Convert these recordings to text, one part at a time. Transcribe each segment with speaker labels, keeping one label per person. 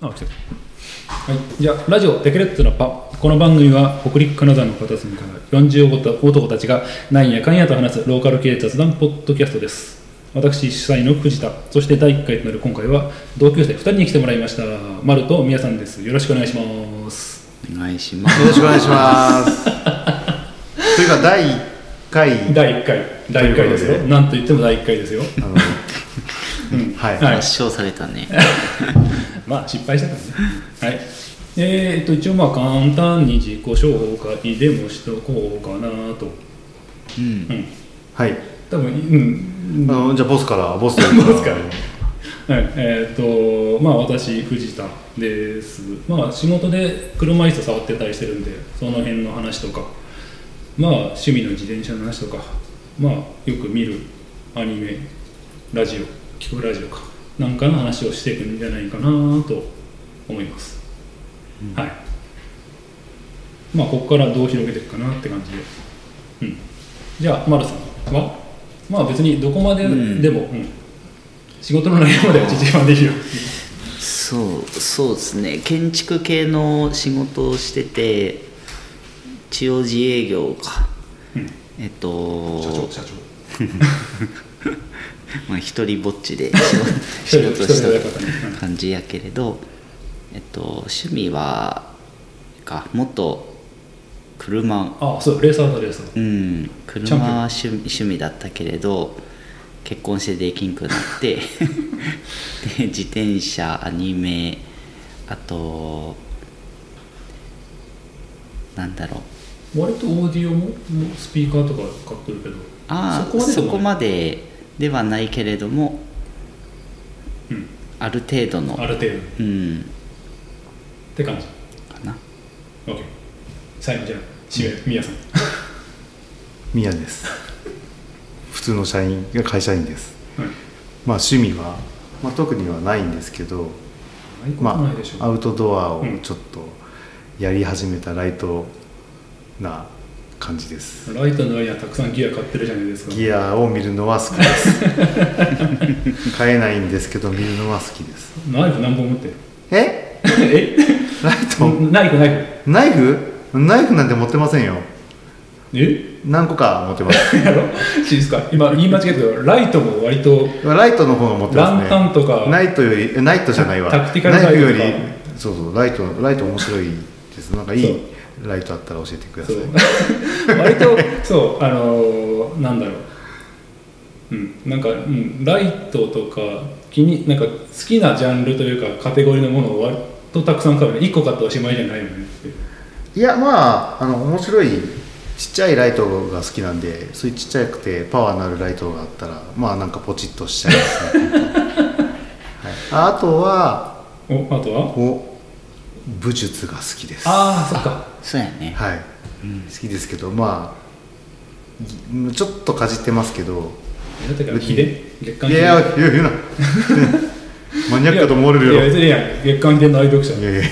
Speaker 1: あ来てるはい、じゃあラジオ「デクレットのパ」この番組は北陸金沢の片隅から40男たちがなんやかんやと話すローカル系雑談ポッドキャストです私主催の藤田そして第1回となる今回は同級生2人に来てもらいました丸と宮さんですよろしくお願いします
Speaker 2: お願いします
Speaker 3: よろしくお願いします。というか第1回
Speaker 1: 第1回第1回です
Speaker 3: という
Speaker 1: よ
Speaker 3: こと
Speaker 1: なんといっても第1回ですよ、
Speaker 3: あの、はい、
Speaker 1: はい
Speaker 2: 圧勝されたね
Speaker 1: まあ失敗したからね。はい。えー、っと一応まあ簡単に自己紹介でもしとこうかなと。
Speaker 2: う
Speaker 1: う
Speaker 2: ん
Speaker 1: ん。
Speaker 3: はい
Speaker 1: 多分
Speaker 3: あ
Speaker 1: うん。
Speaker 3: のじゃあボスからボスから
Speaker 1: ボスからはい、えーっとまあ私藤田です。まあ仕事で車椅子触ってたりしてるんでその辺の話とか、まあ趣味の自転車の話とか、まあよく見るアニメ、ラジオ、聞くラジオかなんかの話をしていくんじゃないかなと思います。はい。まあここからどう広げていくかなって感じで。うん。じゃあ丸さんは、まあ別にどこまで
Speaker 2: うん
Speaker 1: でも。うん仕事の内容までは自慢できるよ。
Speaker 2: そうそうですね建築系の仕事をしてて一応自営業か
Speaker 1: うん
Speaker 2: えっと
Speaker 1: 社長。
Speaker 2: まあ一人ぼっちで仕事仕
Speaker 1: 一
Speaker 2: 事
Speaker 1: 人でやり
Speaker 2: し
Speaker 1: 方ねうん
Speaker 2: た感じやけれどえっと趣味はか元車
Speaker 1: あそう、レーサーだ、レーサー。
Speaker 2: うん
Speaker 1: チャン
Speaker 2: 車
Speaker 1: ピオン
Speaker 2: は趣味趣味だったけれど結婚してできんくなってで自転車アニメあとなんだろう
Speaker 1: 割とオーディオももうスピーカーとか買ってるけど、
Speaker 2: ああ
Speaker 1: までで
Speaker 2: そ
Speaker 1: も
Speaker 2: こ
Speaker 1: ない
Speaker 2: までではないけれども
Speaker 1: うん、
Speaker 2: ある程度の
Speaker 1: ある程度っ
Speaker 2: うん
Speaker 1: て感じ。
Speaker 2: かな
Speaker 1: OK。最後じゃあ、締め、みやさん。
Speaker 3: ミヤです普通の社員が会社員です
Speaker 1: は
Speaker 3: まあ趣味は、まあ、特にはないんですけど、
Speaker 1: い。ま
Speaker 3: ま
Speaker 1: ないでしょう。
Speaker 3: あ、アウトドアを
Speaker 1: うん
Speaker 3: ちょっとやり始めたライトな感じです、
Speaker 1: ライトの割にはたくさんギア買ってるじゃないですか。
Speaker 3: ギアを見るのは好きです 買えないんですけど見るのは好きです
Speaker 1: ナイフ何本持ってる
Speaker 3: え
Speaker 1: え
Speaker 3: ライト
Speaker 1: ナイフ、ナイフ。
Speaker 3: ナイフナイフなんて持ってませんよ
Speaker 1: え
Speaker 3: 何個か持ってま す
Speaker 1: やろ知ですか今言い間違えたけど、ライトも割と
Speaker 3: ライトの方が持ってます
Speaker 1: ラ
Speaker 3: ね
Speaker 1: ンタンとか、
Speaker 3: ナイトよりえナイトじゃないわ
Speaker 1: タクティカル
Speaker 3: ナイフより
Speaker 1: ナイトと
Speaker 3: そうそうライトライト面白いですなんかい
Speaker 1: そう
Speaker 3: いライトあったら教えてくださ
Speaker 1: そ
Speaker 3: いう
Speaker 1: 割とそうあのーなんだろううんなんか、うん、ライトとか気になんか好きなジャンルというかカテゴリーのものを割とたくさん買うね1個買っておしまいじゃないよねって
Speaker 3: いやまああの面白いちっちゃいライトが好きなんでそういうちっちゃくてパワーのあるライトがあったらまあなんかポチッとしちゃいま すね、はい、ああとは
Speaker 1: おあとは
Speaker 3: お武術が好きです
Speaker 1: ああそっか
Speaker 2: そうやね
Speaker 3: はい、好きですけどまあちょっとかじってますけど
Speaker 1: だってから火で月刊
Speaker 3: いやいやいや言うな マニアックだと思われるよ
Speaker 1: いや別にいいやん月刊での愛読者
Speaker 3: いやいや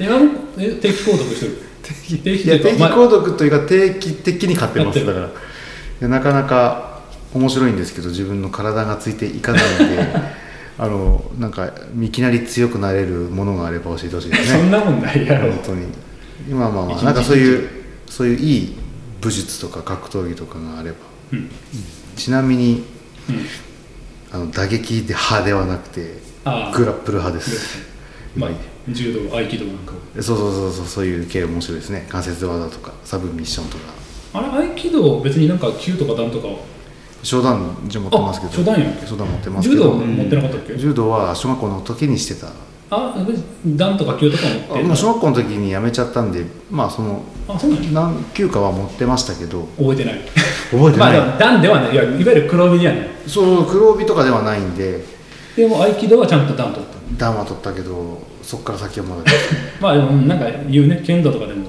Speaker 1: えなんえ定期購読してる定
Speaker 3: いや定期
Speaker 1: まあ
Speaker 3: 購読というか定期的に買ってま
Speaker 1: 買
Speaker 3: す
Speaker 1: って
Speaker 3: だ
Speaker 1: る
Speaker 3: からいやなかなか面白いんですけど自分の体がついていかないん であのなんかいきなり強くなれるものがあれば教えてほしいです
Speaker 1: そん
Speaker 3: ね
Speaker 1: なもんないやろ
Speaker 3: 本当に今まあま
Speaker 1: 一
Speaker 3: あ
Speaker 1: 日
Speaker 3: なんかそういうそういういい武術とか格闘技とかがあれば
Speaker 1: うん
Speaker 3: ちなみに
Speaker 1: うん
Speaker 3: あの打撃で派ではなくて
Speaker 1: ああ
Speaker 3: グラップル派です
Speaker 1: まあ柔道合気道なんかを
Speaker 3: そうそうそうそうそういう系面白いですね関節技とかサブミッションとか
Speaker 1: あれ合気道別になんか球とか段とか
Speaker 3: 初段じゃ持ってますけど
Speaker 1: あ初段やん
Speaker 3: 初段持ってますけ
Speaker 1: 柔道
Speaker 3: ど
Speaker 1: 持ってなかったっけ、
Speaker 3: 柔道は小学校の時にしてた
Speaker 1: あ段とか球とか持って
Speaker 3: あもう小学校の時に辞めちゃったんでまあその
Speaker 1: あそうなの
Speaker 3: 何級かは持ってましたけど
Speaker 1: 覚えてない
Speaker 3: 覚えて
Speaker 1: まあ
Speaker 3: ない、
Speaker 1: でも段ではないいやいわゆる黒帯にはない
Speaker 3: そう黒帯とかではないんで
Speaker 1: でも合気道はちゃんと段取った
Speaker 3: 段は取ったけどそっから先はまだい
Speaker 1: まあでもうんなんか言うね剣道とかでも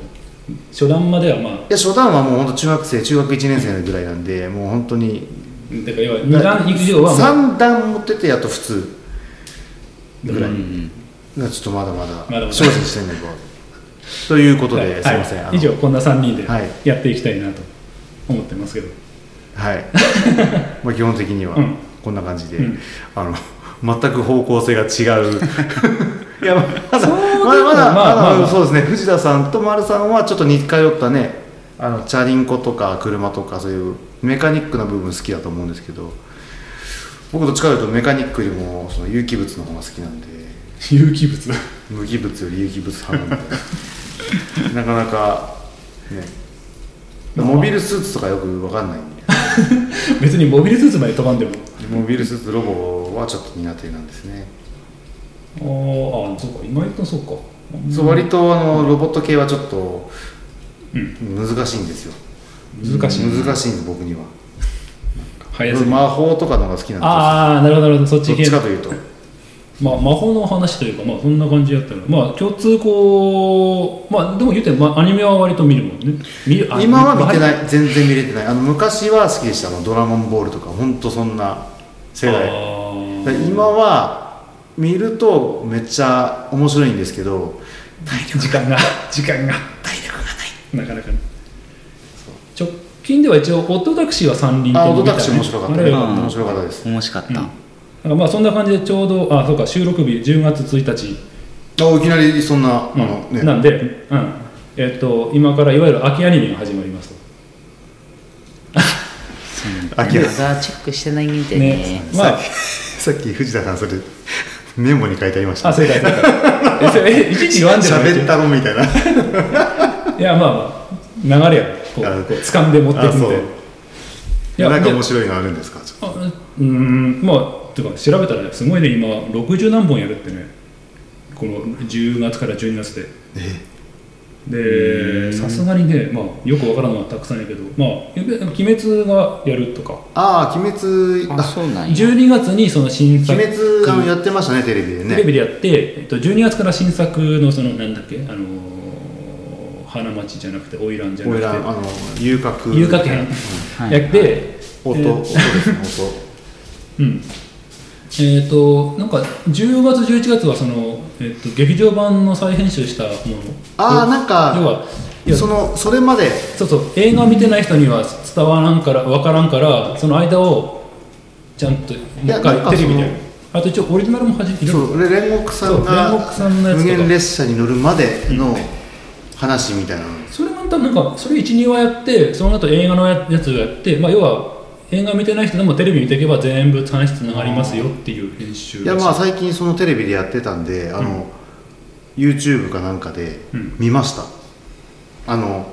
Speaker 1: 初段まではまあ
Speaker 3: や初段はもう本当中学生中学1年生ぐらいなんでもう本当に
Speaker 1: だから要は二段以上はもう
Speaker 3: 3段持っててやっと普通ぐらい、
Speaker 2: うん
Speaker 3: ちょっとまだまだ
Speaker 1: まだまだ
Speaker 3: 精進してんねんけどということで、
Speaker 1: はい
Speaker 3: すいません、あ
Speaker 1: は
Speaker 3: の
Speaker 1: い以上こんな3人で
Speaker 3: はい
Speaker 1: やっていきたいなと思ってますけど、
Speaker 3: はい まあ基本的には
Speaker 1: うん
Speaker 3: こんな感じで、
Speaker 1: うん
Speaker 3: あの全く方向性が違ういやまだ
Speaker 1: そう
Speaker 3: ま
Speaker 1: ま
Speaker 3: だまだ,、
Speaker 1: あまあ
Speaker 3: ま
Speaker 1: ま
Speaker 3: だ
Speaker 1: あ
Speaker 3: そうですね藤田さんと丸さんはちょっと似通ったねあのチャリンコとか車とかそういうメカニックな部分好きだと思うんですけど僕どっちかというとメカニックよりもその有機物の方が好きなんで
Speaker 1: 有機物
Speaker 3: 無機物より有機物派なんでなかなかねモビルスーツとかよく分かんないんで
Speaker 1: 別にモビルスーツまで飛ばんでも
Speaker 3: モビルスーツロボはちょっと苦手なんですね
Speaker 1: あーあそうか意外とそうか
Speaker 3: そう割とあのロボット系はちょっと
Speaker 1: うん
Speaker 3: 難しいんですよ
Speaker 1: 難しい
Speaker 3: 難しいんです僕には
Speaker 1: 早すぎる
Speaker 3: 魔法とかのが好きなん
Speaker 1: ああなるほどなるほどそっ
Speaker 3: です
Speaker 1: ち
Speaker 3: よど
Speaker 1: 系
Speaker 3: っちかというと
Speaker 1: まあ、魔法の話というか、まあ、そんな感じだったら、まあ、共通項、まあ、でも言うて、まあ、アニメは割と見るもんね。見るあ
Speaker 3: 今は見て
Speaker 1: い。
Speaker 3: ない全然見れてないあの昔は好きでしたあのドラゴンボールとか本当そんな世代だか
Speaker 1: あ
Speaker 3: ら
Speaker 1: ー
Speaker 3: 今は見るとめっちゃ面白いんですけど体
Speaker 1: 時間が、 時間が、
Speaker 3: 体
Speaker 1: な
Speaker 3: 力がない
Speaker 1: かなか、ね。直近では一応、オットタクシーは三輪
Speaker 3: あ
Speaker 1: と
Speaker 3: オ
Speaker 1: も
Speaker 3: ド
Speaker 1: 見た、ね、
Speaker 3: タクシー面白かった
Speaker 1: あ
Speaker 3: ね
Speaker 1: れは
Speaker 3: 面白かったです
Speaker 2: 面白かった、
Speaker 1: うんだからまあ、そんな感じでちょうど、あ、そうか、収録日、10月1日。
Speaker 3: あいきなりそんなあ
Speaker 1: うん
Speaker 3: のね
Speaker 1: なんで、うんえっと、今からいわゆる秋アニメが始まりますと。
Speaker 3: あき
Speaker 2: ユ
Speaker 3: ら
Speaker 2: ーザーチェックしてないみたいね
Speaker 1: ね
Speaker 3: さっき さっき藤田さんそれメモに書いてありました
Speaker 1: あ、正解、正解。 えそれ、え、いちいち言わんでもいい
Speaker 3: 喋ったろみたいな
Speaker 1: いやまあまあ流れやこう
Speaker 3: あ
Speaker 1: こう掴んで持っていくみ
Speaker 3: あ
Speaker 1: たいな
Speaker 3: そうなんか
Speaker 1: で
Speaker 3: 面白いのあるんですかちょっ
Speaker 1: あうーんまあてか調べたらすごいね今60何本やるってねこの10月から12月で
Speaker 3: とえ
Speaker 1: でさすがにね、まあ、よくわからんのはたくさんやけどまあゆべ「鬼滅」がやるとか
Speaker 3: ああ鬼滅
Speaker 2: あ
Speaker 3: あ
Speaker 2: そうなんや
Speaker 1: 12月にその新作
Speaker 3: 鬼滅あのやってましたねテレビで
Speaker 1: テレビ
Speaker 3: ね
Speaker 1: でやって、えっと、12月から新作のそのなんだっけあのー花町じゃなくて花魁じゃな
Speaker 3: 俺らあ
Speaker 1: く
Speaker 3: の遊郭
Speaker 1: て遊郭編
Speaker 2: はい
Speaker 1: やって、
Speaker 3: 音
Speaker 1: えー
Speaker 3: 音ですね
Speaker 1: うんえっ、となんか10月11月はその、えっと劇場版の再編集したもの
Speaker 3: 音ああなん
Speaker 1: 要
Speaker 3: か
Speaker 1: は要は
Speaker 3: そのそれまで
Speaker 1: そうそう映画見てない人には伝わらんから分からんからその間をちゃんともう
Speaker 3: や
Speaker 1: 一
Speaker 3: なん
Speaker 1: 回
Speaker 3: か
Speaker 1: テレビで
Speaker 3: その
Speaker 1: やるあと一応オリジナルも始めてる
Speaker 3: そう俺煉獄さんが
Speaker 1: そう煉獄さんのやつ
Speaker 3: 無
Speaker 1: とか
Speaker 3: 限列車に乗るまで
Speaker 1: う
Speaker 3: の
Speaker 1: ん
Speaker 3: 話みたいなの
Speaker 1: それも多分なんかそれ12話やってその後映画のやつをやって、まあ、要は映画見てない人でもテレビ見ていけば全部話つながりますよっていう編集
Speaker 3: いやまあ最近そのテレビでやってたんであの、YouTube かなんかで
Speaker 1: うん
Speaker 3: 見ました、あの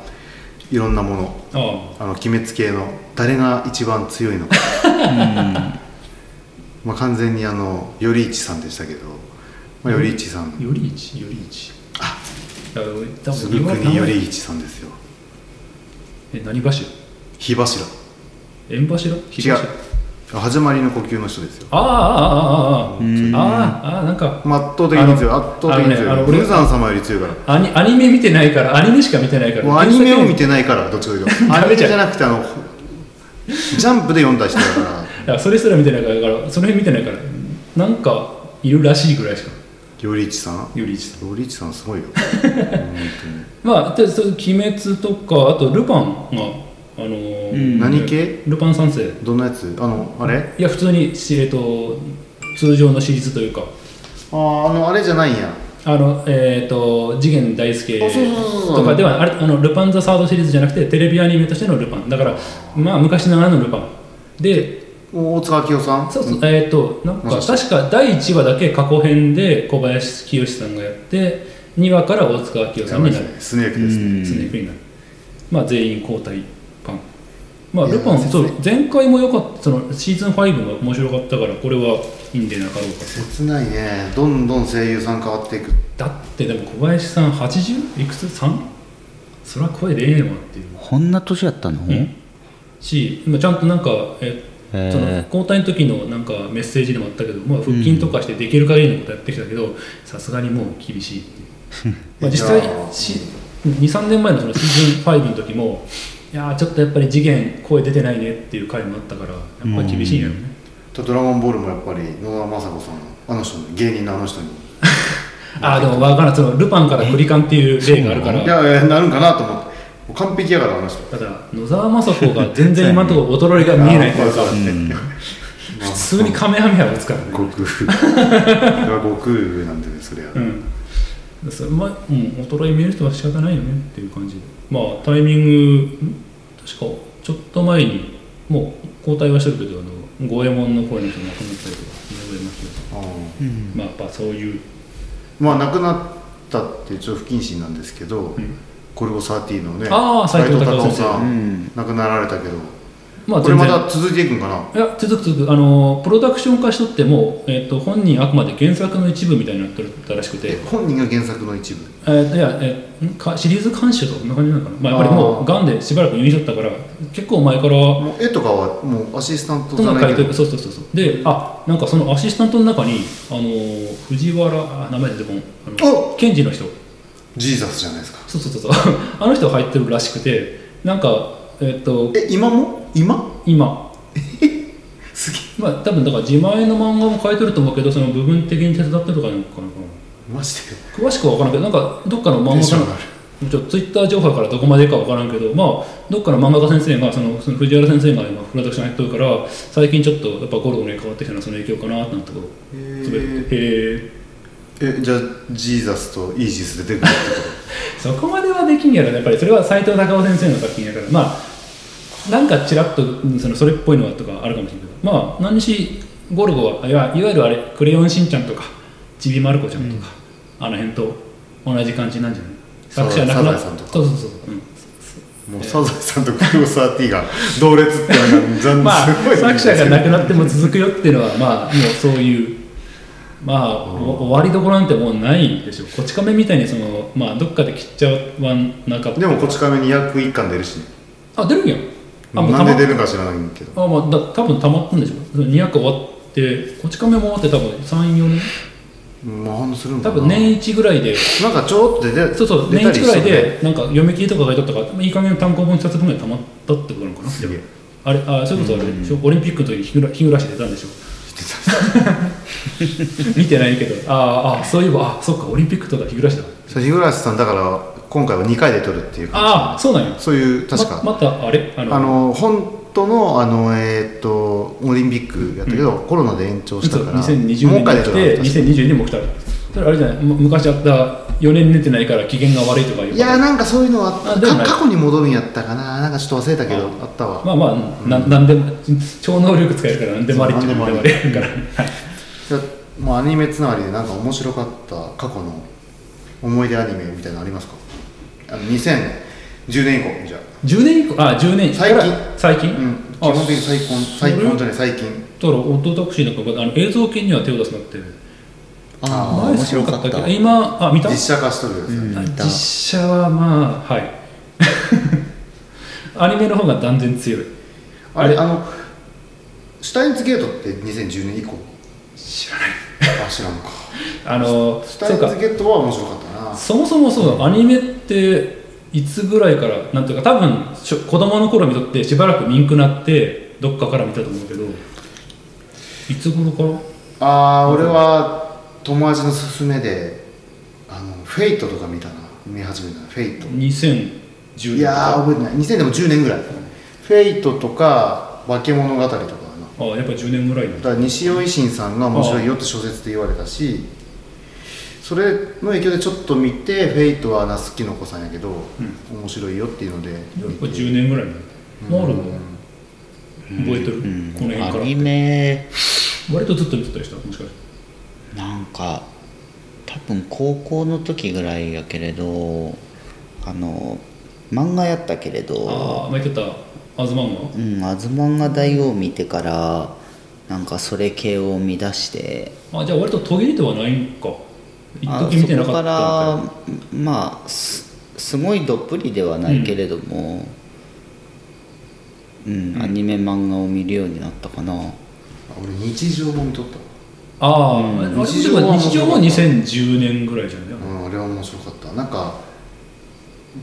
Speaker 3: いろんなもの
Speaker 1: ああ
Speaker 3: あの鬼滅系の誰が一番強いのか まあ完全にあの頼一さんでしたけど、まあ、頼一さん
Speaker 1: より一より一
Speaker 3: あ
Speaker 1: いや俺多
Speaker 3: す
Speaker 1: 分言
Speaker 3: ぐ
Speaker 1: わ
Speaker 3: 国
Speaker 1: な
Speaker 3: 頼
Speaker 1: い
Speaker 3: 一さんですよ
Speaker 1: え何柱
Speaker 3: 火柱
Speaker 1: 縁柱
Speaker 3: 違
Speaker 1: 火
Speaker 3: う
Speaker 1: 柱
Speaker 3: 始まりの呼吸の人ですよ
Speaker 1: ああああああああ
Speaker 2: ん
Speaker 1: あああなんか
Speaker 3: まあ圧倒的に強い
Speaker 1: あ
Speaker 3: 圧
Speaker 1: の
Speaker 3: 倒的に
Speaker 1: あのねあ
Speaker 3: 強い
Speaker 1: の
Speaker 3: ブ
Speaker 1: 俺
Speaker 3: ルザン様より強いから
Speaker 1: アニアニメ見てないからアニメしか見てないから
Speaker 3: もうアニメを見
Speaker 1: て
Speaker 3: てないからどっちかというとア
Speaker 1: ダ
Speaker 3: ニ
Speaker 1: メ
Speaker 3: メ
Speaker 1: じ
Speaker 3: じ
Speaker 1: ゃん
Speaker 3: ゃなくてあのジャンプで読んだ人だから
Speaker 1: いやそれすら見てないからだからその辺見てないからなんかいるらしいぐらいしか
Speaker 3: 頼一さん
Speaker 1: より一
Speaker 3: 頼一さんすごいよ本当に
Speaker 1: まあでそう鬼滅とかあとルパンがあのー
Speaker 2: うん
Speaker 3: 何系
Speaker 1: ルパン三世
Speaker 3: どんなやつあのあれ
Speaker 1: いや普通にしえっと通常のシリーズというか
Speaker 3: あーあのあれじゃないんや
Speaker 1: あのえー、と次元大輔
Speaker 3: あそうそうそうそう
Speaker 1: とかではあれあのルパン・ザ・サードシリーズじゃなくてテレビアニメとしてのルパンだからまあ昔ながらのルパンで
Speaker 3: 大塚明夫さん
Speaker 1: そうそうえっ、となん
Speaker 3: もし
Speaker 1: か
Speaker 3: か
Speaker 1: 確か第1話だけ過去編で小林清志さんがやって2話から大塚明夫さ
Speaker 3: や
Speaker 1: ん
Speaker 3: ばい
Speaker 1: に
Speaker 3: で
Speaker 1: な
Speaker 3: す
Speaker 1: る
Speaker 3: ねスネークですね、
Speaker 1: スネークになるまあ全員交代パンまあ
Speaker 3: いや
Speaker 1: ルパン
Speaker 3: 切
Speaker 1: そう
Speaker 3: ない
Speaker 1: 前回も良かったそのシーズン5が面白かったからこれはいいんでなかろうか
Speaker 3: 切ないねどんどん声優さん変わっていく
Speaker 1: だってでも小林さん 80? いくつ 3? そりゃ声出えわっていう
Speaker 2: こんな年やったの、
Speaker 1: んし今ちゃんとなんかえ
Speaker 2: へー
Speaker 1: その交代の時のなんかメッセージでもあったけど、まあ、腹筋とかしてできる限りのことやってきたけどさすがにもう厳しいっていうまあ実際
Speaker 3: いやー
Speaker 1: 23年前のそのシーズン5の時もいやーちょっとやっぱり次元声出てないねっていう回もあったからやっぱり厳しいんやろね、
Speaker 3: とドラゴンボールもやっぱり野田雅子さんあの人に芸人のあの人に
Speaker 1: ああでも分からんそのルパンからクリカンっていう例があるから
Speaker 3: いやいやなるんかなと思ってもう完璧やからあの人
Speaker 1: ただ野沢雅子が全然今のところ衰えが見えないというか
Speaker 3: あーこうやって
Speaker 2: うん
Speaker 3: まあ
Speaker 1: 普通にカメハメハを打つ からね
Speaker 3: 悟空それは悟空なんでねそれは、
Speaker 1: うん、それまあうん、衰え見える人は仕方ないよねっていう感じでまあタイミングん確かちょっと前にもう交代はしてるけどあの五右衛門の声の人が亡くなったりとか宮古山清とか
Speaker 3: あ
Speaker 2: う
Speaker 3: ー
Speaker 2: ん
Speaker 1: まあやっぱそういう、
Speaker 3: まあ亡くなったって一応不謹慎なんですけど、
Speaker 1: うん
Speaker 3: これを13のね
Speaker 1: あー
Speaker 3: 斎
Speaker 1: 斎
Speaker 3: 藤
Speaker 1: 藤
Speaker 3: 隆
Speaker 1: 隆
Speaker 3: 夫
Speaker 1: 夫
Speaker 3: さ
Speaker 1: さ
Speaker 2: うんん
Speaker 3: 亡くなられたけど、
Speaker 1: まあ、
Speaker 3: これまだ続いていくんかない
Speaker 1: や続く続くあのプロダクション化しとっても、えっと本人あくまで原作の一部みたいになってたらしくて
Speaker 3: え、本人が原作の一部
Speaker 1: えーいやえーんかシリーズ監修とかこんな感じなのかな、まあ、やっぱりも
Speaker 3: あー
Speaker 1: うがんでしばらく入院しとったから結構前から
Speaker 3: もう絵とかはもうアシスタント
Speaker 1: そ
Speaker 3: じゃ
Speaker 1: の
Speaker 3: な
Speaker 1: 回
Speaker 3: いけ
Speaker 1: とい
Speaker 3: ど
Speaker 1: うかそうそうそうそうであなんかそのアシスタントの中にあのー藤原あ名前出てこんあの検事の人
Speaker 3: ジーザスじゃないですか
Speaker 1: そうそうそうそう あの人入ってるらしくてなんかえっと
Speaker 3: え今も今
Speaker 1: 今
Speaker 3: すげ
Speaker 1: まあ多分だから自前の漫画も書いてると思うけどその部分的に手伝ってるとかなんかな
Speaker 3: えマジで
Speaker 1: 詳しくは分からんけどなんかどっかの漫
Speaker 3: テンショ
Speaker 1: 画家
Speaker 3: ン上が
Speaker 1: の
Speaker 3: る
Speaker 1: ちょツイッター情報やからどこまでか分からんけど、まあ、どっかの漫画家先生がそのその藤原先生が今プロダクション入っとるから最近ちょっとやっぱゴルゴに変わってきたのはその影響かなってなったことつぶやいててへえ
Speaker 3: えじゃあジーザスとイージス出てくるって
Speaker 1: そ
Speaker 3: こ
Speaker 1: こまではできんやろやっぱりそれは斎藤隆夫先生の作品やからまあなんかちらっとうんそのそれっぽいのはとかあるかもしれないけどまあ何しゴルゴはいわいわゆるあれ「クレヨンしんちゃん」とか「ちびまる子ちゃん」とか、あの辺と同じ感じなんじゃない
Speaker 3: サザ
Speaker 1: 作者はなくな
Speaker 3: サザエさんとか
Speaker 1: そうそうそう、うん
Speaker 3: ともうサザエさんとクロサーティが同列ってなん か残
Speaker 1: まあ
Speaker 3: すごい
Speaker 1: 作者が亡く
Speaker 3: っ
Speaker 1: なっても続くよっていうのはまあもうそういうまあお終わりどころなんてもうないでしょこち亀みたいにそのまあどっかで切っちゃわなかった
Speaker 3: でもこち亀に約1巻出るしね
Speaker 1: あ出るんやあもう
Speaker 3: なんで
Speaker 1: たま
Speaker 3: 出るか知らないけど
Speaker 1: あまあだ多分たまったんでしょ200終わってこち亀も終わって多分34年
Speaker 3: まあ反応するん
Speaker 1: 多
Speaker 3: かな
Speaker 1: 分年一ぐらいで
Speaker 3: なんかちょっと出て
Speaker 1: そうそう
Speaker 3: 出
Speaker 1: 年
Speaker 3: た
Speaker 1: 一
Speaker 3: り
Speaker 1: ぐらい
Speaker 3: してるね
Speaker 1: でなんか読み切りとかがいとったからまあいい加減単行本一冊分ぐらいたまったってことなのかな
Speaker 3: すげえ
Speaker 1: あれあそういうことあれでしょオリンピックの時に日暮日暮らし出たん でしょ見てないけどあーあそういえばあそっかオリンピックとか日暮らしだ
Speaker 3: それ日暮さんだから今回は2回で撮るっていう
Speaker 1: ああそうなんや
Speaker 3: そういう確か、
Speaker 1: ままたあれあの
Speaker 3: あの本当のあのえーっとオリンピックやったけど、コロナで延長した
Speaker 1: そう
Speaker 3: から
Speaker 1: 2020年に
Speaker 3: もう一回で
Speaker 1: 来
Speaker 3: 撮る
Speaker 1: て
Speaker 3: の確か
Speaker 1: 2022年も来たそれあれじゃないむ昔あった4年寝てないから機嫌が悪いとかいう
Speaker 3: いやーなんかそういうのはあ
Speaker 1: あ
Speaker 3: っ
Speaker 1: で
Speaker 3: た
Speaker 1: もな
Speaker 3: か
Speaker 1: い
Speaker 3: 過去に戻るんやったかななんかちょっと忘れたけどあったわ、
Speaker 1: まあまあ、ななんでも超能力使えるから何でもありっちゃ
Speaker 3: そう
Speaker 1: 何でもありやからはい
Speaker 3: じゃあもうアニメつながりでなんか面白かった過去の思い出アニメみたいなのありますかあの2010年以降じゃあ
Speaker 1: 10年以降あ10年
Speaker 3: 最近
Speaker 1: 最近、
Speaker 3: うん、基
Speaker 1: あ
Speaker 3: 本的に最近最近じゃない最近
Speaker 1: だからオットタクシーなんかあの映像系には手を出すなって
Speaker 2: ああ
Speaker 1: 前
Speaker 2: 面白かっ
Speaker 1: すご
Speaker 2: た
Speaker 1: けど今あ見た
Speaker 3: 実写化しとるやつ、
Speaker 2: うん
Speaker 1: あ
Speaker 2: 見た
Speaker 1: 実写はまあはい アニメの方が断然強い
Speaker 3: あれ
Speaker 1: あ
Speaker 3: あのシュタインズゲートって2010年以降
Speaker 1: 知らない
Speaker 3: あ知ら んか
Speaker 1: あの
Speaker 3: シュタインズゲートは面白かったな
Speaker 1: そもそもそうだアニメっていつぐらいからなんていうか多分しょ子供の頃見とってしばらく見んくなってどっかから見たと思うけどいつ頃から
Speaker 3: ああ俺は友達の勧めであのフェイトとか見たな見始めたなフェイト
Speaker 1: 2010年
Speaker 3: いやー覚えてない2000でも10年ぐらいフェイトとか化け物語とかだな
Speaker 1: あやっぱ10年ぐらいなん
Speaker 3: だから西尾維新さんが面白いよって小説で言われたしそれの影響でちょっと見てフェイトは那須きの子さんやけど、面白いよっていうので
Speaker 1: やっ
Speaker 3: 見
Speaker 1: ぱ
Speaker 3: て
Speaker 1: 10年ぐらいなんだモールも覚えてる、
Speaker 2: うん
Speaker 1: この辺か
Speaker 2: アニ
Speaker 1: ら
Speaker 2: メ
Speaker 1: 割とずっと見てたりしたもしかして
Speaker 2: なんか多分高校の時ぐらいやけれどあの漫画やったけれ
Speaker 1: あ
Speaker 2: ど
Speaker 1: あ巻いてたアズマンガ
Speaker 2: うん「アズマンガ大王」見てからなんかそれ系を見出して
Speaker 1: あじゃあ割と途切れてはないんか一
Speaker 2: あ
Speaker 1: 時見てなかった
Speaker 2: そこからまあすすごいどっぷりではないけれども、うんアニメ漫画を見るようになったかな、
Speaker 3: 俺日常も見とった
Speaker 1: あ
Speaker 3: わ
Speaker 1: あ、
Speaker 2: うん
Speaker 1: あれも
Speaker 3: 日
Speaker 1: 日
Speaker 3: 常は
Speaker 1: 常
Speaker 3: 面白かった
Speaker 1: も2010年ぐらいじゃない、
Speaker 3: うん、あれは面白かったなんか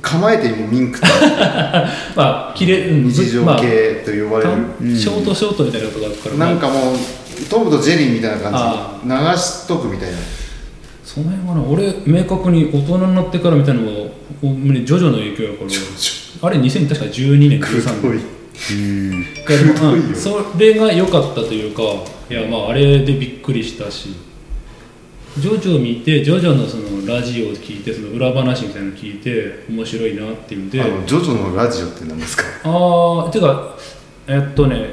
Speaker 3: 構えてミンクって
Speaker 1: まあ 切れ、うん、
Speaker 3: 日常
Speaker 1: まあ
Speaker 3: 系と呼ばれる、
Speaker 2: うん
Speaker 1: ショートショートみたいなことがあるから、
Speaker 3: なん
Speaker 1: まあ
Speaker 3: かもうトムとジェリーみたいな
Speaker 1: あ
Speaker 3: 感じ流しとくみたいな
Speaker 1: その辺はな俺明確に大人になってからみたいなのはおおむねジョジョの影響やからあれ2000確か12年
Speaker 3: く
Speaker 1: 13
Speaker 3: どい
Speaker 1: 年
Speaker 2: うん
Speaker 1: いやでも
Speaker 3: ひどいよ
Speaker 1: うんそれが良かったというかいやまああれでびっくりしたしジョジョ見てジョジョのそのラジオを聞いてその裏話みたいなの聞いて面白いなっていうので
Speaker 3: あ
Speaker 1: あ
Speaker 3: のジョジョのラジオって何ですか
Speaker 1: あーてかえっとね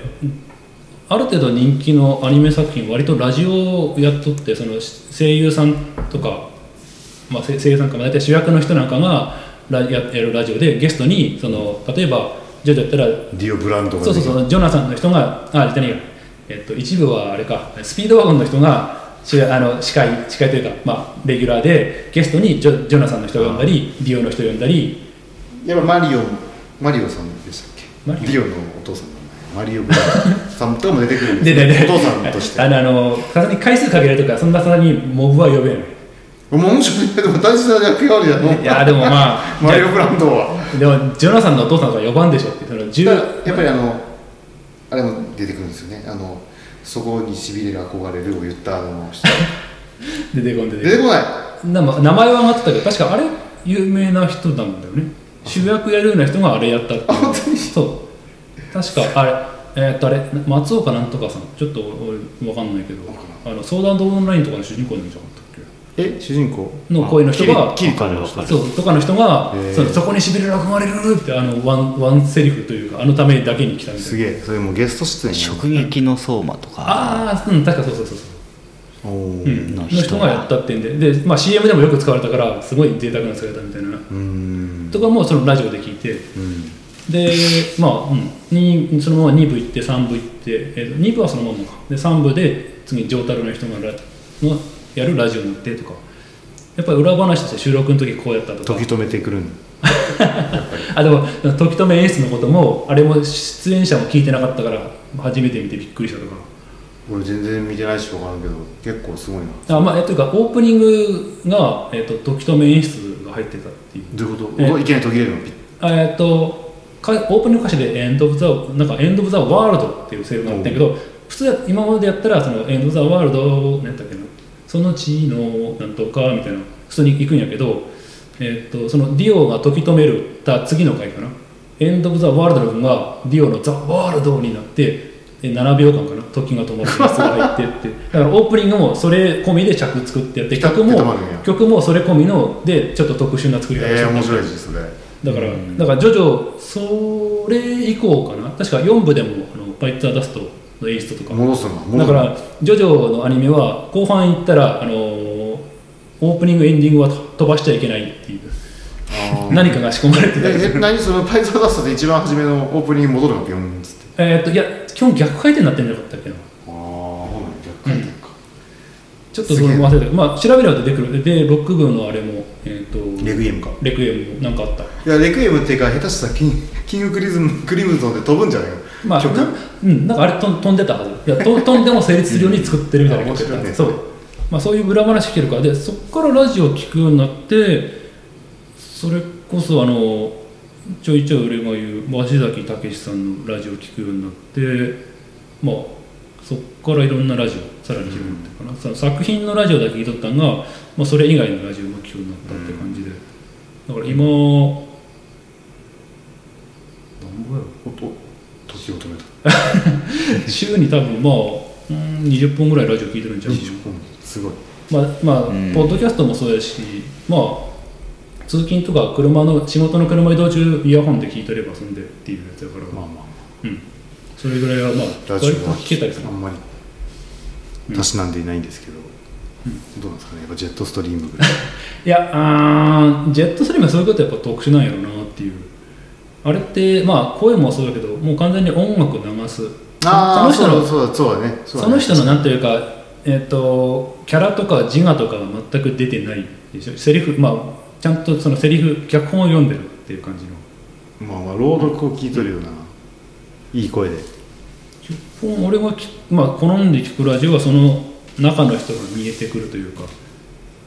Speaker 1: ある程度人気のアニメ作品割とラジオをやっとってその声優さんとか、まあ、せ声優さんかまあ大体主役の人なんかがラややるラジオでゲストにその例えばジョジョやったら
Speaker 3: ディオブランドが
Speaker 1: そうそうそう、ジョナサンの人が、あ、じゃねえよえっと、一部はあれか、スピードワゴンの人が、しあの司会、司会というか、まあ、レギュラーで、ゲストにジョジョナサンの人を呼んだり、ディオの人を呼んだり、
Speaker 3: やっぱマリオマリオさんでしたっけ
Speaker 1: マリオ
Speaker 3: ディオのお父さんの名前マリオブランドさんとかも出てくるん
Speaker 1: で、
Speaker 3: で す
Speaker 1: で、
Speaker 3: よ
Speaker 1: で、
Speaker 3: お父さんとして
Speaker 1: あの、あのさすがに回数かけられるとか、そんなさすがにモブは呼べない。
Speaker 3: もう面白いでも大事な役割だの
Speaker 1: いや、でもまあ、
Speaker 3: マリオブランドは
Speaker 1: じゃあでも、ジョナサンのお父さんとか呼ばんでしょって、その、十
Speaker 3: だからやっぱりあのあれも出てくるんですよねあのそこにしびれが憧れるを言ったあの 人
Speaker 1: 出てこんで
Speaker 3: 出てこない
Speaker 1: なま名前は上がってたけど確かあれ有名な人なんだよね主役やるような人があれやったっていう
Speaker 3: 本当に
Speaker 1: そう確かあれえーっとあれ松岡なんとかさんちょっと俺分かんないけどあの相談とオンラインとかの主人公なんじゃなかったっ
Speaker 3: え主人公
Speaker 1: けの声の人が
Speaker 3: キリキリ
Speaker 4: わかるわかる
Speaker 1: そうとかの人が
Speaker 3: へー
Speaker 1: そのそこにしびれが踏まれるってあのワンワンセリフというかあのためだけに来たみた
Speaker 3: す
Speaker 1: いな
Speaker 3: げえそれもうゲスト出演や
Speaker 2: 直撃の相馬とか
Speaker 1: ああうん確かそうそうそうそう
Speaker 3: お
Speaker 1: う
Speaker 3: ー
Speaker 1: ん
Speaker 2: の
Speaker 1: の
Speaker 2: 人が
Speaker 1: 人がやったってんでで、まあ、CM でもよく使われたからすごい贅沢な使い方みたいな
Speaker 3: うーん
Speaker 1: とかもそのラジオで聞いて
Speaker 3: うん
Speaker 1: でまあ、うんに、そのまま2部行って3部行って、えーと2部はそのままかで3部で次上太郎の人がラのやるラジオになってとかやっぱり裏話として収録の時こうやったとか
Speaker 3: 時止めてくるん
Speaker 1: あでも時止め演出のこともあれも出演者も聞いてなかったから初めて見てびっくりしたとか
Speaker 3: 俺全然見てないし分からんけど結構すごいな
Speaker 1: あ、まあ、えというかオープニングが、えー、と時止め演出が入ってたっていう
Speaker 3: どういうこと、
Speaker 1: え
Speaker 3: おいきなり途切れるのピッ
Speaker 1: えーっとかオープニング歌詞で「エンド・オブ・ザ・なんかエンド・オブ・ザ・ワールド」っていうセリフがあったんやけど普通今までやったらその「エンド・オブ・ザ・ワールド」なんだっけなその地のなんとかみたいな普通に行くんやけど、えーっとそのディオが時止めるた次の回かな「エンド・オブ・ザ・ワールド」の分がディオの「ザ・ワールド」になってえ7秒間かな時が止まってそが入ってって だからオープニングもそれ込みで尺作ってやって
Speaker 3: ピタッ
Speaker 1: 曲
Speaker 3: て止ま
Speaker 1: も
Speaker 3: るんや
Speaker 1: 曲もそれ込みのでちょっと特殊な作り方して
Speaker 3: えー、面
Speaker 1: た
Speaker 3: 白いですそれ
Speaker 1: だから、だからジョジョそれ以降かな確か4部でもあのバイツ・ア・ダストの演出とか
Speaker 3: 戻すの戻
Speaker 1: だ
Speaker 3: すの
Speaker 1: からジョジョのアニメは後半行ったらあのーオープニングエンディングは飛ばしちゃいけないっていう
Speaker 3: あー
Speaker 1: 何かが仕込まれてたりす
Speaker 3: え
Speaker 1: る
Speaker 3: え何そのパイザーダストで一番初めのオープニング戻るのピョンっつって
Speaker 1: えーっといや基本逆回転になってんじゃなかったっけな
Speaker 3: ああほな逆回転か、
Speaker 1: ちょっとそれも忘れたけど、まあ、調べれば出てくるで6部のあれも、えーっと
Speaker 3: レグイエムか
Speaker 1: レクイエムもなんかあった
Speaker 3: いやレクイエムっていうか下手したらキンキングクリズムクリムゾンで飛ぶんじゃないの、
Speaker 1: まあ、
Speaker 3: 曲
Speaker 1: なうん、なんかあれと飛んでたはずいや と飛んでも成立するように作ってるみたいな
Speaker 3: うん
Speaker 1: 曲だった
Speaker 3: 面白いね
Speaker 1: そう、まあ、そういう裏話聞けるからでそこからラジオ聞くようになってそれこそあのちょいちょい俺が言う鷲崎武さんのラジオ聞くようになってまあそこからいろんなラジオさらに広がってかな、その作品のラジオだけ聞いとったんが、まあ、それ以外のラジオも聞くようになったって感じで、だから今何ぼやろ
Speaker 3: おっと時を止めた
Speaker 1: 週に多分まあうん20本ぐらいラジオ聞いてるんちゃうか
Speaker 3: 20分すごい
Speaker 1: なまあまあ、
Speaker 2: うん
Speaker 1: ポッドキャストもそうやしまあ通勤とか車の仕事の車移動中イヤホンで聞いてれば済んでっていうやつだから、
Speaker 3: まあま
Speaker 1: うん、それぐらいはまあ
Speaker 3: あラジオ
Speaker 1: 割と
Speaker 3: は
Speaker 1: 聞けたりする
Speaker 3: あんまりたしなんでいないんですけど、どうなんですかねやっぱジェットストリームぐらい
Speaker 1: いやあージェットストリームはそういうことやっぱ特殊なんやろうなっていうあれってまあ声もそうだけどもう完全に音楽流す
Speaker 3: ああ
Speaker 1: そ
Speaker 3: そ
Speaker 1: の人の
Speaker 3: うだそうだそうだねうだ
Speaker 1: そ
Speaker 3: ね
Speaker 1: の人のなんというか、えっとキャラとか自我とかは全く出てないでしょセリフまあちゃんとそのセリフ脚本を読んでるっていう感じの
Speaker 3: まあまあ朗読を聞いとるような、いい声で
Speaker 1: 脚本俺がき、まあ、好んで聞くラジオはその中の人が見えてくるというか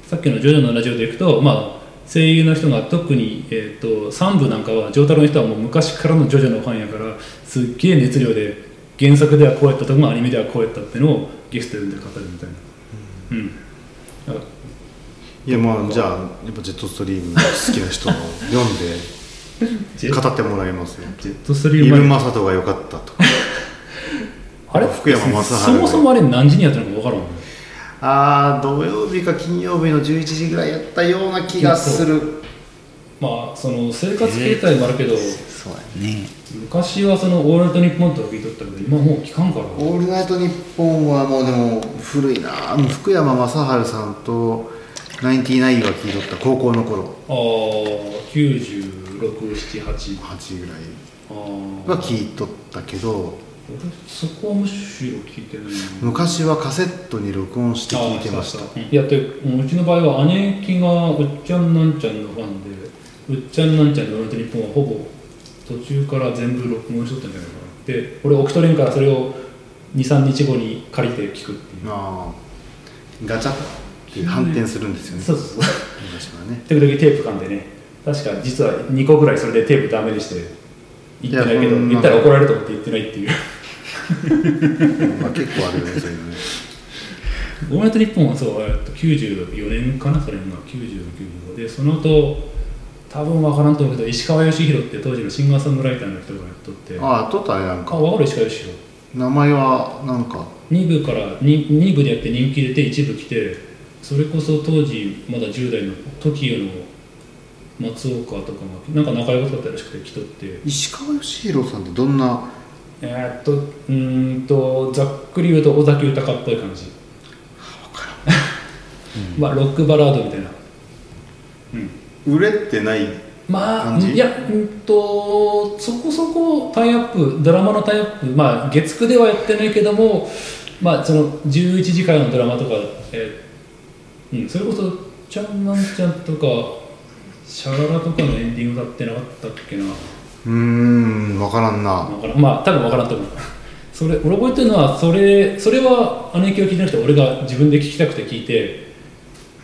Speaker 1: さっきの「ジョジョのラジオ」でいくと、まあ、声優の人が特に、えっと3部なんかは丈太郎の人はもう昔からの「ジョジョ」のファンやからすっげえ熱量で原作ではこうやったとかアニメではこうやったってのをゲスト呼んで語るみたいな。うんだから
Speaker 3: いやまあじゃあやっぱジェットストリーム好きな人を読んで
Speaker 1: ジェット
Speaker 3: 語ってもらいますよ
Speaker 1: ジェットストリ
Speaker 3: イ
Speaker 1: ー
Speaker 3: ブ
Speaker 1: ム
Speaker 3: マサトが良かったとか
Speaker 1: あれ
Speaker 3: 福山雅治
Speaker 1: そもそもあれ何時にやってるのか分からんもんね
Speaker 3: ああ土曜日か金曜日の11時ぐらいやったような気がする
Speaker 1: まあその生活形態もあるけど、
Speaker 2: そうやね
Speaker 1: 昔はその「オールナイトニッポン」とか聞いとったけど今もう聞かんから
Speaker 3: 「オールナイトニッポン」はもうでも古いなもう福山雅治さんとナインティナインが聞いとった高校の頃
Speaker 1: ああ9678
Speaker 3: 8ぐらい
Speaker 1: あ
Speaker 3: は
Speaker 1: あ
Speaker 3: 聞いとったけど
Speaker 1: 俺そこはむしろ聞いてないな
Speaker 3: 昔はカセットに録音して聞いてました
Speaker 1: あーそうそううんいやってうちの場合は姉貴がうっちゃんなんちゃんのファンでうっちゃんなんちゃんの「オールナイトニッポン」はほぼ途中から全部録音しとったんじゃないかなで俺オクトレンからそれを23日後に借りて聞くっていう、
Speaker 3: あーガチャって反転するんですよね
Speaker 1: そうそうそう
Speaker 3: 昔はね
Speaker 1: 時々テープ噛んでね確か実は2個ぐらいそれでテープダメにして言ってないけ
Speaker 3: いや
Speaker 1: ど
Speaker 3: そんな
Speaker 1: 言ったら怒られると思って言ってないっていう
Speaker 3: まあ結構あるよねそういうのね
Speaker 1: 「オールナイトニッポン」はそうえっと94年かなそれが96でその後多分分からんと思うけど石川義弘って当時のシンガーソングライターの人がやっとってあ
Speaker 3: ああ撮ったねなんか
Speaker 1: 分かる石川義弘
Speaker 3: 名前はなんか
Speaker 1: 2部から 2, 2部でやって人気出て1部来てそれこそ当時まだ10代の TOKIO の松岡とかがなんか仲良かったらしくて来とって
Speaker 3: 石川義弘さんってどんな
Speaker 1: えーっとうーんとざっくり言うと尾崎豊っぽい感じ まあロックバラードみたいな、うん、
Speaker 3: 売れてない
Speaker 1: まあ
Speaker 3: 感じ
Speaker 1: いやうんとそこそこタイアップドラマのタイアップまあ月9ではやってないけどもまあその11時からのドラマとか、えーうん、それこそ「ちゃんなんちゃん」とか「シャララ」とかのエンディングだってなかったっけな
Speaker 3: うーん分からんな
Speaker 1: わからんまあ多分分からんと思うそれ俺覚えてるのはそれそれは姉貴を聞いてなくて俺が自分で聞きたくて聞いて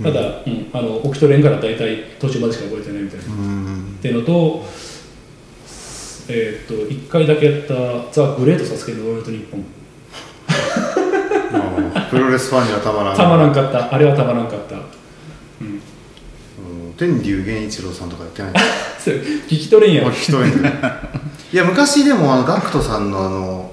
Speaker 1: ただ、うんあのオキトレンから大体途中までしか覚えてないみたいな、
Speaker 3: うー
Speaker 1: っ
Speaker 3: ん
Speaker 1: ていうのとえーっと1回だけやった「ザ・グレート・サスケのオールナイトニッポン
Speaker 3: ああプロレスファンにはたま」らん
Speaker 1: たまらんかったあれはたまらんかった、 うん、
Speaker 3: うん天竜源一郎さんとかやってない
Speaker 1: それ聞き取れんや
Speaker 3: ま
Speaker 1: ろ
Speaker 3: あ聞き取 れんけどいや昔でもあのガクトさんのあの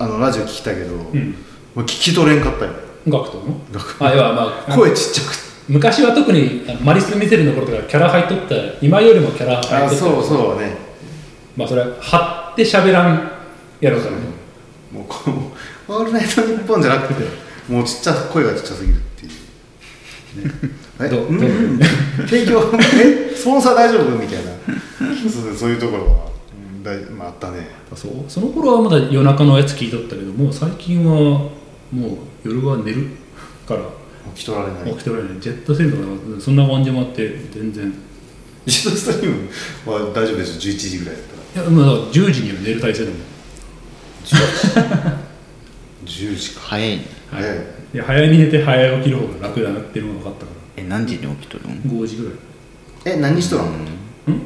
Speaker 3: あのラジオ聞きたけ
Speaker 1: う
Speaker 3: ど、も
Speaker 1: ん
Speaker 3: う聞き取れんかったよ
Speaker 1: ガクトの
Speaker 3: ガク
Speaker 1: あいやまあ
Speaker 3: 声ちっちゃくて
Speaker 1: 昔は特にあのマリス・ミゼルの頃とかキャラ入っとった今よりもキャラ入っとった
Speaker 3: あそうそうね
Speaker 1: まあそれは張って喋らんやろうからね
Speaker 3: もうこの「オールナイトニッポン」じゃなくてもうちっちゃ声がちっちゃすぎるっていう え
Speaker 1: どう
Speaker 3: うん
Speaker 1: どう
Speaker 3: 提供 えスポンサー大丈夫みたいなそうそういうところは、うん大まあ、あったね
Speaker 1: そうその頃はまだ夜中のやつ聞いとったけどもう最近はもう夜は寝るから
Speaker 3: 起き取られない
Speaker 1: 起きておられないジェットセントとかそんな感じもあって全然
Speaker 3: 一度ストリームは大丈夫でしょ11時ぐらいだったら
Speaker 1: いやまあ10時には寝る体制だもん
Speaker 3: 10時か
Speaker 2: 早いね
Speaker 1: はい、
Speaker 3: え
Speaker 1: いや早めに寝て早起きの方が楽だなっていうのが分かったか
Speaker 2: え何時に起きとるの
Speaker 1: ら5時ぐらい
Speaker 3: え何しとらんの
Speaker 1: うん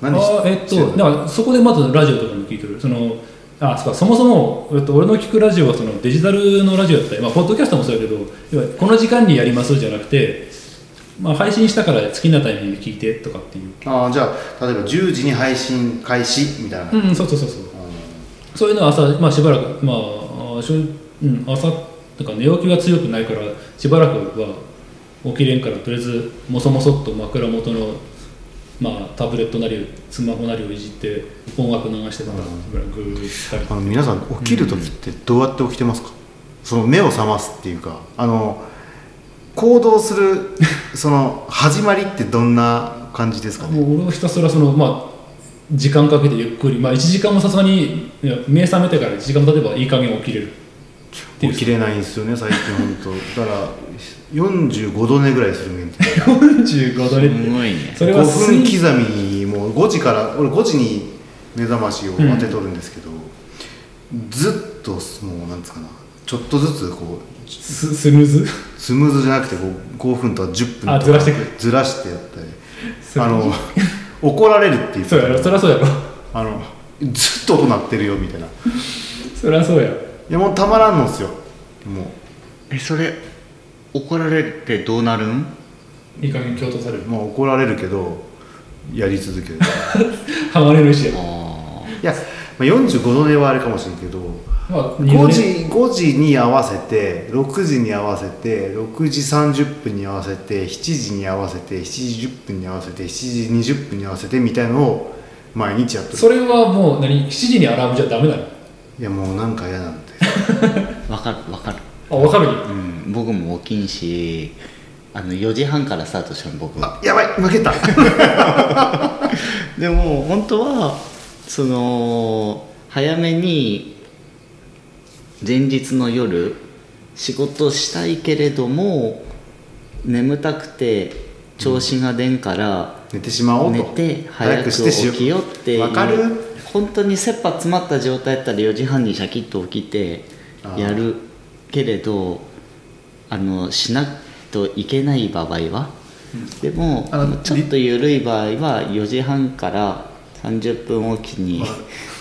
Speaker 3: 何し
Speaker 1: あーえっとだからそこでまずラジオとかも聞いてるそのあそうかそもそも、えっと、俺の聞くラジオはそのデジタルのラジオだったり、まあ、ポッドキャストもそうやけど要はこの時間にやりますじゃなくて、まあ、配信したから好きなタイミングで聞いてとかっていう
Speaker 3: あーじゃあ例えば10時に配信開始みたいな、あ
Speaker 1: うんそうそうそうそうそういうのは朝、まあ、しばらくまああーしょ、うん、朝とか寝起きが強くないからしばらくは起きれんからとりあえずもそもそっと枕元の、まあ、タブレットなりスマホなりをいじって音楽流してたらぐらいぐーっ
Speaker 3: あ
Speaker 1: た
Speaker 3: の
Speaker 1: り
Speaker 3: 皆さん起きる時ってどうやって起きてますか、その目を覚ますっていうかあの行動す るその始まりってどんな感じですかね
Speaker 1: もう俺はひたすらそのまあ時間かけてゆっくりまあ1時間もさすがにいや目覚めてから1時間経てばいい加減起きれるていう
Speaker 3: 起きれないんですよね最近本当だから45度寝ぐらいする面って
Speaker 1: 45度
Speaker 2: す
Speaker 1: でって
Speaker 2: ごいね
Speaker 1: それ
Speaker 3: 5
Speaker 1: は
Speaker 3: 分
Speaker 1: 睡
Speaker 3: 刻みにもう5時から俺5時に目覚ましを当てとるんですけど、ずっともうなんつうかなちょっとずつこう
Speaker 1: ススムーズ
Speaker 3: スムーズじゃなくてこう5分とか10分とか
Speaker 1: あずらしてくる
Speaker 3: ずらしてやったり
Speaker 1: それ
Speaker 3: あの怒られるっていう
Speaker 1: そうやろそりゃそうやろ
Speaker 3: あのずっと音鳴ってるよみたいない
Speaker 1: そりゃそうや
Speaker 3: やもうたまらんのですよもう
Speaker 2: えそれ怒られてどうなるん
Speaker 1: いい加減強調される
Speaker 3: まあ、怒られるけどやり続けるい
Speaker 1: 剥がれるしや
Speaker 2: あ
Speaker 3: や、まあ、45度寝はあれかもしれんけど
Speaker 1: まあ二度
Speaker 3: 5
Speaker 1: 寝
Speaker 3: 時 ,5 時に合わせて6時に合わせて6時30分に合わせて7時に合わせて7時10分に合わせて7時20分に合わせてみたいのを毎日やってる
Speaker 1: それはもう何7時にアラームじゃダメだろ
Speaker 3: いやもうなんか嫌なんで
Speaker 2: あわかるわかる、
Speaker 1: あ分かるよ
Speaker 2: うん、僕も起きんしあの4時半からスタートしたの僕
Speaker 3: あやばい負け た
Speaker 2: でも本当はその早めに前日の夜仕事したいけれども眠たくて調子が出んから、
Speaker 3: 寝てしまおうと
Speaker 2: 寝て早く起きようっていう
Speaker 3: わかる
Speaker 2: 本当に切羽詰まった状態だったら4時半にシャキッと起きてやるけれどあのしなといけない場合は、でも
Speaker 3: あの
Speaker 2: ちょっと緩い場合は4時半から30分おきに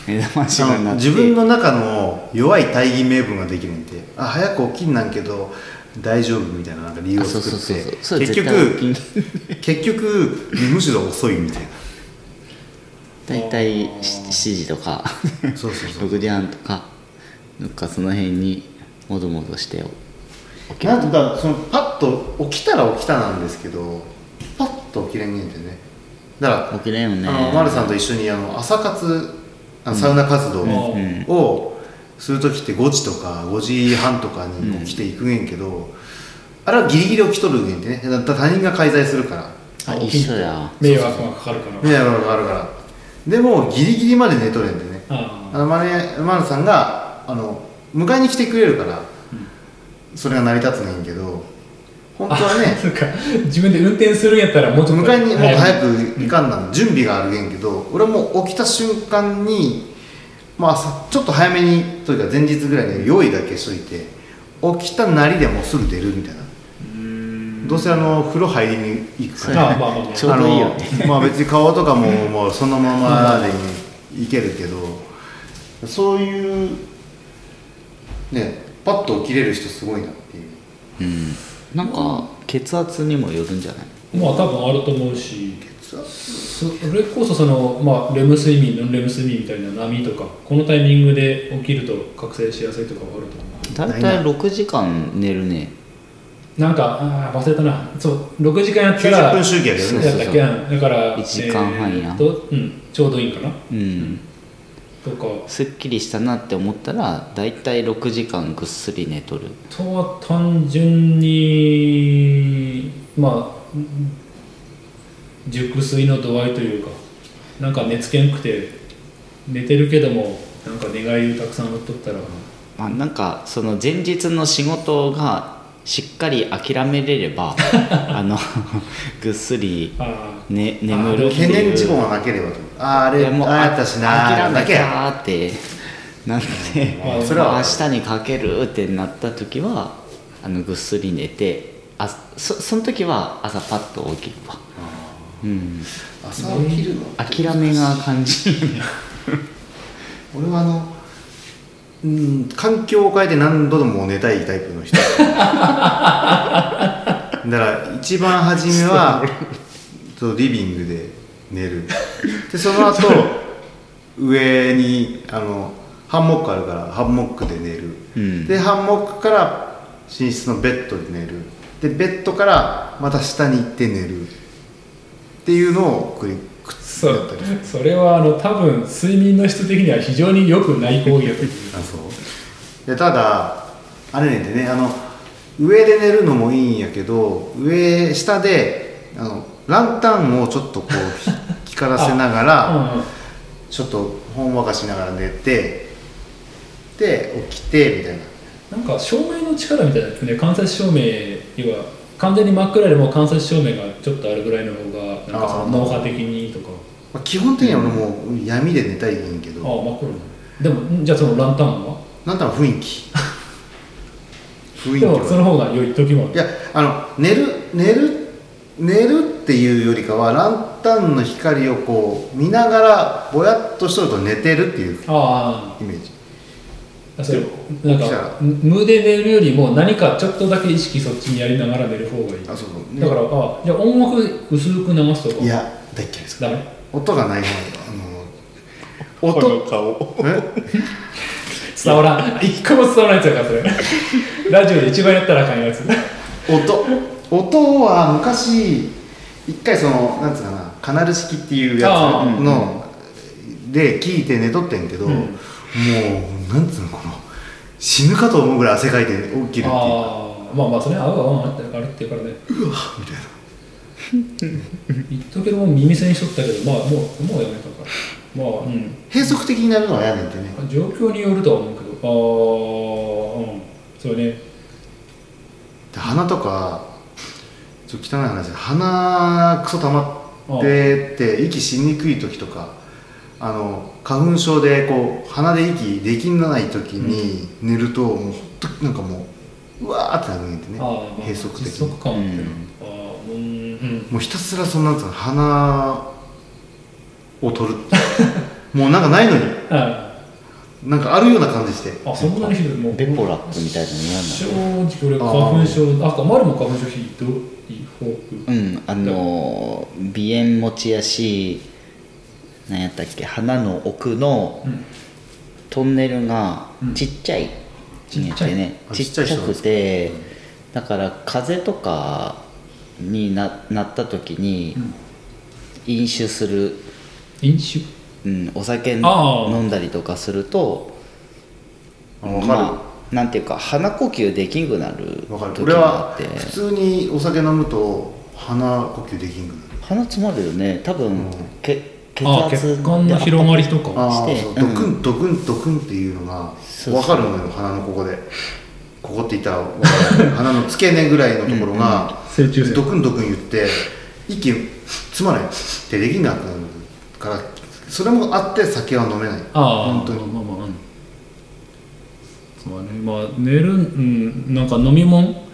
Speaker 2: 目覚まし
Speaker 3: あ
Speaker 2: が
Speaker 3: の
Speaker 2: なって
Speaker 3: 自分の中の弱い大義名分ができるんであ早く起きんなんけど大丈夫みたいななんか理由を
Speaker 2: あそうそう
Speaker 3: 作
Speaker 2: そう
Speaker 3: っ
Speaker 2: そう
Speaker 3: て
Speaker 2: それ絶
Speaker 3: 結
Speaker 2: 対起
Speaker 3: 局 結局むしろ遅いみたい
Speaker 2: 大体7時とか
Speaker 3: なそうそうそう
Speaker 2: 6時半とかなんかその辺にもどもどして
Speaker 3: なんかそのパッと起きたら起きたなんですけどパッと起きれんねんでねだから
Speaker 2: 起きれんよね
Speaker 3: あの丸さんと一緒にあの朝活あのサウナ活動
Speaker 1: うん
Speaker 2: うん
Speaker 3: をする時って5時とか5時半とかに起きていくねんけど、あれはギリギリ起きとるねんでねだ他人が介在するから
Speaker 2: あ一緒や
Speaker 1: 迷惑がかかるから
Speaker 3: 迷惑がかかるからでもギリギリまで寝とれんでね
Speaker 1: あ
Speaker 3: あのマネマルさんがあの迎えに来てくれるから、それが成り立つねんけど本当は
Speaker 1: あ
Speaker 3: ね
Speaker 1: そっか自分で運転するんやったらもうちょっと
Speaker 3: 迎えにもう早
Speaker 1: く
Speaker 3: く行かんなの準備があるげんけど俺はもう起きた瞬間にまあさちょっと早めにというか前日ぐらいに用意だけしといて起きたなりでもうすぐ出るみたいなどうせあの風呂入りに行くから
Speaker 1: あまあまあまあ
Speaker 2: ちょうどいいよね
Speaker 3: あのまあ別に顔とかももうそのままでいけるけどそういうねパッと起きれる人すごいなっていう
Speaker 2: うんなんか血圧にもよるんじゃない
Speaker 1: まあ多分あると思うし
Speaker 3: 血圧
Speaker 1: それこそその、まあ、レム睡眠ノンレム睡眠みたいな波とかこのタイミングで起きると覚醒しやすいとかはあると思
Speaker 2: だいたい6時間寝るね
Speaker 1: うなんかあー忘れたなそう6時間やった
Speaker 3: 90
Speaker 1: ら
Speaker 3: 分周期やけど
Speaker 2: そう
Speaker 3: ね
Speaker 2: そう
Speaker 1: やったっけなだから
Speaker 2: 一時間半や
Speaker 1: えーっとうん、ちょうどいいんかな
Speaker 2: うん
Speaker 1: とか
Speaker 2: すっきりしたなって思ったらだいたい6時間ぐっすり寝とる
Speaker 1: とは単純にまあ熟睡の度合いというかなんか寝つけんくて寝てるけどもなんか寝返りをたくさん打っとったら
Speaker 2: まあなんかその前日の仕事がしっかり諦めれれ ばあの ぐっすり、
Speaker 1: あ
Speaker 2: ね、眠るって
Speaker 3: 懸
Speaker 2: いう
Speaker 3: 念事項がなければとあああ
Speaker 2: い
Speaker 3: れ
Speaker 2: やもう
Speaker 3: ああやったしな
Speaker 2: 諦め
Speaker 3: だけ
Speaker 2: た
Speaker 3: や
Speaker 2: ーってなって
Speaker 1: まあ
Speaker 3: それは
Speaker 2: 明日にかけるってなった時はあのぐっすり寝てあそその時は朝パッと起きるわうん
Speaker 3: 朝起きるの
Speaker 2: 諦めが感じるね
Speaker 3: 俺はあのうん環境を変えて何度でも寝たいタイプの 人だから一番初めはそうリビングで寝るでその後上にあのハンモックあるからハンモックで寝る、
Speaker 2: うん
Speaker 3: でハンモックから寝室のベッドで寝るでベッドからまた下に行って寝るっていうのを繰りくっ
Speaker 1: あ
Speaker 3: つ
Speaker 1: そ
Speaker 3: け
Speaker 1: う
Speaker 3: たり
Speaker 1: それはあの多分睡眠の質的には非常に良くない行為だと思う
Speaker 3: あそうでただあれねんでねあの上で寝るのもいいんやけど上下であのランタンをちょっとこうひ光らせな がら
Speaker 1: うん
Speaker 3: ちょっとほんわかしながら寝てで起きてみたいな
Speaker 1: なんか照明の力みたいなね間接照明要は完全に真っ暗でも間接照明がちょっとあるぐらいの方がなんかそ
Speaker 3: あ
Speaker 1: の
Speaker 3: ー
Speaker 1: 脳波的にとか
Speaker 3: まあ、基本的には俺もう闇で寝たいんやけ
Speaker 1: ああ
Speaker 3: ど
Speaker 1: 真っ暗だでもんじゃあそのランタンは
Speaker 3: なんたら雰 囲気雰囲気
Speaker 1: でもその
Speaker 3: は
Speaker 1: 方が良い時もあ
Speaker 3: い
Speaker 1: る
Speaker 3: やあの寝る寝る寝るっていうよりかはランタンの光をこう見ながらぼやっとしとると寝てるっていう
Speaker 1: あ
Speaker 3: イメージ
Speaker 1: あそれなん
Speaker 3: じ
Speaker 1: か
Speaker 3: ゃあ
Speaker 1: 無で寝るよりも何かちょっとだけ意識そっちにやりながら寝る方がいい
Speaker 3: あそうそう、ね
Speaker 1: だからあじゃあ音楽薄く流すとか
Speaker 3: いや対嫌いです
Speaker 1: ダメ
Speaker 3: 音がない方があの
Speaker 4: この
Speaker 3: 音
Speaker 4: 顔
Speaker 3: え
Speaker 1: 伝わらん 一個も伝わらないやつやからそ れラジオで一番やったらあかんやつ
Speaker 3: 音音は昔一回そのなんつうかなカナル式っていうや
Speaker 1: あ
Speaker 3: つ
Speaker 1: ー
Speaker 3: の、で聞いて寝とってんけど、
Speaker 1: うん
Speaker 3: もうなんつうのこの死ぬかと思うぐらい汗かいて起きるっていうか
Speaker 1: ああまあまあそれ合う合わんあってあるっていうからね
Speaker 3: み たいな
Speaker 1: 一時も耳栓しとったけどまあもうもうやめたからまあうん
Speaker 3: 閉塞的になるのは嫌ねんってね
Speaker 1: 状況によるとは思うけどああうんそうね
Speaker 3: で鼻とかちょっと汚い話鼻クソ溜まってって息しにくい時とかあの花粉症でこう鼻で息できない時に寝ると、もうほんとなんかもううわーってなるんでね
Speaker 1: ああ
Speaker 3: 閉塞的
Speaker 1: 窒息
Speaker 3: に
Speaker 1: 感っていう
Speaker 2: うん
Speaker 1: のああうんうん
Speaker 3: もうひたすらそんなんつうの鼻を取るもうなんかないのに
Speaker 1: は
Speaker 3: なんかあるような感じして
Speaker 1: いあそんなにひどいもう
Speaker 2: ベポラップみたいなのに
Speaker 1: 正
Speaker 2: な
Speaker 1: 直俺花粉症あ丸も花粉症ひどい方
Speaker 2: らないうんあのー鼻炎持ちやし何やったっけ鼻の奥の
Speaker 1: うん
Speaker 2: トンネルが
Speaker 1: うん
Speaker 2: ちっちゃい、
Speaker 1: ちっちゃい
Speaker 2: ね
Speaker 3: あ
Speaker 2: ちっちゃ
Speaker 3: ちっちゃい人なんで
Speaker 2: く
Speaker 3: す
Speaker 2: てだから風邪とかにななった時に
Speaker 1: うん
Speaker 2: 飲酒する、
Speaker 1: 飲酒
Speaker 2: うん、お酒
Speaker 1: あー
Speaker 2: 飲んだりとかすると
Speaker 3: あわかる
Speaker 2: あなんていうか鼻呼吸できんくなる
Speaker 3: わかる
Speaker 2: 時
Speaker 3: 俺
Speaker 2: があ
Speaker 3: は
Speaker 2: って
Speaker 3: 普通にお酒飲むと鼻呼吸できんくなる
Speaker 2: 鼻詰まるよね多分、
Speaker 3: うん
Speaker 2: け血
Speaker 1: ああ
Speaker 2: 圧
Speaker 1: 血管の広がりとか
Speaker 3: あ
Speaker 2: して
Speaker 3: ーそう
Speaker 2: う
Speaker 3: ド
Speaker 2: ん
Speaker 3: クンドクンドクンっていうのが
Speaker 2: そう
Speaker 3: 分かるのよ鼻のここでここって言ったら分かる鼻の付け根ぐらいのところが
Speaker 1: 正中線
Speaker 3: ドクンドクン言って息つまないってできなくなるからそれもあって酒は飲めない
Speaker 1: ああ
Speaker 3: 本当に
Speaker 1: まあまあまあうんそうねまあ寝るうんなんか飲み物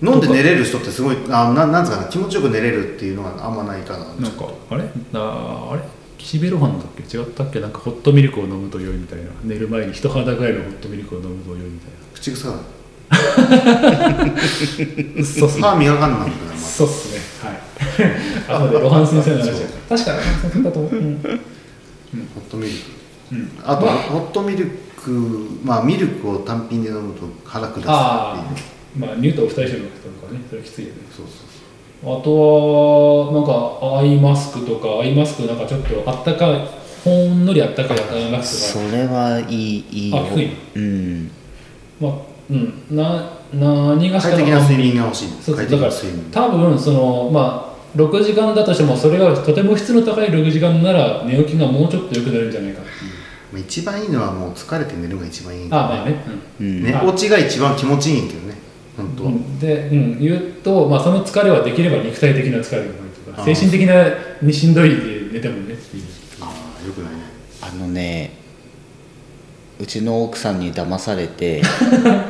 Speaker 3: 飲んで寝れる人ってすごいあななんつうかな気持ちよく寝れるっていうのがあんまないかな
Speaker 1: なんかあれああれ岸辺露伴だっけ違ったっけなんかホットミルクを飲むと良いみたいな寝る前に人肌がいるホットミルクを飲むと良いみたい
Speaker 3: 口臭い
Speaker 1: なそうっすね
Speaker 3: 歯磨かんなんだよ
Speaker 1: そうっすねはい あとで露伴先生の話だから確かに露伴先生だと思う、うん
Speaker 3: ホットミルク
Speaker 1: うん
Speaker 3: あと、ホットミルクまあミルクを単品で飲むと腹下すっていう
Speaker 1: ああまあニュートン二人してるのとかねそれきついよね
Speaker 3: そうそう
Speaker 1: あとはなんかアイマスクとかアイマスクなんかちょっとあったかいほんのりあったかいアイマス
Speaker 2: そ
Speaker 1: クが
Speaker 2: れはいいいいよ
Speaker 1: あ低い
Speaker 2: うん
Speaker 1: まあうんな何がし
Speaker 3: 快
Speaker 1: か
Speaker 3: 適な睡眠が欲しい
Speaker 1: そうそ
Speaker 3: 快
Speaker 1: うだ
Speaker 3: 適
Speaker 1: か
Speaker 3: な
Speaker 1: ら
Speaker 3: 睡眠
Speaker 1: 多分そのまあ6時間だとしてもそれがとても質の高い6時間なら寝起きがもうちょっと良くなるんじゃないかっていう
Speaker 3: まあ一番いいのはもう疲れて寝るのが一番いいんだ
Speaker 1: ああまあね、うん
Speaker 2: うん
Speaker 3: 寝落ちが一番気持ちいいんやけどね本当は、
Speaker 1: で、うん、言うと、まあ、その疲れはできれば肉体的な疲れがないとか
Speaker 3: ああ
Speaker 1: 精神的なにしんどいで寝てもねっていう
Speaker 3: ああよくないね
Speaker 2: あのねうちの奥さんに騙さ れて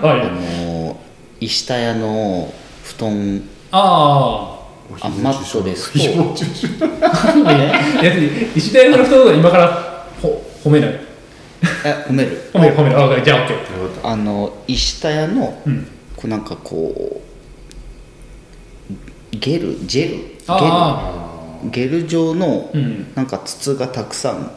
Speaker 1: あ
Speaker 2: あ
Speaker 1: いや
Speaker 2: の石田屋の布団
Speaker 1: あ
Speaker 3: お
Speaker 2: あマットレスと
Speaker 3: 誹謗中 傷
Speaker 1: あいや別に石田屋の人を今からほ褒めない
Speaker 2: え褒める
Speaker 1: 褒める褒めるあじゃあ OK
Speaker 3: よかっ
Speaker 2: あの石田屋の、
Speaker 1: うん
Speaker 2: こうなんかこうゲルジェル
Speaker 1: あ
Speaker 2: ゲルゲル状の、
Speaker 1: うん
Speaker 2: なんか筒がたくさん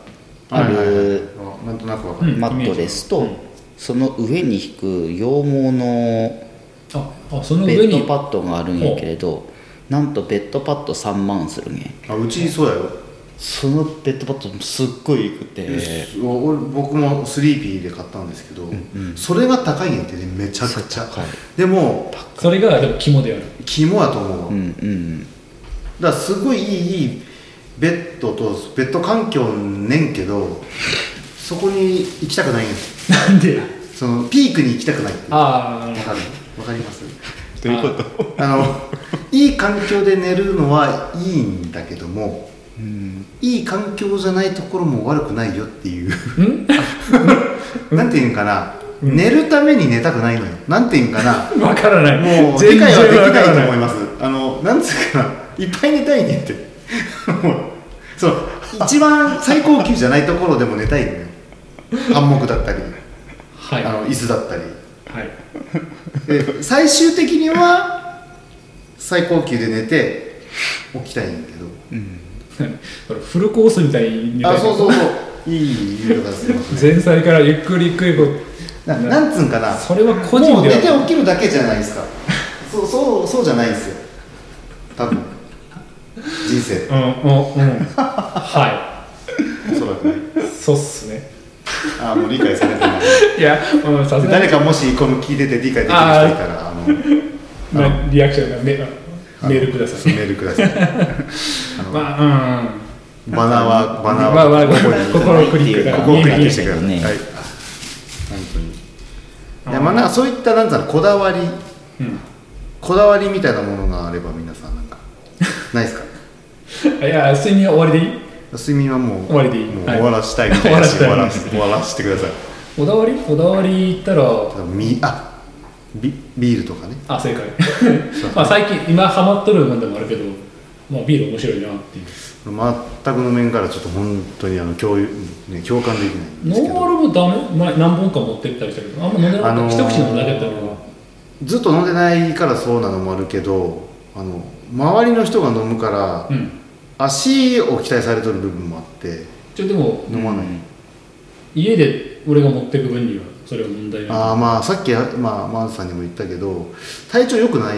Speaker 3: たは
Speaker 2: あ
Speaker 3: いはいはい
Speaker 2: る
Speaker 3: あなんとなくわかる、
Speaker 1: うん
Speaker 2: マットレスと、
Speaker 1: イメージ
Speaker 2: その上に引く羊毛の
Speaker 1: ああその
Speaker 2: ベ
Speaker 1: 上
Speaker 2: ッド
Speaker 1: に
Speaker 2: パッドがあるんやけれどなんとベッドパッド3万するんや
Speaker 3: あうちそうやよ、
Speaker 2: そのベッドパッドすっごい良くて
Speaker 3: お俺僕もスリーピーで買ったんですけど、それが高いんやってねめちゃくちゃ
Speaker 2: 高い
Speaker 3: でも
Speaker 1: それがでも肝である
Speaker 3: 肝やと思うわ、
Speaker 2: うんうん
Speaker 3: だからすごいいいいいベッドとベッド環境ねんけどそこに行きたくないんです
Speaker 1: なんで
Speaker 3: そのピークに行きたくないっていうわ
Speaker 1: あ
Speaker 3: かるわかります
Speaker 4: ということ
Speaker 3: あのいい環境で寝るのはいいんだけども、いい環境じゃないところも悪くないよって いうなんていうんかな、寝るために寝たくないのよなんていうんかな
Speaker 1: あ わからない
Speaker 3: もう理解はでき
Speaker 1: わか
Speaker 3: ない
Speaker 1: ら
Speaker 3: と思います。あの、なんつうかな、いっぱい寝たいねって。もうそう、一番最高級じゃないところでも寝たいのよ。ハンモックだったり、
Speaker 1: はい
Speaker 3: あ
Speaker 1: は
Speaker 3: の椅子だったり。
Speaker 1: い
Speaker 3: で、最終的には最高級で寝て起きたいんだけど、
Speaker 1: これフルコースみたいに
Speaker 3: あそうそうそういい言い方ですね
Speaker 1: 前菜からゆっくりゆっくりこう
Speaker 3: ななんつうんかな
Speaker 1: それは個人
Speaker 3: もう
Speaker 1: で
Speaker 3: 寝て
Speaker 1: は
Speaker 3: 起きるだけじゃないですかそうそうそうじゃないんですよ多分人 生
Speaker 1: うん うんうんは
Speaker 3: おそらくね
Speaker 1: いそうっすね
Speaker 3: あもう理解されてない
Speaker 1: いやうんさすがに
Speaker 3: 誰かもしこの聞いてて理解できる人いたらあの
Speaker 1: まあ、リアクションがメ
Speaker 3: あの
Speaker 1: メールください
Speaker 3: メールくださいあの
Speaker 1: まあうん
Speaker 3: バナ ーはバナー
Speaker 1: まあまあ
Speaker 3: はここに
Speaker 1: 心をクリックだ
Speaker 3: こ
Speaker 1: から
Speaker 3: こを
Speaker 1: 見え
Speaker 3: クリ
Speaker 1: な
Speaker 3: ッ
Speaker 1: い
Speaker 3: クしてください、
Speaker 2: ね
Speaker 3: はい、本当にいやまあなんかそういったなんつうのこだわり
Speaker 1: うん
Speaker 3: こだわりみたいなものがあれば皆さん なんかないですか
Speaker 1: いや睡眠は終わりでいい
Speaker 3: 睡眠はもう
Speaker 1: 終わりでいい
Speaker 3: もう
Speaker 1: はい
Speaker 3: 終わらしたいみたいなし
Speaker 1: 終
Speaker 3: 終
Speaker 1: わ
Speaker 3: わ
Speaker 1: ら
Speaker 3: ら
Speaker 1: せ
Speaker 3: せ終わらせてください
Speaker 1: こだわりこだわり言ったら
Speaker 3: ただみあビビールとかね
Speaker 1: あ正解 まあ最近今ハマっとるもんでもあるけど、まあ、ビール面白いなっていう
Speaker 3: 全くの面からちょっと本当にあの共有、ね、共感できないんですけ
Speaker 1: ノンア
Speaker 3: ど
Speaker 1: ルもダメ前何本か持ってったりしたけどあんま飲んでなかった、
Speaker 3: あのー
Speaker 1: 一口飲んだだけだったけど
Speaker 3: ずっと飲んでないからそうなのもあるけどあの周りの人が飲むから、
Speaker 1: うん
Speaker 3: 足を期待されてる部分もあって
Speaker 1: ちょでも
Speaker 3: 飲まない、
Speaker 1: 家で俺が持ってく分にはそれは問題ない
Speaker 3: ああまあさっき、まあ、マーズさんにも言ったけど体調良くない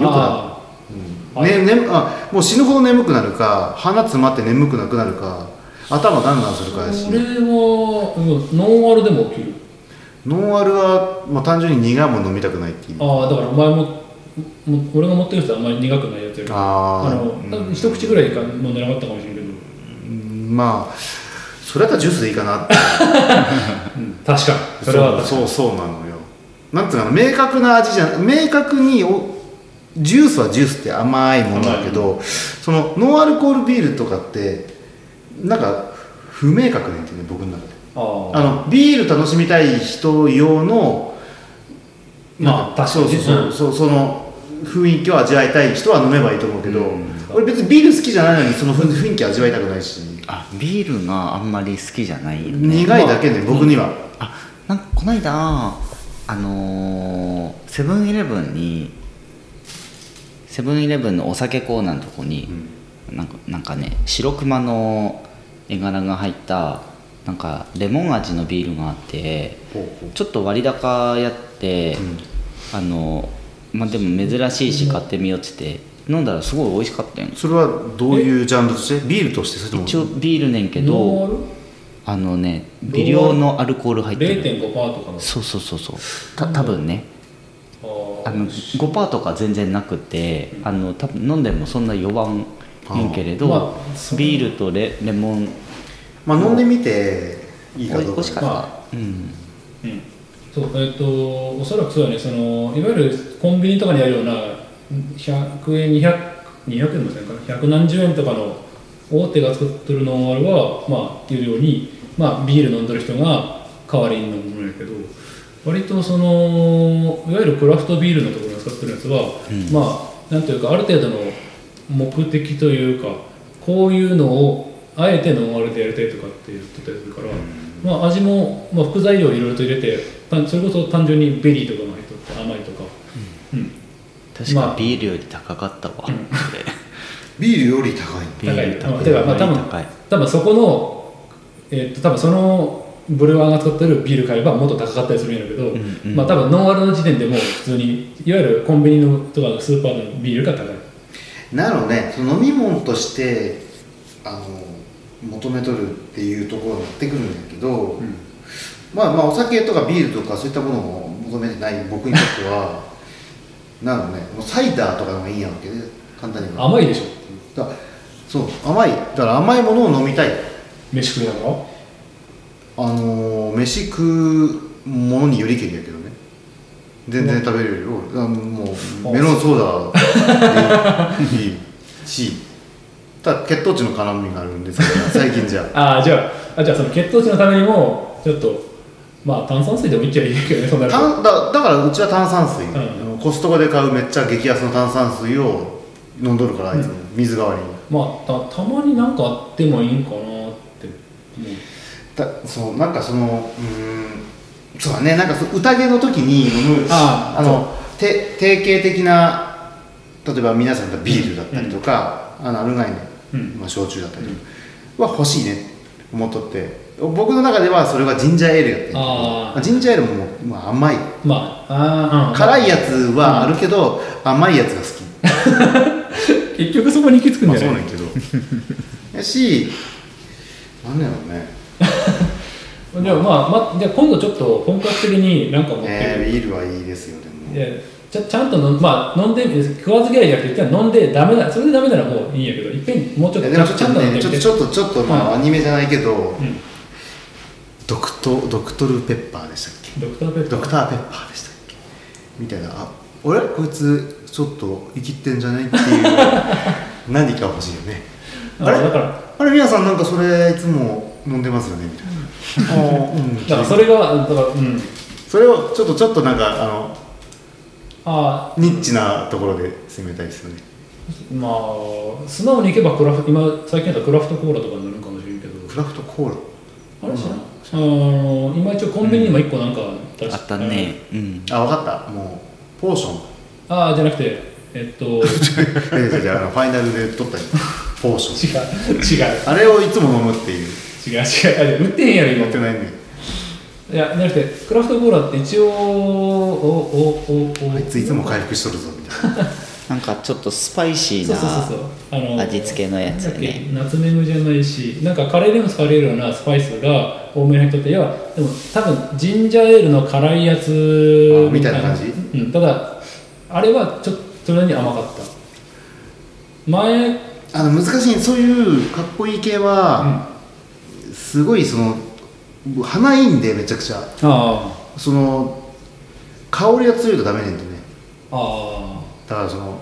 Speaker 3: 良くな
Speaker 1: あ
Speaker 3: い、うんねね、あもう死ぬほど眠くなるか鼻詰まって眠くなくなるか頭ガンガンするかやし
Speaker 1: それは、うん、ノンアルでも起きる
Speaker 3: ノンアルは、まあ、単純に苦いもの飲みたくないっていう
Speaker 1: ああだから前もも俺が持ってる人はあんまり苦くないやつより
Speaker 3: あー
Speaker 1: の多分一口ぐらいか飲んでなかったかもしれんけど、
Speaker 3: うんまあそれだったらジュースでいいかなって
Speaker 1: 確かにそれは確か
Speaker 3: そ
Speaker 1: に
Speaker 3: うそうそうなのよなんつうのかな明確な味じゃ明確におジュースはジュースって甘いものだけどそのノンアルコールビールとかってなんか不明確なんてね僕の中で
Speaker 1: ああ
Speaker 3: あのビール楽しみたい人用の
Speaker 1: まあ
Speaker 3: なんそうそうそう、
Speaker 1: うん
Speaker 3: そうその雰囲気を味わいたい人は飲めばいいと思うけど、
Speaker 2: うん
Speaker 3: 俺別にビール好きじゃないのにその雰雰囲気味わいたくないし、
Speaker 2: あビールがあんまり好きじゃないよね
Speaker 3: 苦いだけで、僕には、
Speaker 2: あなんかこの間あのーセブンイレブンにセブンイレブンのお酒コーナーのとこに、なんかなんかね白熊の絵柄が入ったなんかレモン味のビールがあって
Speaker 3: ほうほう
Speaker 2: ちょっと割高やって、
Speaker 3: ん
Speaker 2: あのまあでも珍しいし買ってみようっつって飲んだらすごい美味しかったよ
Speaker 3: それはどういうジャンルとしてビールとしてそれとも
Speaker 2: 一応ビールねんけ
Speaker 1: ノンア
Speaker 2: ど
Speaker 1: ル
Speaker 2: あのね微量のアルコール入ってる
Speaker 1: 0.5%とかの
Speaker 2: そうそうそうそうた多分ね
Speaker 1: あ
Speaker 2: あの5%とか全然なくてあの多分飲んでもそんな酔わんいんけれど、
Speaker 1: あーまあそう
Speaker 2: ビールとレレモン
Speaker 3: まあ飲んでみていいかどう
Speaker 2: 美
Speaker 3: か
Speaker 2: 味しかった、
Speaker 1: ま
Speaker 2: うん
Speaker 1: うんそうえっ、とおそらくそうだねそのいわゆるコンビニとかにあるような100円200200円もせんかな100何十円とかの大手が作ってるノンアルはまあいうように、まあ、ビール飲んでる人が代わりに飲むものやけど割とそのいわゆるクラフトビールのところに使ってるやつは、まあなんというかある程度の目的というかこういうのをあえてノンアルでやりたいとかって言ってたりするから、まあ、味も、まあ、副材料をいろいろと入れてたそれこそ単純にベリーとかが入っとって甘いとか、うん
Speaker 2: 確
Speaker 1: ま
Speaker 2: か
Speaker 1: あ
Speaker 2: ビールより高かったわ、それ
Speaker 3: ビールより高い
Speaker 2: ビール
Speaker 1: 高
Speaker 2: 高
Speaker 1: い
Speaker 2: い
Speaker 1: だからまあ多分
Speaker 2: 高い
Speaker 1: 多分そこの、えっと多分そのブルワーが使ってるビール買えばもっと高かったりするんやろうけど、
Speaker 2: うんうん
Speaker 1: まあ、多分ノンアルの時点でもう普通にいわゆるコンビニのとかスーパーのビールが高い
Speaker 3: なのでその飲み物としてあの求めとるっていうところになってくるんだけど、まあまあお酒とかビールとかそういったものを求めてない僕にとって はなのねもうサイダーとかの方がいいやんけね簡単に言う
Speaker 1: 甘いでしょ
Speaker 3: とだそう甘いだから甘いものを飲みたい
Speaker 1: 飯食いながら
Speaker 3: あのー飯食うものによりけりやけどね全然食べれるよ、あのもうメロンソーダでいいいいしただ血糖値の絡みがあるんですけど 最近じゃ
Speaker 1: ああじゃああじゃあその血糖値のためにもちょっとまあ炭酸水でもいっちゃいいけどねそんな
Speaker 3: た
Speaker 1: の
Speaker 3: んだだからうちは炭酸水、
Speaker 1: う
Speaker 3: コストコで買うめっちゃ激安の炭酸水を飲んどるからいつも水代わりに
Speaker 1: まあたたまになんかあってもいいんかなって思う
Speaker 3: だそうなんかそのうーんそうだねなんかそう宴の時に飲む
Speaker 1: ああ
Speaker 3: のて定型的な例えば皆さんがビールだったりとか、あのアルガイン
Speaker 1: うん
Speaker 3: まあ、焼酎だったりは欲しいねって思っとって僕の中ではそれはジンジャーエールやってんだけど
Speaker 1: あー
Speaker 3: まジンジャーエールも、まあ、甘い
Speaker 1: まああー、うん、
Speaker 3: 辛いやつはあるけど、甘いやつが好き
Speaker 1: 結局そこに行き着くん
Speaker 3: まあ
Speaker 1: じゃ
Speaker 3: そう
Speaker 1: な、
Speaker 3: ないん やけどやしなんだろうね
Speaker 1: でもまあ、ま、じゃあ今度ちょっと本格的になんか持ってくる、
Speaker 3: えービールはいいですよでも
Speaker 1: いやちゃちゃんとの、まあ、飲んで食わず嫌いじゃなくて一旦飲んでダメだそれでダメならもういいんやけどいっぺんもうちょっと
Speaker 3: いやでもち
Speaker 1: ち
Speaker 3: ょ
Speaker 1: ゃ
Speaker 3: っ
Speaker 1: ん
Speaker 3: と
Speaker 1: と飲ん
Speaker 3: ね
Speaker 1: でみ
Speaker 3: ちょ
Speaker 1: て
Speaker 3: ちょっとちょっとまあ、アニメじゃないけど、
Speaker 1: うん
Speaker 3: ドクトドクトルペッパーでしたっけ
Speaker 1: ドクターペッパ
Speaker 3: ド
Speaker 1: ー
Speaker 3: クターペッパーでしたっけみたいなあ俺こいつちょっと生きってんじゃないっ ていう何か欲しいよねあれ
Speaker 1: だから
Speaker 3: あれ皆さんなんかそれいつも飲んでますよねみた いな、あーうん
Speaker 1: だからそれがだからうん
Speaker 3: それをちょっとちょっとなんかあの
Speaker 1: あ
Speaker 3: ニッチなところで攻めたいですよね
Speaker 1: あまあ素直にいけばクラフ今最近だったらクラフトコーラとかになるかもしれんけど
Speaker 3: クラフトコーラ
Speaker 1: あれしない、あの今一応コンビニにも1個なんか出し
Speaker 2: あったねうん
Speaker 3: あ分かったもうポーション
Speaker 1: ああじゃなくてえっ と違う
Speaker 3: えじゃあじゃああのファイナルで取ったポーション
Speaker 1: 違う
Speaker 3: あれをいつも飲むっていう
Speaker 1: 違う違うあれ売ってへんやろ今
Speaker 3: やってないね
Speaker 1: いやじゃなくてクラフトコーラって一応おおおお
Speaker 3: あいついつも回復しとるぞみたいな
Speaker 2: なんかちょっとスパイシー
Speaker 1: そう
Speaker 2: な
Speaker 1: そうそうそうあの
Speaker 2: 味付けのやつ
Speaker 1: なん
Speaker 2: ね
Speaker 1: だっけナツメグじゃないしなんかカレーでも使われるようなスパイスが多めに入っとっていやでも多分ジンジャーエールの辛いやつ
Speaker 3: あみたいな感じ
Speaker 1: うん、ただあれはちょっとそれに甘かった前
Speaker 3: あの難しいそういうかっこいい系は、すごいその花いいんでめちゃくちゃ
Speaker 1: あ
Speaker 3: その香りが強いとダメねんとね
Speaker 1: ああ
Speaker 3: だからその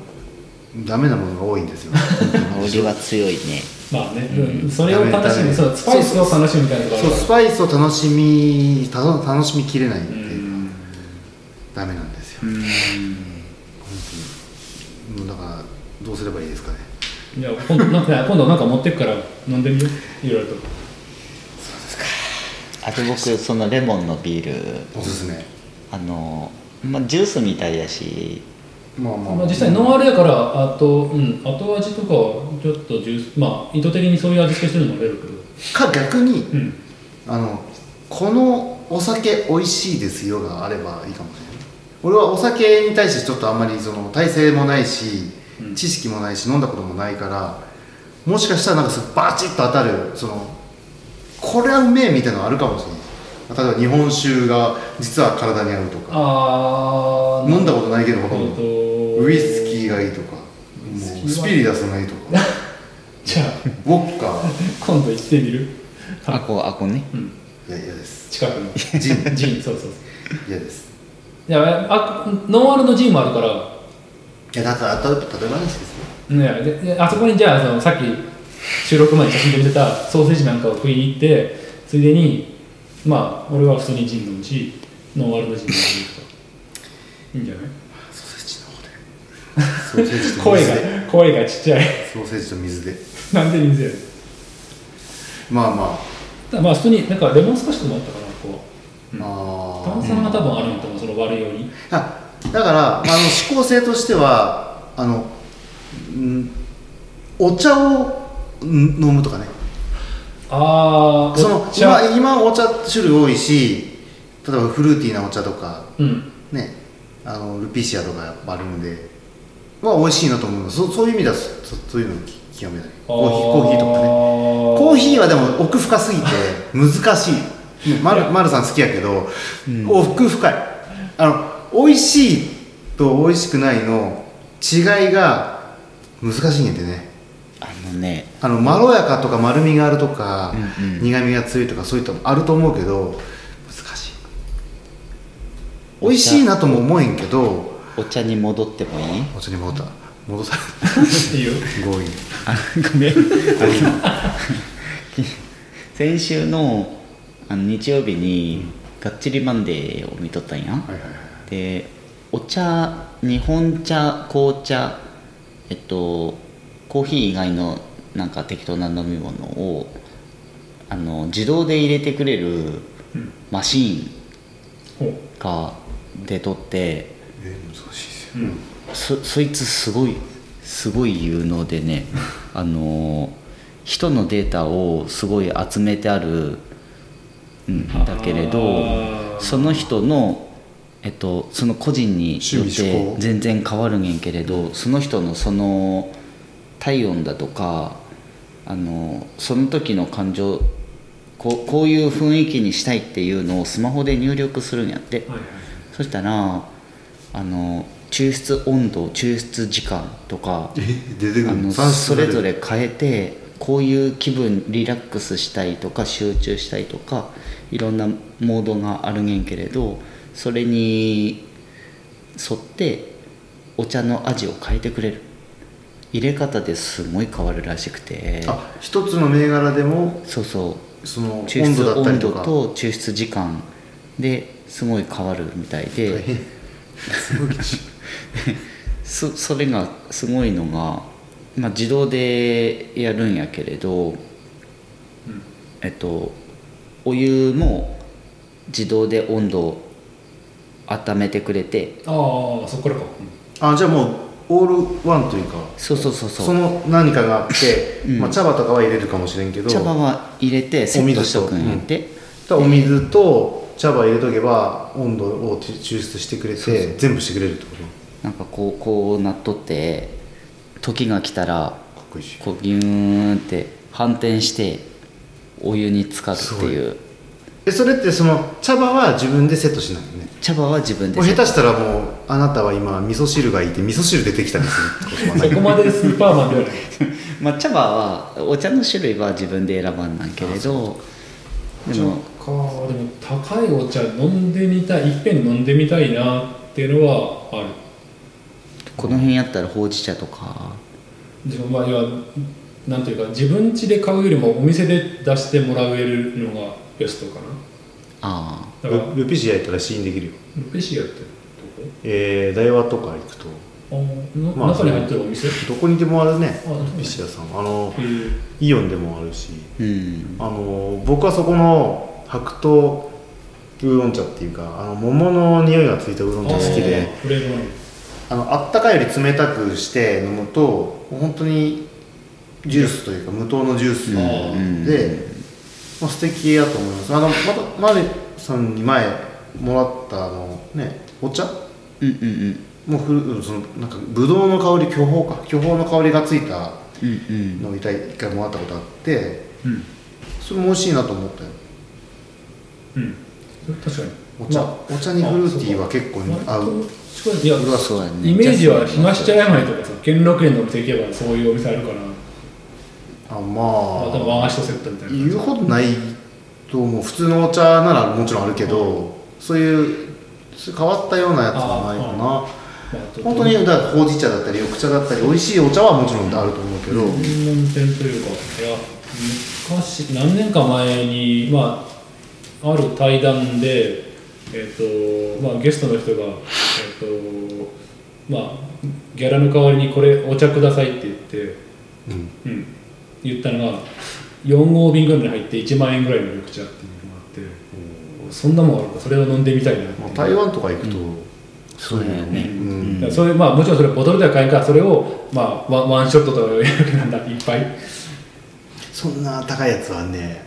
Speaker 3: ダメなものが多いんですよ
Speaker 2: 香りは強いね
Speaker 1: まあね、うんそれを楽し
Speaker 3: ダメダメ
Speaker 1: みそうスパイスを楽しみみたいなとこ
Speaker 3: そう
Speaker 1: ろがあ
Speaker 3: ス
Speaker 1: る
Speaker 3: パイスを楽しみた楽しみきれないって
Speaker 1: う
Speaker 3: いうんダメなんですよ本当にもうだからどうすればいいですかね
Speaker 1: いや今度なんか今度なんか持ってくから飲んでみよういろいろと
Speaker 2: あと僕そのレモンのビール
Speaker 3: おすすめ
Speaker 2: あの、まあ、ジュースみたいだし
Speaker 3: まあまあ、
Speaker 1: まあ、実際ノンアルやからあと、うん、後味とかはちょっとジュースまあ意図的にそういう味付けしてるのも出るけど
Speaker 3: か逆に
Speaker 1: うん
Speaker 3: あのこのお酒美味しいですよがあればいいかもしれない俺はお酒に対してちょっとあんまりその体制もないし
Speaker 1: うん
Speaker 3: 知識もないし飲んだこともないからもしかしたらなんかすごいバチッと当たるそのこれはうめえみたいなのあるかもしれない例えば日本酒が実は体に合うとか
Speaker 1: ああ
Speaker 3: 飲んだことないけど
Speaker 1: ほど
Speaker 3: ウイスキーがいいとかもう
Speaker 1: スキーは
Speaker 3: スピリダスがいいとか
Speaker 1: じゃあ
Speaker 3: ウォッカ
Speaker 1: 今度行ってみる
Speaker 2: あこあこね
Speaker 1: うん
Speaker 3: いや嫌です
Speaker 1: 近くの
Speaker 3: ジン
Speaker 1: ジンそうそうそう
Speaker 3: 嫌です
Speaker 1: いやあノンアルのジンもあるから
Speaker 3: いやだから例えば例えば話ですよ
Speaker 1: ねでであそこにじゃあそのさっき収録前に写真で見てたソーセージなんかを食いに行ってついでにまあ俺は普通にジン飲むしノンアルのジン飲むとかいいんじゃない
Speaker 3: ソーセージの方で。ソーセージ と
Speaker 1: 声
Speaker 3: 水で。
Speaker 1: が声がちっちゃい
Speaker 3: ソーセージと水で。
Speaker 1: なんで水やねん
Speaker 3: まあまあ。
Speaker 1: ただまあ普通になんかレモンスカッシュとかもあったかなこうんう
Speaker 3: あ
Speaker 1: 炭酸が多分あるんだと思うその割るように
Speaker 3: あ。あだから、あの指向性としては、あの。うんお茶を。ん飲むとかね。
Speaker 1: ああ
Speaker 3: その、
Speaker 1: じゃ
Speaker 3: 今
Speaker 1: あ、
Speaker 3: 今お茶種類多いし。例えばフルーティーなお茶とか。
Speaker 1: うん
Speaker 3: ね。あのルピシアとかあるんで。は美味しいなと思うの。そそういう意味だ。そそういうのをき極めたり。コーヒー、コーヒーとかね。コーヒーはでも奥深す ぎて難しいねまるまるさん好きやけど、奥深いあの美味しいと美味しくないの違いが難しいんやでね
Speaker 2: あのね
Speaker 3: あのまろやかとか丸みがあるとか、
Speaker 2: うんうん
Speaker 3: 苦みが強いとかそういったのもあると思うけど難しい美味しいなとも思えんけど
Speaker 2: お茶に戻ってもいい
Speaker 3: お茶に戻った戻さ
Speaker 1: ーいいよ
Speaker 3: れ強引
Speaker 2: あごめん先週のあの日曜日に「がっちりマンデー」を見とったんや、
Speaker 3: はいはいはい
Speaker 2: でお茶日本茶紅茶えっとコーヒー以外のなんか適当な飲み物をあの自動で入れてくれる
Speaker 1: うん
Speaker 2: マシーン
Speaker 1: ほう
Speaker 2: が出とって
Speaker 3: え難しいです
Speaker 1: うん
Speaker 2: そそいつすごいすごい有能で ねあの人のデータをすごい集めてある、うん、だけれ
Speaker 1: あ
Speaker 2: ど
Speaker 1: ー
Speaker 2: その人の、えっと、その個人によっ
Speaker 3: 趣味嗜
Speaker 2: て
Speaker 3: 好
Speaker 2: 全然変わるんやけれどその人のその体温だとかあのその時の感情こうこういう雰囲気にしたいっていうのをスマホで入力するんやって。
Speaker 1: はいはい
Speaker 2: そしたらあの抽出温度抽出時間とか
Speaker 3: え出てくる
Speaker 2: あの
Speaker 3: 算出
Speaker 2: それぞ
Speaker 3: さ
Speaker 2: れ変えてこういう気分リラックスしたいとか集中したいとかいろんなモードがあるげんけれどそれに沿ってお茶の味を変えてくれる入れ方ですごい変わるらしくて
Speaker 3: あ一つの銘柄でも
Speaker 2: そうそう
Speaker 3: その温
Speaker 2: 抽出
Speaker 3: 度だった
Speaker 2: 温
Speaker 3: り
Speaker 2: 度
Speaker 3: とか
Speaker 2: と抽出時間ですごい変わるみたい
Speaker 3: 大
Speaker 2: で
Speaker 3: 変すごい
Speaker 2: そそれがすごいのが、まあ、自動でやるんやけれど
Speaker 1: うん
Speaker 2: えっとお湯も自動で温度を温めてくれて
Speaker 1: ああそこからか、
Speaker 3: あじゃあもうオールワンというか
Speaker 2: そうそうそう
Speaker 3: そ
Speaker 2: そう
Speaker 3: の何かがあって、
Speaker 2: うん
Speaker 3: まあ、茶葉とかは入れるかもしれんけど
Speaker 2: 茶葉は入れてセットしとくんやって、
Speaker 3: だからお水と茶葉入れとけば温度を抽出してくれて
Speaker 2: そうそう
Speaker 3: 全部してくれるってこと
Speaker 2: なんかこうこうなっとって時が来たら
Speaker 3: かっこいいし
Speaker 2: こうギューンって反転してお湯に浸かるっていう
Speaker 3: えそれってその茶葉は自分でセットしないよね
Speaker 2: 茶葉は自分で
Speaker 3: もう下手したらもうあなたは今味噌汁がいて味噌汁出てきたりするってこ
Speaker 1: うん、
Speaker 3: とは な
Speaker 1: そ
Speaker 3: い
Speaker 1: こまでスーパーマンではない
Speaker 2: まあ、茶葉はお茶の種類は自分で選ばんなんけれどでも
Speaker 1: かでも高いお茶飲んでみたいいっぺん飲んでみたいなっていうのはある
Speaker 2: この辺やったらほうじ茶とか
Speaker 1: 自分は要はなんていうか自分家で買うよりもお店で出してもらえるのがベストかな
Speaker 2: あ
Speaker 1: だから
Speaker 3: ルルピシアやったら試飲できるよ
Speaker 1: ルペシアってど
Speaker 3: えー、台湾とか行くと
Speaker 1: こあの、
Speaker 3: まあ
Speaker 1: 中に入ってるお店へ
Speaker 3: どこにでもあるね
Speaker 1: あそうなんだ
Speaker 3: ルピシアさんはあの
Speaker 1: え
Speaker 3: イオンでもあるし
Speaker 2: あうん
Speaker 3: あの僕はそこの白桃ウーロン茶っていうかあの桃の匂いがついたウーロン茶好きで
Speaker 1: フレーバーの
Speaker 3: あのあったかいより冷たくして飲むと本当にジュースというか無糖のジュース
Speaker 2: うん
Speaker 3: で、まあ、素敵だと思いますあのまたマリさんに前もらったあのねお茶
Speaker 2: うんうんうん
Speaker 3: もうふるそのなんかブドウの香り巨峰か巨峰の香りがついた
Speaker 2: うんうん
Speaker 3: のを一回一回もらったことあって
Speaker 1: うん
Speaker 3: それも美味しいなと思ったよ
Speaker 1: うん確かに
Speaker 3: お茶、お茶にフルーティーは結構合う
Speaker 1: そういや
Speaker 3: うわ
Speaker 2: そうやね
Speaker 1: イメージは東茶山とかさ兼六園のお店行けばそういうお店あるから
Speaker 3: あ
Speaker 1: あ多分
Speaker 3: まあ
Speaker 1: 和菓子とセットみたいな感じ
Speaker 3: 言うほどないと思う普通のお茶ならもちろんあるけど、そういう変わったようなやつはないかな
Speaker 1: まああと
Speaker 3: 本当にだからほうじ茶だったり緑茶だったり美味しいお茶はもちろんあると思うけど、
Speaker 1: 専門店というかいや昔何年か前に、まあ、ある対談で、えっとまあ、ゲストの人が、えっとまあ、ギャラの代わりにこれお茶くださいって言って、
Speaker 3: うん
Speaker 1: うん、言ったのが4合瓶ぐらいに入って1万円ぐらいの緑茶っていうのがあってそんなもんあるかそれを飲んでみたいなって
Speaker 3: まあ、台湾とか行くと、
Speaker 2: そうだよね
Speaker 3: うん
Speaker 1: だからそういうまあもちろんそれボトルでは買えんからそれを、まあ、ワンワンショットとかいうわけなんだいっぱい。
Speaker 3: そんな高いやつはね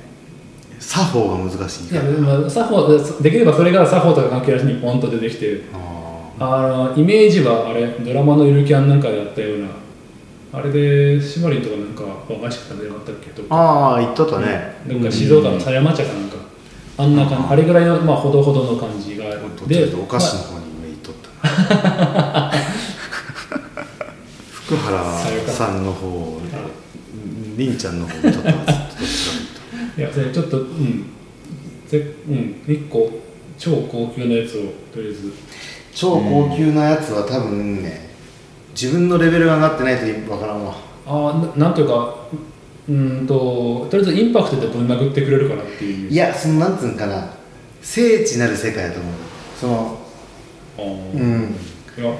Speaker 3: 作法が難しい
Speaker 1: い
Speaker 3: か
Speaker 1: や
Speaker 3: ら
Speaker 1: まあ作法できればそれが作法とか関係なしにポンと出てきて
Speaker 3: あ
Speaker 1: あのイメージはあれドラマの「ゆるキャン」なんかであったようなあれでシマリンとかなんか和菓子食べなかったっけと
Speaker 3: ーあー行っとったね、
Speaker 1: なんか静岡の狭山茶かなんかあんな感じあれぐらいの、まあ、ほどほどの感じがある
Speaker 3: どっちかと
Speaker 1: で
Speaker 3: いうとお菓子の
Speaker 1: ま
Speaker 3: 方に今行っとったな福原さんの方りんちゃんの方にとったんです
Speaker 1: あいやそれちょっとうんぜ、うん、1個超高級なやつをとりあえず
Speaker 3: 超高級なやつは多分ね自分のレベルが上がってないとわからんわ
Speaker 1: ああなんというかうーんととりあえずインパクトでぶん殴ってくれるかなっていうイメー
Speaker 3: い
Speaker 1: ジ
Speaker 3: やそのなんつうんかな聖地なる世界だと思うその
Speaker 1: あー
Speaker 3: うん
Speaker 1: いや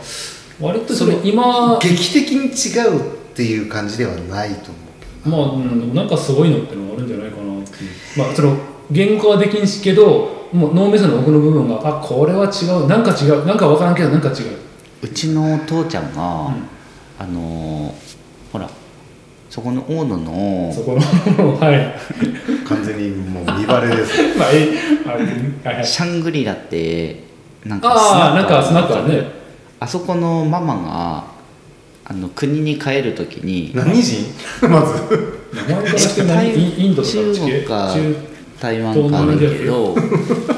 Speaker 1: 割とそれ今
Speaker 3: 劇的に違うっていう感じではないと思
Speaker 1: まあ、うん、なんかすごいのってのはあるんじゃないかなっていうまあその言語はできんしけどもう脳みその奥の部分があこれは違うなんか違うなんか分からんけどなんか違う
Speaker 2: うちのお父ちゃんが、
Speaker 1: うん
Speaker 2: あのーほらそこの大野の
Speaker 1: そこのはい
Speaker 3: 完全にもう見バレです
Speaker 1: まあえはいはいはい
Speaker 2: シャングリラってなんか
Speaker 1: ああなんか
Speaker 2: ス
Speaker 1: ス
Speaker 2: ナ
Speaker 1: ナッ
Speaker 2: ック
Speaker 1: ク
Speaker 2: あ
Speaker 1: あ
Speaker 2: る
Speaker 1: るね
Speaker 2: あそこのママがあの国に帰る時に
Speaker 3: 何人 まず
Speaker 1: 名前からして何インインドとか
Speaker 2: 中
Speaker 1: 地
Speaker 2: 国
Speaker 1: 形
Speaker 2: か
Speaker 1: 中
Speaker 2: 台湾かあるけど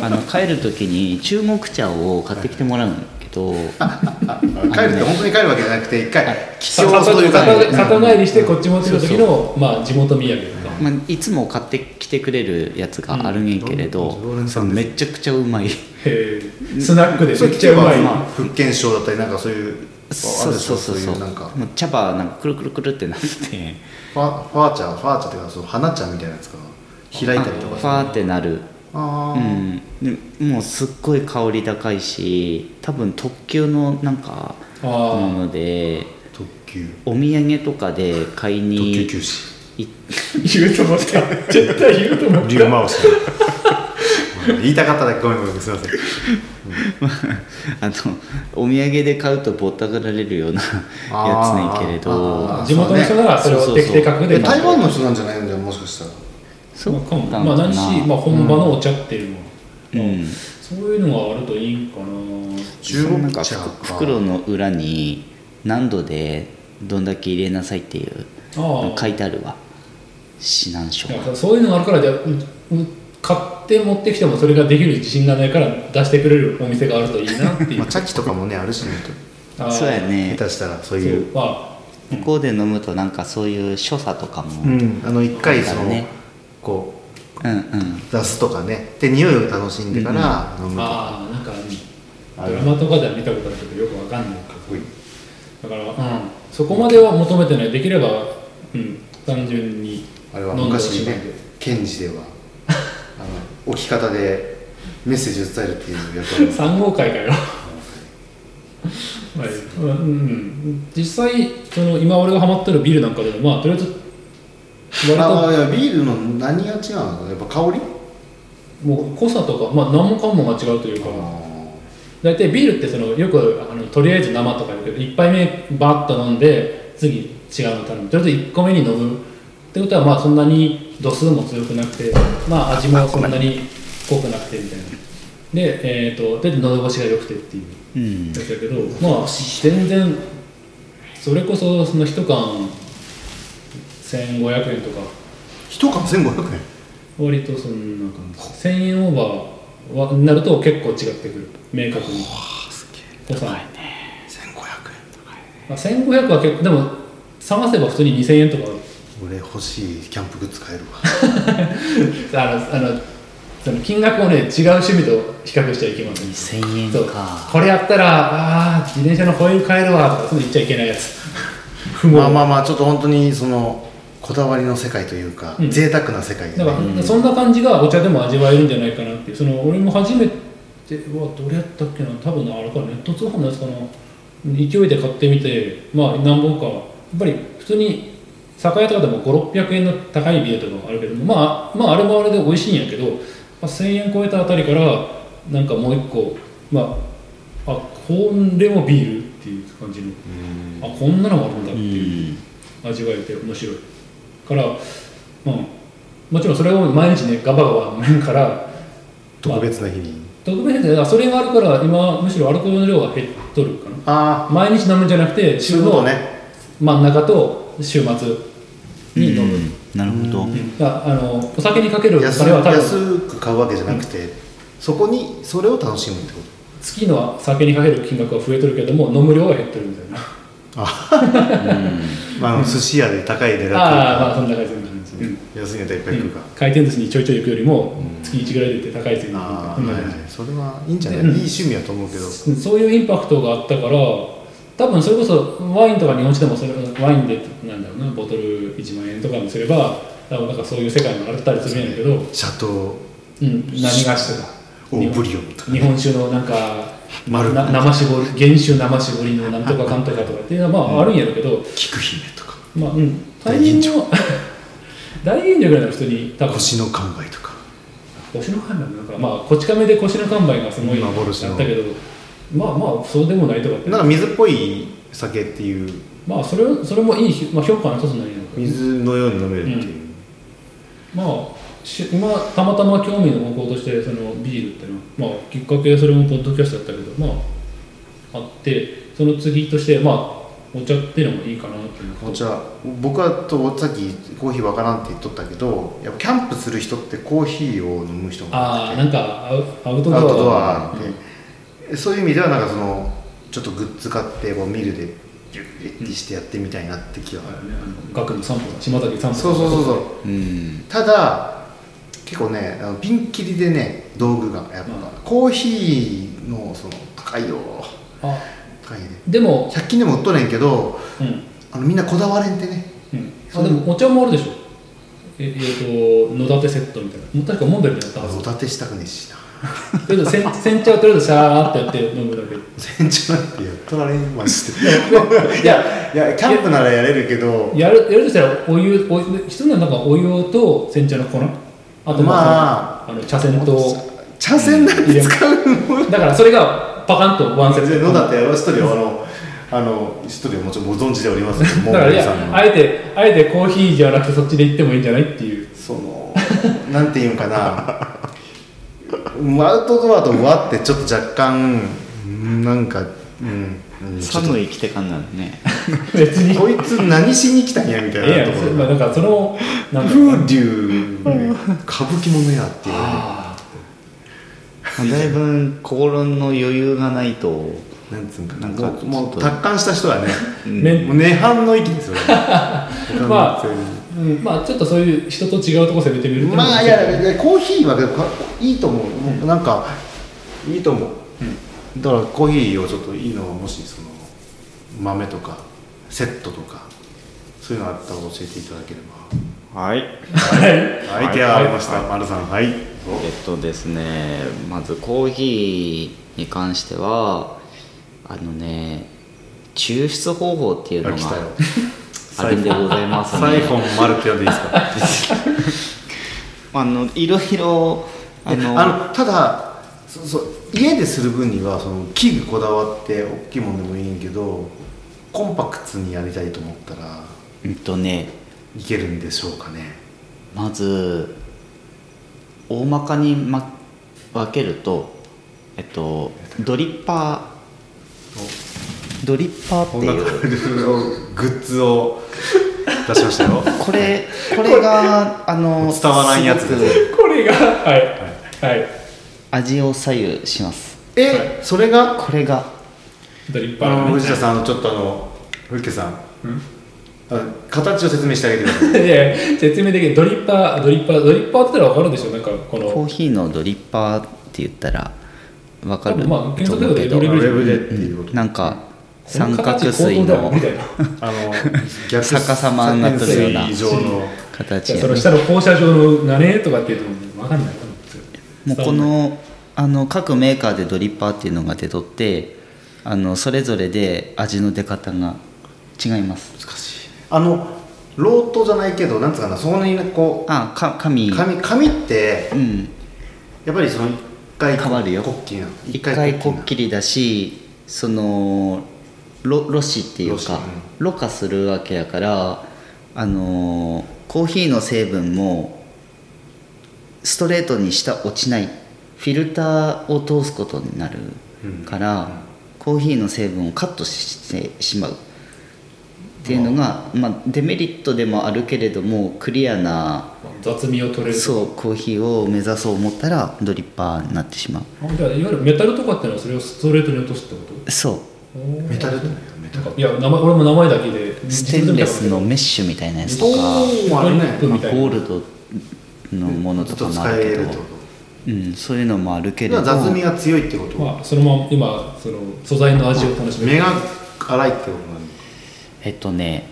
Speaker 2: あの帰る時に中国茶を買ってきてもらうんだけど
Speaker 3: あ帰るって本当に帰るわけじゃなくて一回気象
Speaker 1: 里
Speaker 3: というか
Speaker 1: 里里帰りしてこっち持ってた時のまあ地元土産とか
Speaker 2: まあ、いつも買ってきてくれるやつがあるんやけれど、
Speaker 3: うん常連
Speaker 2: そ
Speaker 3: さ
Speaker 2: うん
Speaker 3: です
Speaker 2: めちゃくちゃうまい
Speaker 1: へえスナックで
Speaker 3: それ
Speaker 1: めっ
Speaker 3: 聞
Speaker 1: ち
Speaker 3: け
Speaker 1: ゃう
Speaker 3: ば
Speaker 1: まい
Speaker 3: まあ福建省だったりなんかそういうあ
Speaker 2: そ
Speaker 3: る
Speaker 2: う
Speaker 3: でしょ
Speaker 2: そうそうそう
Speaker 3: いうなんか
Speaker 2: もう茶葉なんかくるくるくるってなって
Speaker 3: ファファーチャーファーチャーっていうかその花茶みたいなやつかな開いたりとか
Speaker 2: ファーってなる
Speaker 3: あ
Speaker 2: う
Speaker 3: ー
Speaker 2: んでもうすっごい香り高いし多分特急のなんか
Speaker 1: あー
Speaker 2: もので
Speaker 3: 特急
Speaker 2: お土産とかで買い
Speaker 3: 特急
Speaker 2: に
Speaker 3: 休止
Speaker 2: い
Speaker 1: 言うと思った絶対言うと思っ
Speaker 3: 竜
Speaker 1: た
Speaker 3: 回し言いたかっただけごめんごめんすいません
Speaker 2: あのお土産で買うとぼったくられるようなや つねんけれ
Speaker 3: あ
Speaker 2: ど
Speaker 3: ー
Speaker 1: 地元の人ならそれをテクテカクで
Speaker 3: え台湾の人なんじゃないんだよもしかしたら
Speaker 2: そ
Speaker 1: ま
Speaker 2: う
Speaker 1: あかも
Speaker 2: な
Speaker 1: まあ何し、まあ、本場のお茶っていうのは、
Speaker 2: うん
Speaker 1: まあ
Speaker 2: うん
Speaker 1: そういうのがあるといいんかな
Speaker 3: 中
Speaker 2: なん
Speaker 3: 国
Speaker 2: か
Speaker 3: 茶か
Speaker 2: 袋の裏に何度でどんだけ入れなさいっていう
Speaker 1: あ
Speaker 2: 書いてあるわ指南書
Speaker 1: あだからそういうのがあるからじゃあうう買って持ってきてもそれができる自信がないから出してくれるお店があるといいなってい
Speaker 3: ま
Speaker 1: う
Speaker 3: あ、茶器とかもねあるしね
Speaker 1: あー
Speaker 2: そうやね
Speaker 3: 下手したらそ
Speaker 1: そ
Speaker 3: う
Speaker 1: う
Speaker 3: いう
Speaker 1: ま
Speaker 2: 向こうで飲むとなんかそういう所作とかも、
Speaker 3: う
Speaker 2: うん、
Speaker 3: んあの一回その、
Speaker 2: そうだね
Speaker 3: こ
Speaker 2: うん
Speaker 3: う出すとかねで匂いを楽しんでから飲むとか、
Speaker 1: ああーなんか
Speaker 3: あ
Speaker 1: ド
Speaker 3: る
Speaker 1: ラマとかでは見たことあるけどよくわかんないか
Speaker 3: うい
Speaker 1: だから、うん、そこまでは求めてないできれば、うん、単純に
Speaker 3: あれは
Speaker 1: 飲んでほし
Speaker 3: 昔
Speaker 1: い
Speaker 3: ね検事で はあの置き方でメッセージを伝えるっていう 役割
Speaker 1: 3号会か よ、はいうんうん、実際その今俺がハマってるビールなんかでもまあとりあえず割
Speaker 3: ああ
Speaker 1: と
Speaker 3: いやビールの何が違うのやっぱ香り
Speaker 1: もう濃さとか、まあ、何もかもが違うというか大体ビールってそのよくあのとりあえず生とか言うけど1杯目バッと飲んで次違うの頼むとりあえず1個目に飲むってことはまあそんなに度数も強くなくて、まあ、味もそんなに濃くなくてみたいなで,、えー、とで喉越しが良くてっていう
Speaker 2: うんうん
Speaker 1: だったけど、まあ、全然それこそその一缶1500円とか
Speaker 3: 一缶1500円
Speaker 1: 割とそんな感じ1000円オーバーはになると結構違ってくる明確に濃さ
Speaker 3: 1500
Speaker 1: まあ、1500は結構でも探せば普通に2000円とかある
Speaker 3: 円俺欲しいキャンプグッズ買えるわ
Speaker 1: あのあのその金額をね違う趣味と比較しちゃいけません
Speaker 2: 2000円
Speaker 1: そう
Speaker 2: か
Speaker 1: これやったらあー自転車のホイール変えるわとかその言っちゃいけないやつ不毛
Speaker 3: まあまあまあちょっと本当にそのこだわりの世界というか、
Speaker 1: うん
Speaker 3: 贅沢な世界
Speaker 1: だ
Speaker 3: だ
Speaker 1: か
Speaker 3: ね
Speaker 1: ら、そんな感じがお茶でも味わえるんじゃないかなっていうその俺も初めてはどれやったっけな多分あれかネット通販のやつかな勢いで買ってみてまあ何本かやっぱり普通に酒屋とかでも5600円の高いビールとかもあるけどもまあまああれもあれで美味しいんやけど、まあ、1000円超えたあたりからなんかもう一個まああこれもビールっていう感じの
Speaker 3: うん
Speaker 1: あこんなのもあるんだって
Speaker 2: う
Speaker 1: いうん味わえて面白いから、うん、もちろんそれを毎日ねガバガバ飲めるから
Speaker 3: 特別な日に、
Speaker 1: 特別でそれがあるから今むしろアルコールの量が減っとるかな
Speaker 3: あ
Speaker 1: 毎日飲むんじゃなくて
Speaker 3: あそう
Speaker 1: 週
Speaker 3: いうこと
Speaker 1: の
Speaker 3: ね
Speaker 1: 真ん中と週末に飲む、うん
Speaker 2: なるほど
Speaker 1: だあのお酒にかけるお
Speaker 3: 安
Speaker 1: 金は多分
Speaker 3: 安く買うわけじゃなくて、そこにそれを楽しむってこ
Speaker 1: 月の酒にかける金額は増えとるけども飲む量は減ってるみたい な
Speaker 3: と、まあ、あの寿司屋で高い値
Speaker 1: ああ
Speaker 3: 段
Speaker 1: まあそんな感じそんな感じ、うん
Speaker 3: で安いネタいっぱい来るか、
Speaker 1: 回転寿司にちょいちょい行くよりも月1ぐらいで行って高いですよね
Speaker 3: あ
Speaker 1: そ
Speaker 3: あ、
Speaker 1: んな
Speaker 3: はい
Speaker 1: 感じ
Speaker 3: はい、それはいいんじゃない、
Speaker 1: うん
Speaker 3: いい趣味やと思うけど、
Speaker 1: うんそういうインパクトがあったから多分それこそワインとか日本酒でもそれワインでなんだろうなボトル1万円とかにすれば多分なんかそういう世界もあったりするんやけど、うん、
Speaker 3: シャトー
Speaker 1: 何がしとか
Speaker 3: オーブリオンとか
Speaker 1: 日本酒のなんか
Speaker 3: 丸
Speaker 1: な生絞り原酒生絞りのなんとかかんとかとかっていうのはまああるんやろうけど、
Speaker 3: 菊姫とか
Speaker 1: まあうん
Speaker 3: 大
Speaker 1: 大吟
Speaker 3: 吟
Speaker 1: 醸 大吟醸ぐらいの人に多分
Speaker 3: 腰の完売とか
Speaker 1: 腰の看板なんかまあこち亀で腰の看板がすごい
Speaker 3: 幻の
Speaker 1: あったけどまあまあそうでもないとかって
Speaker 3: なんか水っぽい酒っていう
Speaker 1: まあそれはそれもいい、まあ、評価の一つなんやけど
Speaker 4: 水のように飲めるっていう、
Speaker 1: まあし今たまたま興味の方向としてそのビールっていうのは、まあ、きっかけそれもポッドキャストだったけどまああってその次としてまあお茶っていうのもいいかなっていう
Speaker 3: お茶僕はとさっきコーヒーわからんって言っとったけどやっぱキャンプする人ってコーヒーを飲む人が
Speaker 1: ああ
Speaker 3: 多くて
Speaker 1: なんかアウアウトドア
Speaker 3: アウトドアで、そういう意味ではなんかそのちょっとグッズ買ってこうミルでギュッてしてやってみたいなって気はある、
Speaker 1: 学の散歩さん島崎散歩さ
Speaker 3: そ
Speaker 1: ん
Speaker 3: うそうそうそう
Speaker 2: うん
Speaker 3: ただ結構ねあのピンキリでね道具がやっぱ、
Speaker 1: うん
Speaker 3: コーヒーのその高いよ
Speaker 1: あ
Speaker 3: 高いね
Speaker 1: でも、
Speaker 3: 100均でも売っとるんやけど
Speaker 1: うん
Speaker 3: あのみんなこだわれんってね
Speaker 1: うん、あでもお茶もあるでしょええーと野立セットみたいなもう確かモンベルでやったはず
Speaker 3: おだてしたくねえしな
Speaker 1: とりあえず煎煎茶をとりあえずシャーってやって飲むだけ
Speaker 3: 全然なんてやっとられんマジでい やいやキャンプならやれるけど
Speaker 1: やるやるとしたらお湯お湯必要なのはなんかお湯と煎茶の粉あとまあ、あの茶筅と
Speaker 3: 茶筅なんて使うもん
Speaker 1: だからそれがパカンとワンセ
Speaker 3: 全
Speaker 1: ッ
Speaker 3: 然
Speaker 1: ト
Speaker 3: 野
Speaker 1: だ
Speaker 3: だってやらしとるよあ のあの一人はもちろんご存知でおりますけども
Speaker 1: からい
Speaker 3: 皆さん
Speaker 1: や
Speaker 3: の
Speaker 1: あえてあえてコーヒーじゃなくてそっちで行ってもいいんじゃないっていう
Speaker 3: そのなんていうんかなうんアウトドアと和ってちょっと若干うんなんかうんうんちょっと
Speaker 2: 寒い生きてかんなの ね
Speaker 1: 別に
Speaker 3: こいつ何しに来たんやみた
Speaker 1: ええ
Speaker 3: い
Speaker 1: や
Speaker 3: なと
Speaker 1: ん
Speaker 3: こ
Speaker 1: そ
Speaker 3: ろ
Speaker 1: うまあ
Speaker 3: が
Speaker 1: なんかそのなんだろう
Speaker 3: 風流歌舞伎ものやっていう
Speaker 1: あ
Speaker 2: まあだいぶ心の余裕がないと
Speaker 3: なんつうんか
Speaker 2: なんか
Speaker 3: もうも
Speaker 2: ちょっと
Speaker 3: う達観した人はね
Speaker 1: ーね
Speaker 3: もう涅槃の 域ですよね
Speaker 1: まあ
Speaker 3: 完全に
Speaker 1: うんまあちょっとそういう人と違うとこ攻めてみるっていうのも
Speaker 3: まあいやいやコーヒーはかいいと思う、もうなんかいいと思う、だからコーヒーをちょっといいのをもしその豆とかセットとかそういうのあったら教えていただければ
Speaker 2: はい
Speaker 3: はい、
Speaker 2: はい
Speaker 3: 手がありました、丸さんはい
Speaker 2: えっとですねまずコーヒーに関してはあのね抽出方法っていうの
Speaker 3: あ来たよ
Speaker 2: があるんでございますね
Speaker 3: サイフォン丸って呼んでいいですか
Speaker 2: あのいろいろ あ
Speaker 3: あ
Speaker 2: の
Speaker 3: のただそうそう家でする分にはその器具こだわって大きいもんでもいいんけどコンパクトにやりたいと思ったら
Speaker 2: うんとね
Speaker 3: いけるんでしょうかね
Speaker 2: まず大まかに、ま、分けるとえっとドリッパードリッパーっていう
Speaker 3: グッズを出しましたよ
Speaker 2: これこれがあの
Speaker 3: 伝わらんやつ
Speaker 2: すご
Speaker 3: です
Speaker 2: く
Speaker 1: これがはいはい
Speaker 2: 味を左右します
Speaker 3: え、それが
Speaker 2: これが
Speaker 1: ドリッパ
Speaker 3: あ
Speaker 1: ー
Speaker 3: の
Speaker 1: のね
Speaker 3: 藤田さんあのちょっとあの古家さん
Speaker 1: うん
Speaker 3: あ形を説明してあげてください
Speaker 1: いやいや説明できるドリッパードリッパードリッパーって言ったら分かるでしょなんかこ
Speaker 2: コー
Speaker 1: の
Speaker 2: ヒーのドリッパーって言ったら分かる
Speaker 1: 多分まあ
Speaker 2: と思うけ
Speaker 1: 検索で
Speaker 2: ど
Speaker 1: は
Speaker 3: ウ
Speaker 1: ド
Speaker 3: ェブでっていうこと、
Speaker 2: なんか
Speaker 1: この
Speaker 2: 三角
Speaker 1: 形
Speaker 2: 錐
Speaker 1: 高等だ
Speaker 2: の
Speaker 1: わみたいな
Speaker 3: あの逆
Speaker 2: 逆さまになってるような
Speaker 3: 逆円錐以上の
Speaker 2: 形
Speaker 1: じゃあ
Speaker 2: や
Speaker 1: そ
Speaker 2: ね
Speaker 1: の下の放射状のがねとかっていうのも分かんない
Speaker 2: もうこのあの各メーカーでドリッパーっていうのが出とってあのそれぞれで味の出方が違います
Speaker 3: 難しいあのロートじゃないけどなんつうかなそこにこ
Speaker 2: あか紙
Speaker 3: う紙紙って
Speaker 2: うん
Speaker 3: やっぱりその一回
Speaker 2: 変わるよ
Speaker 3: こっきりなの
Speaker 2: 一回こっ
Speaker 3: な
Speaker 2: きりだしそのろろ紙っていう
Speaker 3: ろ紙
Speaker 2: か
Speaker 3: う
Speaker 2: ろ過するわけやからあのーコーヒーの成分もストレートに下落ちないフィルターを通すことになるから、コーヒーの成分をカットしてしまうっていうのが、まあ、デメリットでもあるけれどもクリアな
Speaker 1: 雑味を取れる
Speaker 2: そうコーヒーを目指そう思ったらドリッパーになってしまう
Speaker 1: あじゃあいわゆるメタルとかっていうのはそれをストレートに落とすってこ
Speaker 2: そう
Speaker 1: とメ
Speaker 3: メタルってなんやメタル
Speaker 1: なんかいや名前俺も名前だけで
Speaker 2: ステンレスのメッシュみたいなやつとか、
Speaker 3: おーあるね
Speaker 1: ドリップ
Speaker 2: まあ、
Speaker 1: みたいな
Speaker 2: ゴールドのもの
Speaker 3: ず
Speaker 2: と
Speaker 3: っ
Speaker 2: かも
Speaker 3: と使
Speaker 2: ある
Speaker 3: え
Speaker 2: け
Speaker 3: る
Speaker 2: ど
Speaker 3: ってこと
Speaker 2: うん、そういうのもあるけれど
Speaker 3: 今雑味が強いってこと、
Speaker 1: まあそのまま今その素材の味を楽しめ
Speaker 3: 目
Speaker 1: る
Speaker 3: が粗いってことなんだ
Speaker 2: えっとね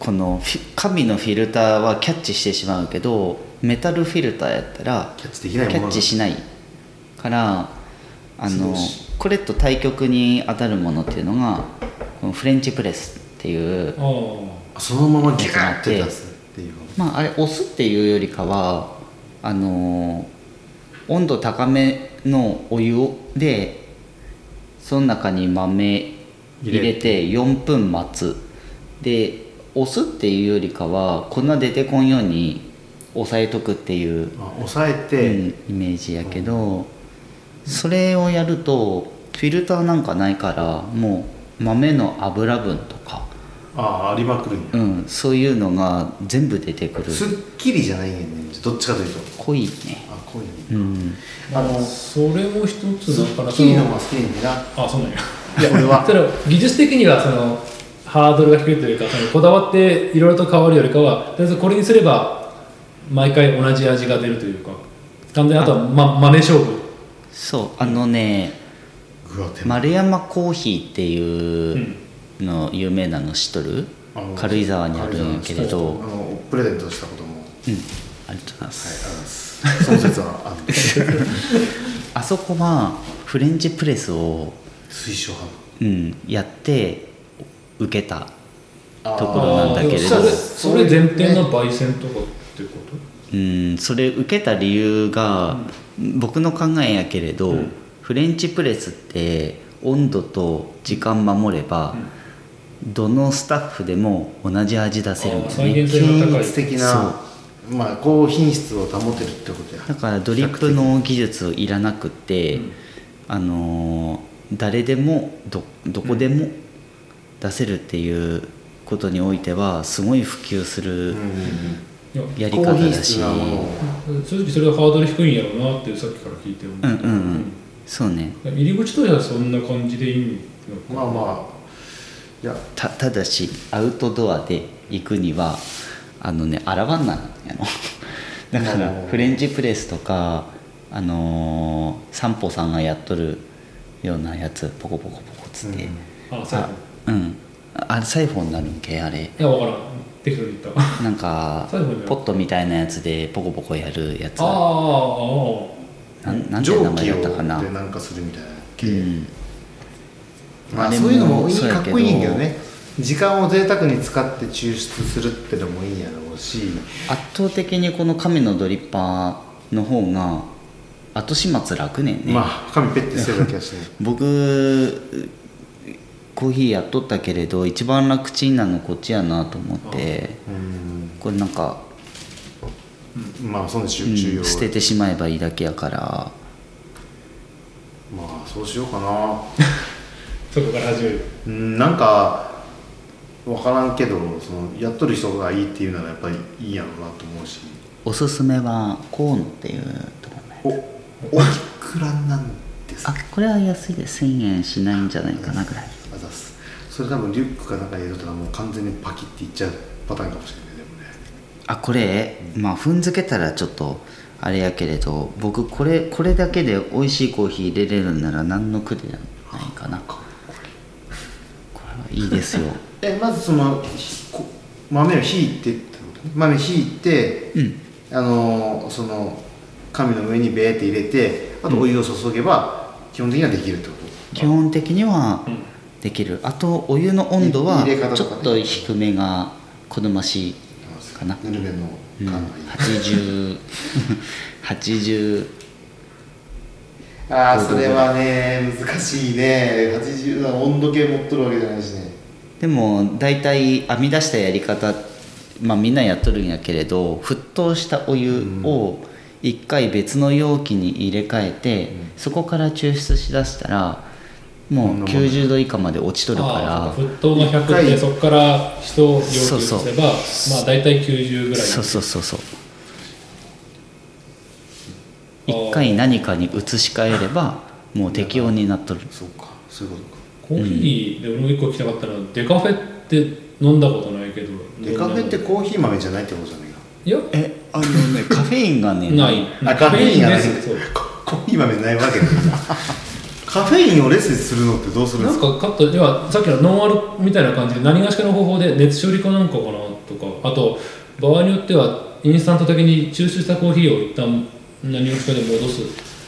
Speaker 2: このフィ紙のフィルターはキャッチしてしまうけどメタルフィルターやったら
Speaker 3: キャッチできないも
Speaker 2: キャ
Speaker 3: の
Speaker 2: ッ
Speaker 3: なんだ
Speaker 2: チしないからあのこれと対極に当たるものっていうのがこのフレンチプレスっていう
Speaker 1: ああ
Speaker 3: そのままギューって出すっていう
Speaker 2: まあ、あれ押すっていうよりかはあのー温度高めのお湯をでその中に豆入れて4分待つで押すっていうよりかはこんな出てこんように押さえとくっていう
Speaker 3: あ押さえて、
Speaker 2: うんイメージやけど、それをやるとフィルターなんかないからもう豆の油分とか、
Speaker 3: ああありまくるんや
Speaker 2: うん、そういうのが全部出てくる
Speaker 3: すっきりじゃないんやねどっちかというと
Speaker 2: 濃いね
Speaker 3: あこういう
Speaker 2: う
Speaker 3: の
Speaker 2: ん
Speaker 3: あの
Speaker 1: それも一つ
Speaker 3: す
Speaker 1: だから
Speaker 3: っきりの方が好きなんだな
Speaker 1: あそうなんや
Speaker 3: いや俺は
Speaker 4: それを技術的にはそのハードルが低いというかそのこだわっていろいろと変わるよりかはとりあえずこれにすれば毎回同じ味が出るというか完全にあとは、ま、豆勝負
Speaker 2: そうあのね
Speaker 3: グアテマ
Speaker 2: 丸山コーヒーっていうの有名なの知っとる、
Speaker 3: あの
Speaker 2: 軽井沢にあるんやけれ
Speaker 3: あ
Speaker 2: ど、うん、あ
Speaker 3: のプレゼントしたこともはい
Speaker 2: りがとうございます、
Speaker 3: あのその説はあの
Speaker 2: あそこはフレンチプレスを、
Speaker 3: 推奨派
Speaker 2: うん、やって受けた
Speaker 3: あー
Speaker 2: ところなんだけれど
Speaker 4: あーでもそれ前提
Speaker 3: ね
Speaker 4: の焙煎とかっていうこと
Speaker 2: うんそれ受けた理由が、僕の考えやけれど、フレンチプレスって温度と時間守れば、どのスタッフでも同じ味出せるんだよ
Speaker 1: あー再
Speaker 2: ね
Speaker 1: 現性が高
Speaker 3: 均
Speaker 1: い
Speaker 3: 一的なまあ高品質を保てるってことや
Speaker 2: だからドリップの技術いらなくって、あのー誰でもどどこでも出せるっていうことにおいてはすごい普及する
Speaker 1: いや
Speaker 2: やり
Speaker 3: 高
Speaker 2: 方
Speaker 3: 品
Speaker 2: だ
Speaker 3: 質
Speaker 2: し、
Speaker 3: なものを
Speaker 1: 正直それはハードル低いんやろうなってさっきから聞いて思
Speaker 2: うんうんうんそうね
Speaker 1: 入り口としてはそんな感じでいいのか
Speaker 3: まあまあいや
Speaker 2: たただしアウトドアで行くにはあのね洗わんなんやのだか
Speaker 3: お
Speaker 2: ら
Speaker 3: ー
Speaker 2: フレンチプレスとかあのー、散歩さんがやっとるようなやつポコポコポコっつって、
Speaker 3: うん
Speaker 1: あ最後
Speaker 2: あうんあサイフォンになるんけあれ
Speaker 1: いや分からん適当に言ったあ
Speaker 2: なんか
Speaker 1: サイフォンじゃない
Speaker 2: ポットみたいなやつでポコポコやるやつ
Speaker 1: あああ
Speaker 2: なんなんて
Speaker 3: 蒸
Speaker 2: 名前
Speaker 3: 気
Speaker 2: だ
Speaker 3: を
Speaker 2: ったかな
Speaker 3: でなんかするみたいな
Speaker 2: うん
Speaker 3: ま
Speaker 2: あ
Speaker 3: あ
Speaker 2: れ
Speaker 3: そ
Speaker 2: も
Speaker 3: ういうのもいい
Speaker 2: そうや
Speaker 3: か
Speaker 2: け
Speaker 3: っ
Speaker 2: ど
Speaker 3: こいいんだよね時間を贅沢に使って抽出するってのもいいんやろうし
Speaker 2: 圧倒的にこの亀のドリッパーの方が後始末楽ねんね、
Speaker 3: まあ紙ペッて捨てるだけ やしね
Speaker 2: 僕コーヒーやっとったけれど一番楽ちんなのこっちやなと思って
Speaker 3: うん
Speaker 2: これなんか、
Speaker 3: まあその中
Speaker 2: うん
Speaker 3: 中
Speaker 2: 捨ててしまえばいいだけやから
Speaker 3: まあそうしようかな
Speaker 1: そこから始める
Speaker 3: うんなんか分からんけどそのやっとる人がいいっていうならやっぱりいいやろうなと思うし
Speaker 2: おすすめはコーンっていうとこね
Speaker 3: おおいくらなんです
Speaker 2: あ
Speaker 3: か
Speaker 2: これは安いで1000円しないんじゃないかなぐらい
Speaker 3: あざっすそれ多分リュックかなんか入れとったらもう完全にパキっていっちゃうパターンかもしれないねでもね
Speaker 2: あこれまあ踏んづけたらちょっとあれやけれど僕これこれだけで美味しいコーヒー入れれるんなら何の苦でないかなこれはいいです よ
Speaker 3: えまずそのひこ豆をひいてってことね豆ひいて、
Speaker 2: うん
Speaker 3: あのーその紙の上にベーって入れてあとお湯を注げば、基本的にはできるってこと
Speaker 2: 基本的にはできるあとお湯の温度は
Speaker 3: 入れ方
Speaker 2: ち
Speaker 3: と
Speaker 2: ょ
Speaker 3: かね
Speaker 2: っと低めが好ましいかな、
Speaker 3: ぬるめの
Speaker 2: うん、
Speaker 3: 感がいい、
Speaker 2: 8080 80
Speaker 3: ああそれはね難しいね80は温度計持っとるわけじゃないしね
Speaker 2: でも大体編み出したやり方、まあ、みんなやっとるんやけれど沸騰したお湯を一回別の容器に入れ替えて、そこから抽出しだしたらも
Speaker 3: こん
Speaker 2: う
Speaker 3: なもんだ
Speaker 2: 90度以下まで落ちとる
Speaker 1: あ
Speaker 2: か
Speaker 1: あ沸騰が
Speaker 3: 一
Speaker 1: 100
Speaker 3: 回
Speaker 1: でそこから人を要求
Speaker 2: そうそう
Speaker 1: せばまあ大体90ぐ
Speaker 2: ら
Speaker 1: らい
Speaker 2: そうそうそうそう
Speaker 1: あー
Speaker 2: 一回何かに移し替えればもう適温になっとる
Speaker 3: そうかそういうことか
Speaker 1: コーヒーで俺も一個聞きたかったのはデカフェって飲んだことないけど
Speaker 3: デカフェってコーヒー豆じゃないってことじゃないか
Speaker 1: いや
Speaker 2: えあの ねカフェインがね
Speaker 1: ない
Speaker 3: あカフェインがない
Speaker 1: ですそう
Speaker 3: コ コーヒー豆ないわけだカフェインをレスするのってどうするんで
Speaker 1: な
Speaker 3: す
Speaker 1: ん
Speaker 3: か
Speaker 1: かカットではさっきのノンアルみたいな感じで何がしかの方法で熱処理かなんかかなとかあと場合によってはインスタント的に抽出したコーヒーを一旦何をしかで戻す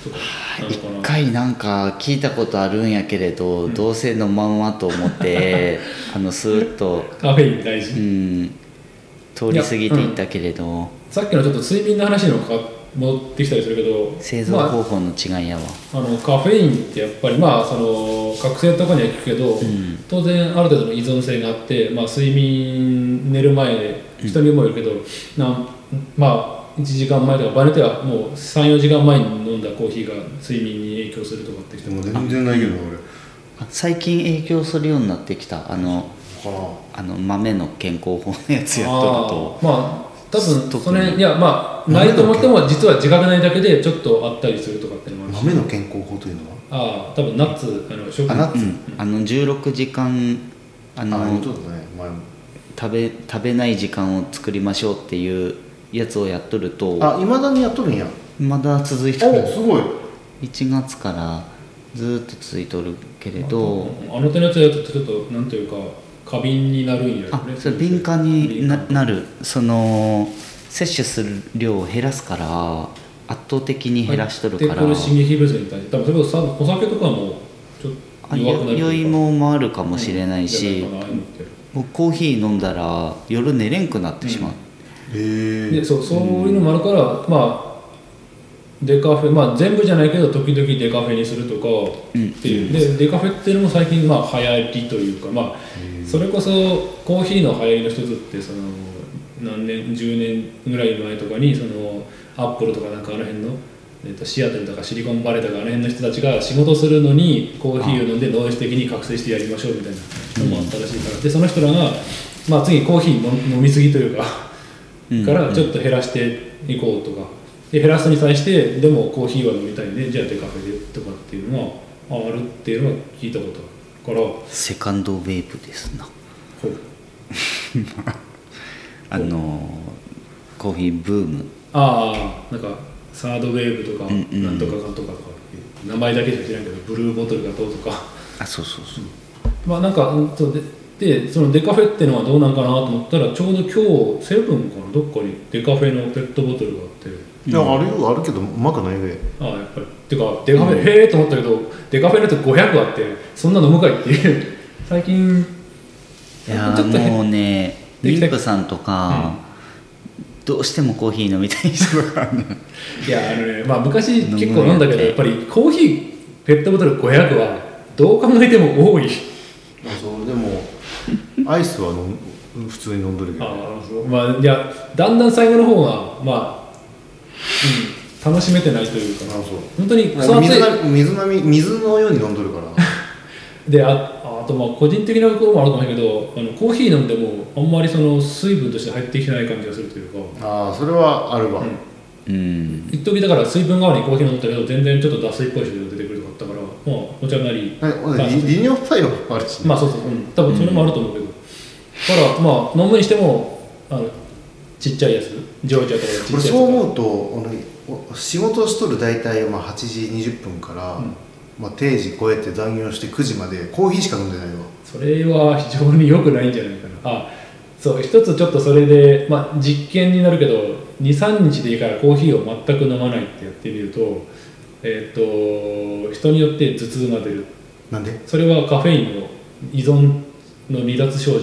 Speaker 1: とかな
Speaker 2: 一
Speaker 1: のかな
Speaker 2: 回なんか聞いたことあるんやけれど、どうせのまんまと思ってあのスーッと、
Speaker 1: カフェイン大
Speaker 2: う
Speaker 1: 事
Speaker 2: ん、通り過ぎていったけれど、
Speaker 1: さっきのちょっと睡眠の話にもかかっ戻ってきたりするけど
Speaker 2: 製造
Speaker 1: まあ
Speaker 2: 方法の違いやわ、
Speaker 1: あのカフェインってやっぱりまあその覚醒とかには効くけど、当然ある程度の依存性があって、まあ、睡眠寝る前人にもよるけど、なんまあ1時間前とか場合によってはもう34時間前に飲んだコーヒーが睡眠に影響するとかって人
Speaker 3: で
Speaker 1: も
Speaker 3: も全然ないけどな俺
Speaker 2: あ最近影響するようになってきたあの
Speaker 3: か
Speaker 2: あの豆の健康法のやつやっとると
Speaker 1: あーまあ多分
Speaker 2: 特に
Speaker 1: それいやまあないと思っても実は自覚ないだけでちょっとあったりするとかっていうのもあるし
Speaker 3: 豆の健康法というのは
Speaker 1: ああ多分ナッツあの食品
Speaker 3: あナッ
Speaker 2: う
Speaker 3: ツ
Speaker 2: ん、あの16時間あ
Speaker 3: ああい
Speaker 2: の
Speaker 3: うことだね前も
Speaker 2: 食べ食べない時間を作りましょうっていうやつをやっとると
Speaker 3: あいまだにやっとるんや
Speaker 2: まだ続いて
Speaker 3: お
Speaker 2: る
Speaker 3: すごい
Speaker 2: 1月からずーっと続いとるけれど
Speaker 1: あの手のやつやるとちょっとなんというか過敏になるんや
Speaker 2: あそれ敏感にな
Speaker 1: る
Speaker 2: なるその摂取する量を減らすから圧倒的に減らしとるから
Speaker 1: でこれ刺激物に対して多分それこそさお酒とかもちょっ
Speaker 2: あ
Speaker 1: と弱くなるというか
Speaker 2: 酔いももあるかもしれないし、
Speaker 1: うんじゃないかなああいうのって
Speaker 2: もうコーヒー飲んだら夜寝れんくなってしまう、
Speaker 3: へ
Speaker 1: で
Speaker 3: え
Speaker 1: そうそういうのもあるから、まあデカフェまあ全部じゃないけど時々デカフェにするとかっていう、でデカフェっていうのも最近まあ流行りというかまあそれこそコーヒーの流行りの一つってその何年10年ぐらい前とかにそのアップルとかなんかあの辺の、えっとシアトルとかシリコンバレーとかあの辺の人たちが仕事するのにコーヒーを飲んでノイズ的に覚醒してやりましょうみたいなのもあったらしいから、でその人らが、まあ、次コーヒー飲飲みすぎというか。
Speaker 2: うん
Speaker 1: からちょっと減らしていこうとかで減らすに対してでもコーヒーは飲みたいんでじゃあデカフェでとかっていうのはああるっていうのは聞いたことあるから
Speaker 2: セカンドウェーブですな
Speaker 1: ほう
Speaker 2: あのコーヒーブーム
Speaker 1: ああなんかサードウェーブとか
Speaker 2: うんうん
Speaker 1: なんとかかんとかとか名前だけじゃ知らんけどブルーボトルがどうとか
Speaker 2: あそうそうそう
Speaker 1: まあなんかうんそうででそのデカフェってのはどうなんかなと思ったらちょうど今日セブンかなどっかにデカフェのペットボトルがあって。
Speaker 3: いやあるよあるけどうまくないぐらい
Speaker 1: ああやっぱりてかデカフェ、へえと思ったけどデカフェのやつ500あってそんな飲むかいっていう 最近
Speaker 2: いや
Speaker 1: ちょっと
Speaker 2: ー
Speaker 1: へ
Speaker 2: もうね
Speaker 1: できた
Speaker 2: 妊婦さんとか、どうしてもコーヒー飲みたい人がね
Speaker 1: いやあのねまあ昔
Speaker 2: 飲む
Speaker 1: 結構飲んだけど
Speaker 2: や
Speaker 1: やっぱりコーヒーペットボトル500はどう考えても多い
Speaker 3: あそうでも アイスは飲む普通に飲んどるけど
Speaker 1: ああそうまあいやだんだん最後の方がまあ、うん、楽しめてないというか
Speaker 3: あそう
Speaker 1: 本当に
Speaker 3: 水
Speaker 1: その熱い
Speaker 3: な水なみ水のように飲んどるから
Speaker 1: でああとまあ個人的なところもあるかもしれないけどあのコーヒー飲んでもあんまりその水分として入ってきてない感じがするというか
Speaker 3: ああそれはあるわ、
Speaker 1: うん
Speaker 2: うん
Speaker 1: 一時だから水分代わりにコーヒー飲んだけど全然ちょっと脱水っぽい人が出てくるとかあったから、まあ、お茶なり
Speaker 3: えほんで
Speaker 1: まあ
Speaker 3: 利利尿作用もあるし、ね
Speaker 1: まあそうそう、うん、多分それもあると思うけど、だからまあ飲むにしてもあのちっちゃいやつジョージアとかちっちゃいや
Speaker 3: 俺
Speaker 1: つ
Speaker 3: そう思うと俺お仕事しとる大体まあ8時20分から、
Speaker 1: ん
Speaker 3: まあ、定時超えて残業して9時までコーヒーしか飲んでないわ
Speaker 1: それは非常に良くないんじゃないかなあそう一つちょっとそれで、まあ、実験になるけど23日でいいからコーヒーを全く飲まないってやってみるとえっ、と人によって頭痛が出る
Speaker 3: なんで
Speaker 1: それはカフェインの依存の離脱症状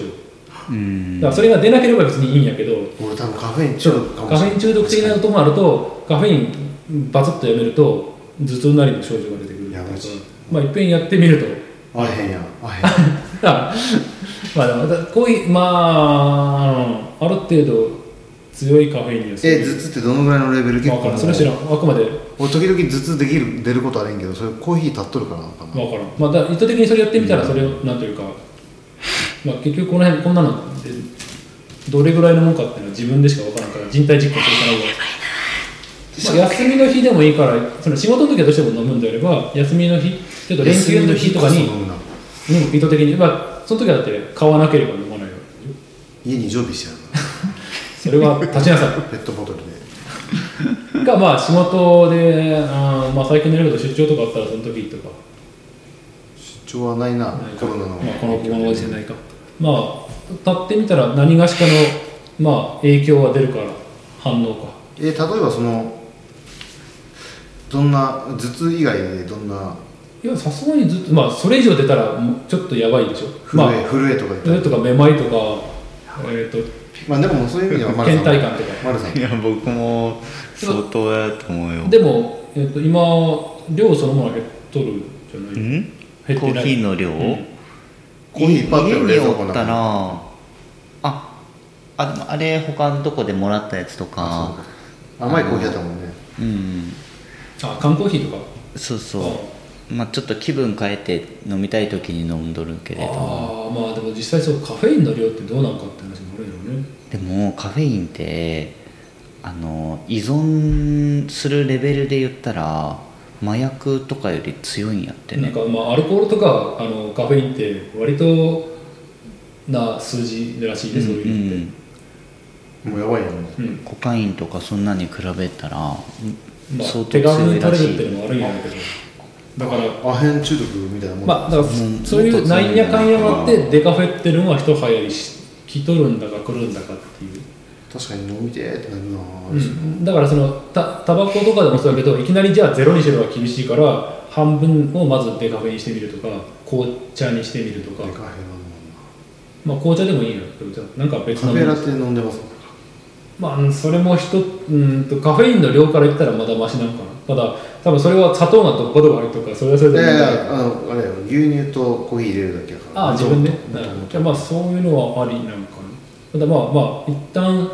Speaker 2: うん
Speaker 1: だからそれが出なければ別にいいんやけど、
Speaker 3: 俺多分カフェイン中毒かも
Speaker 1: カ
Speaker 3: し
Speaker 1: フェ
Speaker 3: れな
Speaker 1: イ
Speaker 3: い
Speaker 1: ン中毒的なとこもあるとカフェインバツッとやめると頭痛なりの症状が出てくる
Speaker 3: やばいし
Speaker 1: まあいっぺんやってみると
Speaker 3: あれへんやんあれ へん
Speaker 1: まあまあだこういうまああのある程度強いカフェインには
Speaker 3: え頭痛ってどのぐらいのレベル結
Speaker 1: 分
Speaker 3: 構
Speaker 1: からんそれは知らんあくまで
Speaker 3: 俺時々頭痛できる出ることあるんやけどそれコーヒー立っとるからなのかな、
Speaker 1: 分からんまあだ意図的にそれやってみたらそれをなんというかまあ結局この辺こんなのでどれぐらいのもんかっていうのは自分でしか分からんから人体実験するからまあ、休みの日でもいいからその仕事の時はどうしても飲むんであれば休みの日ちょっと連休の日とかに、
Speaker 3: 休みの日こそ飲むな
Speaker 1: うん、意図的に、まあ、その時はだって買わなければ飲まないわけで
Speaker 3: 家に常備してあるな
Speaker 1: しょそれは立ちなさ
Speaker 3: ペットボトルで
Speaker 1: いがまあ仕事で、あーまあ、最近のやること出張とかあったらその時とか
Speaker 3: 出張はないなコロナの、
Speaker 1: まあ、このこのご時世ないかまあ立ってみたら何がしかの、まあ、影響が出るから反応か
Speaker 3: え例えばそのどんな頭痛以外でどんない
Speaker 1: やさすがにずっとまあそれ以上出たらもうちょっとやばいでしょ
Speaker 3: 震え、
Speaker 1: まあ
Speaker 3: 震えとか
Speaker 1: そ
Speaker 3: 言
Speaker 1: れ
Speaker 3: っ
Speaker 1: と
Speaker 3: たら
Speaker 1: かめまいとか、えー、と
Speaker 3: まあでもそういう意味では丸さ
Speaker 1: 倦怠
Speaker 3: ん
Speaker 1: 感とか
Speaker 3: 丸さん
Speaker 2: いや僕も相当やと思うよ
Speaker 1: でも、えっと今量そのものは減っとるじゃない、
Speaker 2: んコ
Speaker 1: 減ってない
Speaker 2: ーヒーの量、
Speaker 1: ん
Speaker 3: コーヒーいっぱいあったよ
Speaker 2: 家
Speaker 3: 冷
Speaker 2: に
Speaker 3: 蔵
Speaker 2: お
Speaker 3: 庫の
Speaker 2: った
Speaker 3: 中に
Speaker 2: らああでもあれ他のとこでもらったやつとか
Speaker 3: 甘いコーヒーだったもんね
Speaker 2: うん
Speaker 1: あ缶コーヒーとか
Speaker 2: そうそうまあちょっと気分変えて飲みたい時に飲んどるけれど
Speaker 1: ああまあでも実際そうカフェインの量ってどうなのかって話もあるよね
Speaker 2: でもカフェインってあの依存するレベルで言ったら麻薬とかより強いんやって
Speaker 1: なん
Speaker 2: ね
Speaker 1: かまあアルコールとかあのカフェインって割とな数字らしいで、そう
Speaker 2: う
Speaker 1: いうのって、
Speaker 2: ん
Speaker 3: もうやばいよね
Speaker 1: うん
Speaker 2: コカインとかそんなに比べたら
Speaker 1: まあ
Speaker 2: 相、当
Speaker 1: 手軽
Speaker 2: 強い
Speaker 1: に取
Speaker 2: ら
Speaker 1: れる
Speaker 2: し
Speaker 1: っ
Speaker 2: い
Speaker 1: ていうのも悪いんだけどだから
Speaker 3: アヘン中毒みたいなもん
Speaker 1: まあだから
Speaker 2: うん
Speaker 1: そうい
Speaker 2: もっ
Speaker 1: う
Speaker 2: と
Speaker 1: なんやかんやがあっ
Speaker 2: 強い
Speaker 1: てデカフェっていうのは一流行りし来とるんだか来るんだかっていう
Speaker 3: 確かに飲みてーってなるなぁ、
Speaker 1: うん、だからそのたタバコとかでもそうだけどいきなりじゃあゼロにしろは厳しいから半分をまずデカフェにしてみるとか紅茶にしてみるとか
Speaker 3: カ、フェ飲
Speaker 1: まあ、紅茶でもいいのよ紅茶なんか別
Speaker 3: カ
Speaker 1: の
Speaker 3: フェラテ飲んでます
Speaker 1: まあうん、それもひとうんとカフェインの量から言ったらまだマシなのかなただ多分それは砂糖がどっかどこ入ってるからそれはそれ
Speaker 3: い
Speaker 1: で
Speaker 3: や
Speaker 1: 問
Speaker 3: い
Speaker 1: 題
Speaker 3: やあのあれよ牛乳とコーヒー入れるだけだから
Speaker 1: ああ自分で、
Speaker 3: も
Speaker 1: な
Speaker 3: と
Speaker 1: るほど
Speaker 3: もと
Speaker 1: じゃあまあそういうのはありなのかなただまあまあ一旦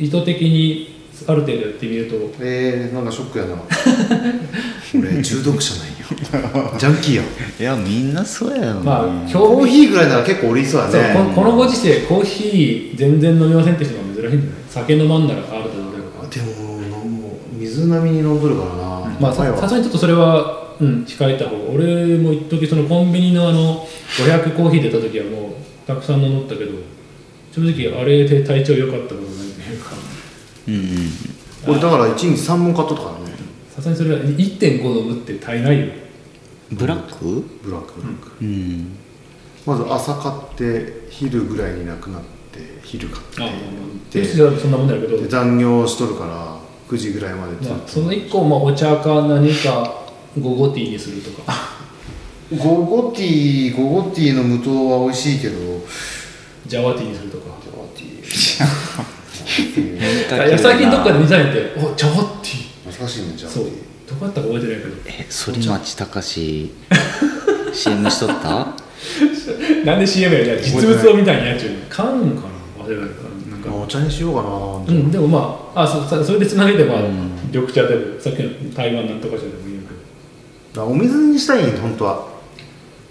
Speaker 1: 意図的にある程度やってみると
Speaker 3: えー、なんかショックやな俺中毒者 なんよジャンキーや
Speaker 2: いやみんなそうやよね、
Speaker 1: まあ
Speaker 3: コ
Speaker 1: 興
Speaker 3: ー
Speaker 1: 味
Speaker 3: ヒーぐらいなら結構おりそうや
Speaker 1: そうこの
Speaker 3: ね
Speaker 1: このご時世コーヒー全然飲みませんって人が珍しいんじゃない酒飲まんならあるとどれか
Speaker 3: でもなんも水並みに飲んどるからな、
Speaker 1: まあ
Speaker 3: や
Speaker 1: さ
Speaker 3: ばいわ
Speaker 1: さすがにちょっとそれは、うん、控えた方が俺も一時そのコンビニのあの500コーヒー出た時はもうたくさん飲んだけど正直あれで体調良かったことないというか
Speaker 2: うんうん
Speaker 3: 俺だから1日3本買っとったからね
Speaker 1: さすがにそれは1.5飲むって足りないよ
Speaker 2: ブラック
Speaker 3: ブラック、
Speaker 2: うん
Speaker 3: まず朝買って昼ぐらいになくなって昼買
Speaker 1: あ
Speaker 3: って
Speaker 1: で
Speaker 3: で
Speaker 1: そんなもんだけど
Speaker 3: で残業しとるから9時ぐらいまでずっ
Speaker 1: まあ
Speaker 3: と
Speaker 1: その1個、まあ、お茶か何か午後ティーにするとか
Speaker 3: ゴゴティーゴゴティーの無糖は美味しいけど
Speaker 1: ジャワティーにするとか
Speaker 3: ジャワティ ー
Speaker 1: いや最近どっかで見たんやって「おジャワティー」
Speaker 3: 懐かしいねジャワテ
Speaker 1: そう
Speaker 3: ィー
Speaker 1: どこだったか覚えてないけ
Speaker 2: え反町隆史 CM しとった
Speaker 1: ど なんで CM やじゃあ実物を見たんやっちゅう缶かな忘れたけどなんか
Speaker 3: まあお茶にしようかな
Speaker 1: う
Speaker 3: じゃ
Speaker 1: んでもまああそそそれでつなげてまあ、緑茶でもさっきの台湾なんとか茶でもいいんやけど
Speaker 3: あお水にしたいん本当は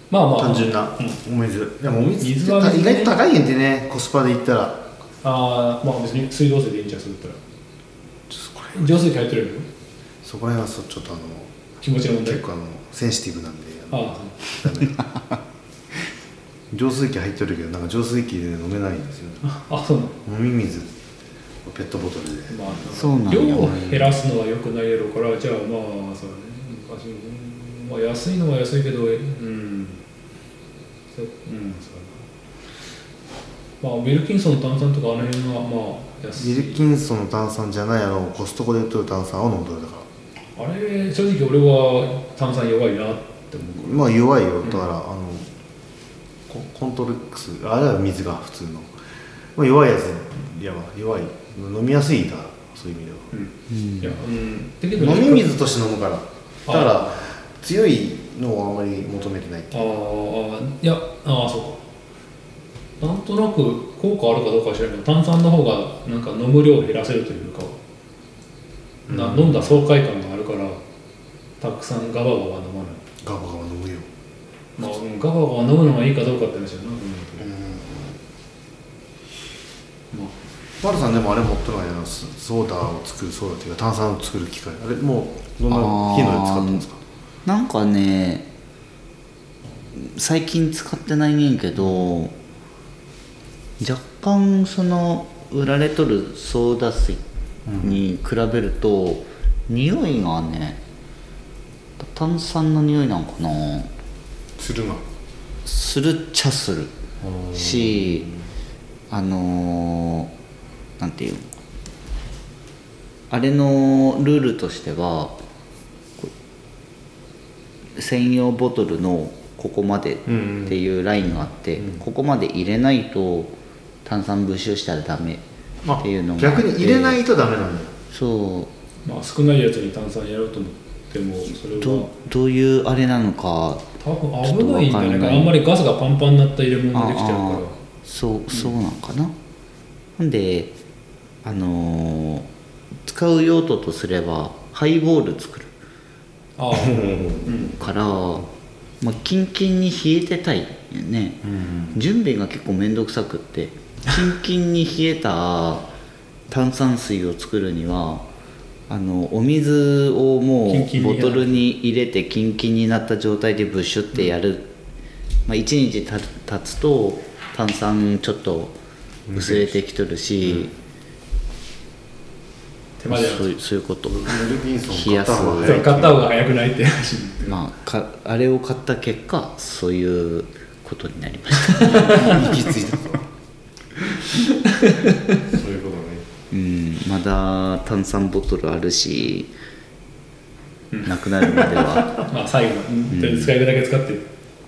Speaker 1: まあまあ
Speaker 3: 単純なお水でもお水って
Speaker 1: 水は水
Speaker 3: 意
Speaker 1: ね
Speaker 3: 外と高いんでねコスパで言ったら
Speaker 1: あーまあ別に水道水でいいんちゃうそれだったら浄水器入ってるよ
Speaker 3: そこら辺はそうちょっとあの
Speaker 1: 気持ちの問題
Speaker 3: 結構あのセンシティブなんであ
Speaker 1: あ
Speaker 3: の
Speaker 1: あ
Speaker 3: ダメ浄水器入ってるけどなんか浄水器で飲めないんですよ
Speaker 1: そうあそうなの
Speaker 3: 飲み水ペットボトルで
Speaker 1: まあ
Speaker 2: そうなんや
Speaker 1: 量を減らすのは良くないやろうからじゃあまあそうだね昔のうんまあ安いのは安いけどうんそううんそうだなまあウィルキンソンの炭酸とかあの辺はまあ安
Speaker 3: ミ
Speaker 1: い
Speaker 3: ルキンソンの炭酸じゃないあのコストコで売ってる炭酸を飲んどるだから
Speaker 1: あれ正直俺は炭酸弱いなって思う
Speaker 3: まあ弱いよだから、あのココントルックスあれは水が普通の、まあ、弱いやつやば弱い飲みやすいだからそういう意味で
Speaker 1: いやうんだけど
Speaker 3: は、飲み水として飲むからだ
Speaker 1: あ
Speaker 3: から強いのをあんまり求めてない
Speaker 1: ああいやああそうかなんとなく効果あるかどうかは知らないけど炭酸の方がなんか飲む量を減らせるというか、な飲んだ爽快感があるからたくさんガバガバ飲まない、
Speaker 3: ガバガバ飲むよ
Speaker 1: まあ、うんガバガバ飲むのがいいかどうかって話だな、ま
Speaker 3: マルさんでもあれ持ってないなソソーダを作るソーダっていうか炭酸を作る機械あれもうどんな機能で使ってますか
Speaker 2: なんかね最近使ってないねんけど若干その売られとるソーダ水に比べると、匂いがね炭酸の匂いなんかな
Speaker 3: するな
Speaker 2: するっちゃするしあのーなんていうのあれのルールとしてはこう専用ボトルのここまでっていうラインがあって、ここまで入れないと炭酸物臭したらダメ
Speaker 3: まあ
Speaker 2: っていうのもあって
Speaker 3: 逆に入れないとダメなんだよ
Speaker 2: そ
Speaker 1: まあ、少ないやつに炭酸やろうと思ってもそれ
Speaker 2: う
Speaker 1: は
Speaker 2: どどういうあれなのか
Speaker 1: 多分危ないんじゃな
Speaker 2: ちょっとわ
Speaker 1: い
Speaker 2: か
Speaker 1: か
Speaker 2: ん
Speaker 1: な
Speaker 2: ない
Speaker 1: あんまりガスがパンパンになった入れ物ができちゃう
Speaker 2: あ
Speaker 1: か
Speaker 2: あ
Speaker 1: ら
Speaker 2: そうそうなんかな、なんであのー使う用途とすればハイボール作る
Speaker 1: ああ
Speaker 2: から、まあ、キンキンに冷えてたいよね、準備が結構面倒くさくってキンキンに冷えた炭酸水を作るにはあのお水をも
Speaker 1: キンキン
Speaker 2: う
Speaker 1: に
Speaker 2: ボ
Speaker 1: やる
Speaker 2: トルに入れてキンキンになった状態でブッシュってやる、まあ、1日た経つと炭酸ちょっと薄れてきとるし、
Speaker 1: 手間じゃな
Speaker 2: そう
Speaker 1: く
Speaker 2: いうそういうこと
Speaker 3: ルビンソ
Speaker 2: 冷
Speaker 3: ン
Speaker 2: やす
Speaker 3: 買った方が
Speaker 1: て
Speaker 3: 早い
Speaker 1: 買った方が早くないって話
Speaker 2: まあかあれを買った結果そういうことになりました
Speaker 3: 行き着いたぞそういうことね
Speaker 2: うんまだ炭酸ボトルあるしなくなるまでは
Speaker 1: まあ最後までとりあえず使い分だけ使って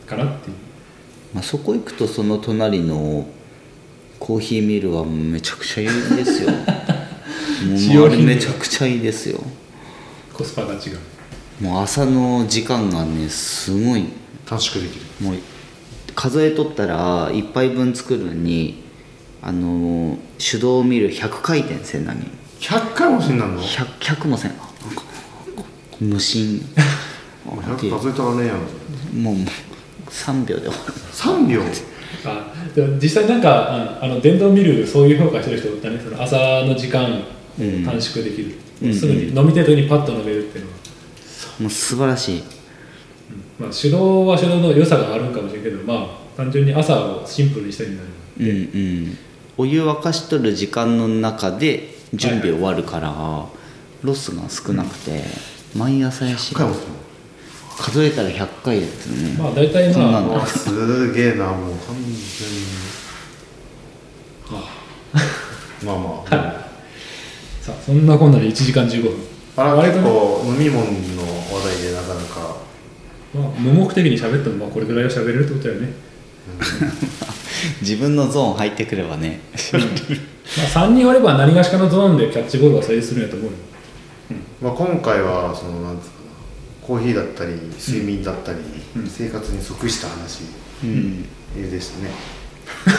Speaker 1: かなっていう
Speaker 2: まあそこ行くとその隣のコーヒーミルはめちゃくちゃいいんですよも
Speaker 1: 使
Speaker 2: う
Speaker 1: 用
Speaker 2: あれ
Speaker 1: 頻度
Speaker 2: めちゃくちゃいいですよ
Speaker 1: コスパが違う
Speaker 2: もう朝の時間がねすごい
Speaker 3: 短縮できる
Speaker 2: もう数えとったら1杯分作るのにあの手動ミル100回転せんなに
Speaker 3: 100回も死んなんの
Speaker 2: 100, 100もせんあなんか無心
Speaker 3: もう
Speaker 2: あってい
Speaker 3: 100
Speaker 2: う
Speaker 3: 数えたらねえやん
Speaker 2: もう3秒で終わる
Speaker 3: 3秒
Speaker 1: あでも実際なんか、うんあの電動ミルそういう評価してる人おったねその朝の時間を短縮できる、
Speaker 2: うん
Speaker 1: すぐに飲みたい時にパッと飲めるっていうのは、
Speaker 2: もう素晴らしい
Speaker 1: まあ、手動は手動の良さがあるんかもしれんけどまあ単純に朝をシンプルにしたいんだよね
Speaker 2: うんうんお湯沸かしとる時間の中で準備終わるから、ロスが少なくて、毎朝やし
Speaker 3: 100回も死んの
Speaker 2: 数えたら100回やってるね、
Speaker 1: まあ大体
Speaker 2: そんな
Speaker 1: まあ
Speaker 2: んだ
Speaker 3: あすげえなもう完全にまあまあ、
Speaker 1: さあそんなこんなで1時間15分
Speaker 3: あら
Speaker 1: 割
Speaker 3: 結
Speaker 1: とね
Speaker 3: 構飲み物の話題でなかなか
Speaker 1: まあ、無目的に喋ってもまあこれぐらいは喋れるってことだよね、
Speaker 2: 自分のゾーン入ってくれば ね
Speaker 1: まあ、3人おれば何がしかのゾーンでキャッチボールは成立するんやと思うよ
Speaker 3: まあ、今回はそのなんつうかなコーヒーだったり睡眠だったり、生活に即した話でした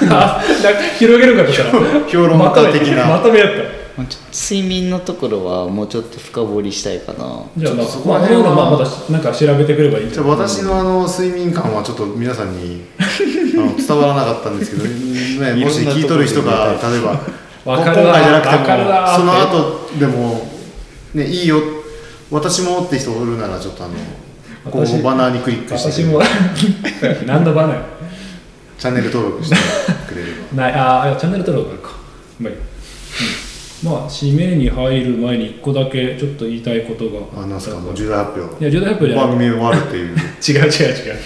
Speaker 3: ね、
Speaker 1: あ なんか広げるかとしたら
Speaker 3: 評論家的な
Speaker 1: まとめやった
Speaker 2: もうちょっと睡眠のところはもうちょっと深掘りしたいかな
Speaker 1: じゃあまあ
Speaker 3: ちょっとそ
Speaker 1: そ
Speaker 3: こ
Speaker 1: こ
Speaker 3: ら
Speaker 1: ら
Speaker 3: 辺
Speaker 1: 辺
Speaker 3: は
Speaker 1: はまあまだなんか調べてくればいいんじ
Speaker 3: じ
Speaker 1: ゃ
Speaker 3: ゃあ
Speaker 1: ない
Speaker 3: 私のあの睡眠感はちょっと皆さん にあの伝わらなかったんですけど、ね、もし聞いとる人が例えば
Speaker 1: わ
Speaker 3: 今
Speaker 1: か
Speaker 3: 回
Speaker 1: るわ
Speaker 3: じゃなくても
Speaker 1: わかるわ
Speaker 3: その後でも、ね、いいよ私もって人おるならちょっとあのこ
Speaker 1: 私
Speaker 3: うバナーにクリックして
Speaker 1: 私も何の 場ない
Speaker 3: チャンネル登録してくれれ ば
Speaker 1: ないああチャンネル登録あるかまあいい、うんまあ締めに入る前に1個だけちょっと言いたいことが
Speaker 3: あ
Speaker 1: あ
Speaker 3: なんすかもう
Speaker 1: い
Speaker 3: 重大発表
Speaker 1: や重大発表じゃない
Speaker 3: 番組終わるっていう
Speaker 1: 違う違う違う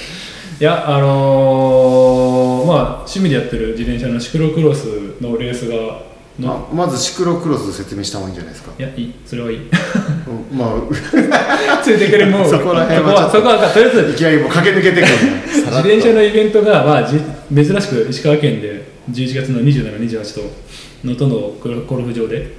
Speaker 1: いやあのーまあ趣味でやってる自転車のシクロクロスのレースが の
Speaker 3: ままずシクロクロス説明した方がいいんじゃないですか
Speaker 1: いやいいそれはいい
Speaker 3: まあ
Speaker 1: ついてくれもう
Speaker 3: そこら辺はちょっと
Speaker 1: そこはそこはとりあえず
Speaker 3: いきなりもう駆け抜けてくる
Speaker 1: 自転車のイベントが、まあ、じ珍しく石川県で11月の27、28と能登のゴルゴルフ場で、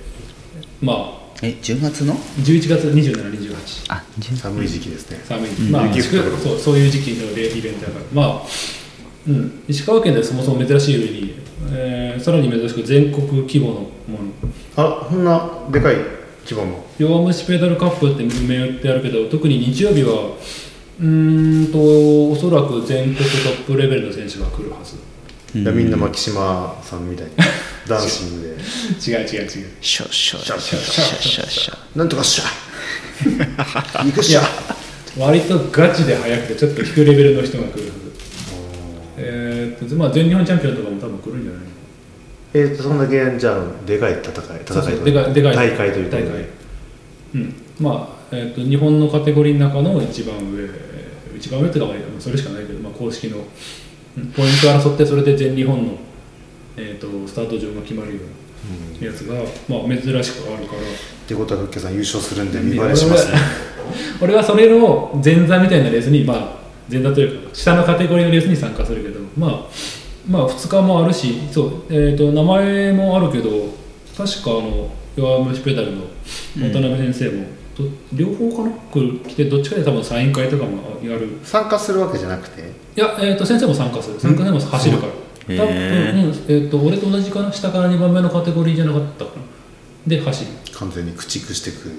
Speaker 1: まあ、
Speaker 2: え10月の
Speaker 1: 11月27、28
Speaker 2: あ10
Speaker 3: 寒い時期ですね
Speaker 1: 寒い、まあ、
Speaker 3: 雪降った頃
Speaker 1: そうそういう時期のイベントだから、まあうん、石川県でそもそも珍しい上に、えーさらに珍しく全国規模のもの
Speaker 3: あそんなでかい規模の
Speaker 1: 弱虫ペダルカップって銘打ってあるけど特に日曜日はうーんとおそらく全国トップレベルの選手が来るはず
Speaker 3: いやみんな牧島さんみたいにダンシングで
Speaker 1: 違う違う違う
Speaker 2: シャッシャッシャッシャッシャッシャッ
Speaker 3: なんとかっしゃ行くっしゃ
Speaker 1: 割とガチで速くてちょっと低いレベルの人が来るはずえーっと、まあ、全日本チャンピオンとかも多分来るんじゃない
Speaker 3: えーとそんだけじゃあでかい戦い戦いと
Speaker 1: そうそうで
Speaker 3: い
Speaker 1: かいでかい
Speaker 3: 大会ということで
Speaker 1: 大会うんまあ、えーっと日本のカテゴリーの中の一番上えー一番上っていうかまあそれしかないけど、まあ、公式のうんポイント争ってそれで全日本の、えーっとスタート場が決まるようなやつが、まあ、珍しくあるから
Speaker 3: ってことはふっけさん優勝するんで見バレしますね
Speaker 1: 俺はそれの前座みたいなレースにまあ前座というか下のカテゴリーのレースに参加するけどまあまあ2日もあるしそう、えー、と名前もあるけど確かあの弱虫ペダルの渡辺先生も、ど両方かな来る来てどっちかで多分サイン会とかもやる
Speaker 3: 参加するわけじゃなくて
Speaker 1: いや、えー、と先生も参加する参加でも走るから
Speaker 2: へー
Speaker 1: 多分、うんえー、と俺と同じかな下から2番目のカテゴリーじゃなかったかなで走る
Speaker 3: 完全に駆逐してくる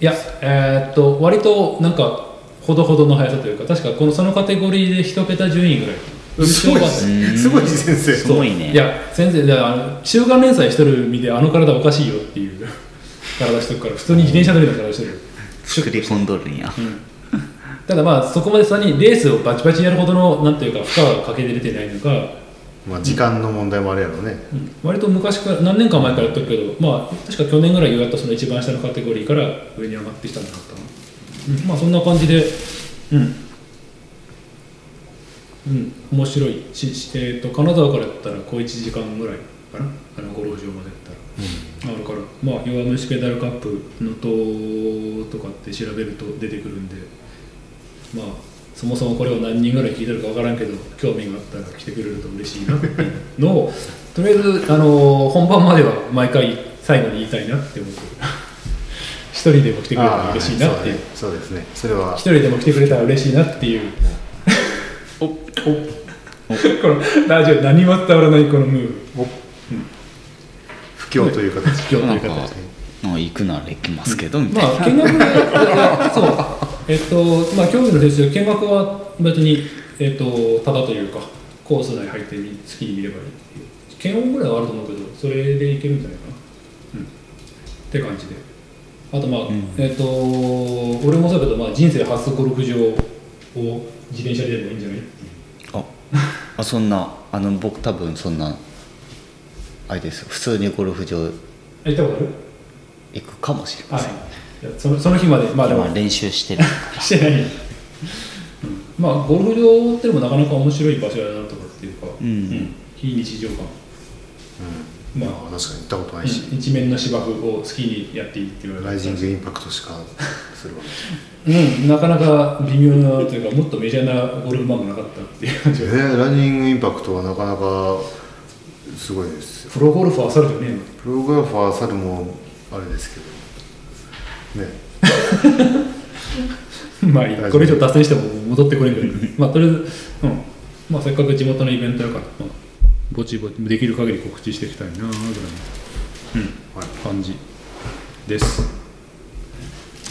Speaker 1: いやえーっと割となんかほどほどの速さというか確かこのそのカテゴリーで一桁順位ぐらい
Speaker 3: すご
Speaker 1: 後ろ
Speaker 3: いで
Speaker 1: は
Speaker 3: す
Speaker 2: う
Speaker 3: ね
Speaker 2: ん
Speaker 3: すごい先生
Speaker 2: すごいね
Speaker 1: いや先生だからあの週刊連載してる身であの体おかしいよっていう 体してるから普通に自転車乗りの体してるよ、
Speaker 2: 作り込んどるんや
Speaker 1: うん、ただまあそこまでさにレースをバチバチやるほどのなんていうか負荷がかけて出てないのか
Speaker 3: まあ時間の問題もあるやろうね、
Speaker 1: うん割と昔から何年か前からやってるけど、まあ、確か去年ぐらいようやっとその一番下のカテゴリーから上に上がってきたんだったかな、うんまあそんな感じでうん、うん、面白いし、しえー、と金沢からやったら小1時間ぐらいかなあの五郎城までやったら、あるからまあ弱虫ペダルカップのととかって調べると出てくるんでまあそもそもこれを何人ぐらい聞いてるか分からんけど興味があったら来てくれると嬉しいなっていうのを とりあえず、あのー本番までは毎回最後に言いたいなって思ってる一人でも来てくれたら嬉しいなっていう
Speaker 3: あーそうだねそうですねそれは
Speaker 1: 一人でも来てくれたら嬉しいなっていう
Speaker 2: おお
Speaker 1: このラジオ何も伝わらないこのムーブ
Speaker 3: 不況という 形
Speaker 1: 今日と
Speaker 2: ないん
Speaker 1: う
Speaker 2: か
Speaker 1: 形で
Speaker 2: なんか行くなら行きますけどみた い
Speaker 1: まあ見学そうえっとまあ興味の先生見学は別にえっとただというかコース内入ってみ好きに見ればいいっていう検温ぐらいはあると思うけどそれでいけるんじゃないかなうんって感じであとまあ、
Speaker 2: ん
Speaker 1: えっと俺もそうだけど、まあ、人生初ゴルフ場を自転車でもいいんじゃない
Speaker 2: なああそんなあの僕多分そんなあれです普通にゴルフ場
Speaker 1: あ行ったことある
Speaker 2: 行くかもしれま
Speaker 1: は
Speaker 2: せん、
Speaker 1: いいやそのその日までまあでも
Speaker 2: 今練習してる
Speaker 1: してない、うんまあゴルフ場ってのもなかなか面白い場所だなとかっていうか、
Speaker 2: うん
Speaker 1: 非日常感、
Speaker 3: まあ
Speaker 1: まあ、
Speaker 3: 確かに行ったことな
Speaker 1: う
Speaker 3: いし、
Speaker 1: ん一面の芝生を好きにやっていいって言われ
Speaker 3: ライジン
Speaker 1: て
Speaker 3: グインパクトしかするわけじ
Speaker 1: うんなかなか微妙なというかもっとメジャーなゴルフマンもなかったって いう感じ
Speaker 3: ゃないえーライジングインパクトはなかなかすごいですよ
Speaker 1: プロゴルファーされてねえの
Speaker 3: プログラファー猿もあれですけどね
Speaker 1: まあいいこれ以上脱線しても戻ってこれ んけど、まあとりあえず、うんまあ、せっかく地元のイベントやから、まあ、ぼちぼちできる限り告知していきたいなぐらいの、うん
Speaker 3: はい
Speaker 1: 感じです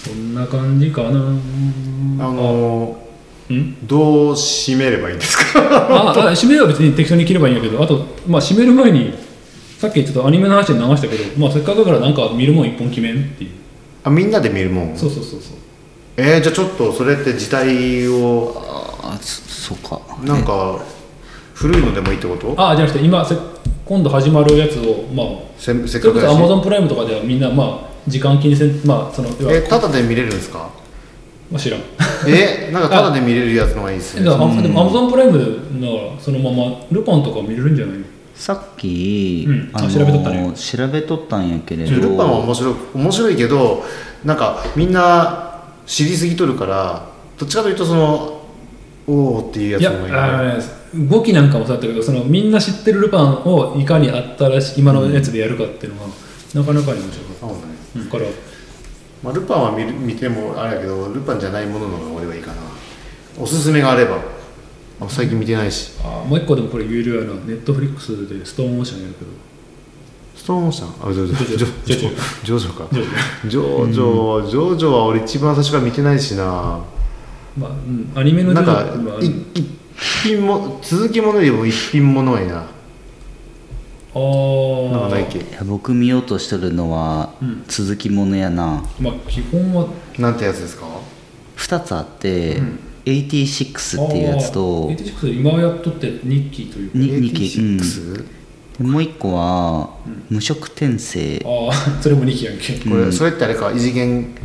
Speaker 1: そんな感じかな
Speaker 3: あの
Speaker 1: うん
Speaker 3: ー、どう締めればいいんですか
Speaker 1: ああ締めは別に適当に切ればいいんやけどあと、まあ、締める前にさっきちょっとアニメの話で流したけど、まあ、せっかくだからなんか見るもん一本決めんっていう
Speaker 3: あみんなで見るもん
Speaker 1: そうそうそうそう
Speaker 3: えー、じゃあちょっとそれって時代を
Speaker 2: あそそうか
Speaker 3: なんか古いのでもいいってこと
Speaker 1: ああじゃなくて今せ今度始まるやつをまあ
Speaker 3: せせっ
Speaker 1: そ
Speaker 3: か
Speaker 1: れこ
Speaker 3: く
Speaker 1: そ
Speaker 3: だ
Speaker 1: ア
Speaker 3: し
Speaker 1: マゾンプライムとかではみんなまあ時間気にせんまあその要は
Speaker 3: えタダで見れるんですか
Speaker 1: まあ、知らん
Speaker 3: えなんかタダで見れるやつの方がいいです
Speaker 1: で
Speaker 3: ね
Speaker 1: もアマゾンプライムならそのままルパンとか見れるんじゃないの
Speaker 2: さっき、
Speaker 1: うんあ
Speaker 2: の
Speaker 1: 調べとったね
Speaker 2: 調べとったんやけれど
Speaker 3: ルパンは面白く面白いけどなんかみんな知りすぎとるからどっちかというとそのおおっていう
Speaker 1: いや
Speaker 3: やつの方がいいね
Speaker 1: あのね語気なんかもそうだったけどそのみんな知ってるルパンをいかに新しい今のやつでやるかっていうのは、なかなかに面白かっ
Speaker 3: そうね
Speaker 1: た、だから
Speaker 3: まあ、ルパンは見る見てもあれやけどルパンじゃないものの方が俺はいいかなおすすめがあればあ最近見てないし
Speaker 1: あもう一個でもこれ有料やなネットフリックスでストーンオーシャンやるけど
Speaker 3: ストーンオーシャンあジョジョジョジョジョジョか
Speaker 1: ジョジ
Speaker 3: ジョジョジョジョは俺一番最初から見てないしな
Speaker 1: まあ、うん、アニメの
Speaker 3: なん
Speaker 1: ジ
Speaker 3: か
Speaker 1: ョジョまあ
Speaker 3: い一品も続きものよりも一品ものがいいな
Speaker 1: あー
Speaker 3: なんかないっけ
Speaker 2: いや僕見ようとしてるのは、
Speaker 1: うん
Speaker 2: 続きものやな
Speaker 1: まあ基本は
Speaker 3: なんてやつですか
Speaker 2: 2つあって、86っていうやつと
Speaker 1: あー86今やっとって日記というか
Speaker 2: に2期、うんで
Speaker 3: 86?
Speaker 2: もう1個は、無色転生、
Speaker 1: ああそれも2期やんけ
Speaker 3: これそれってあれか異次元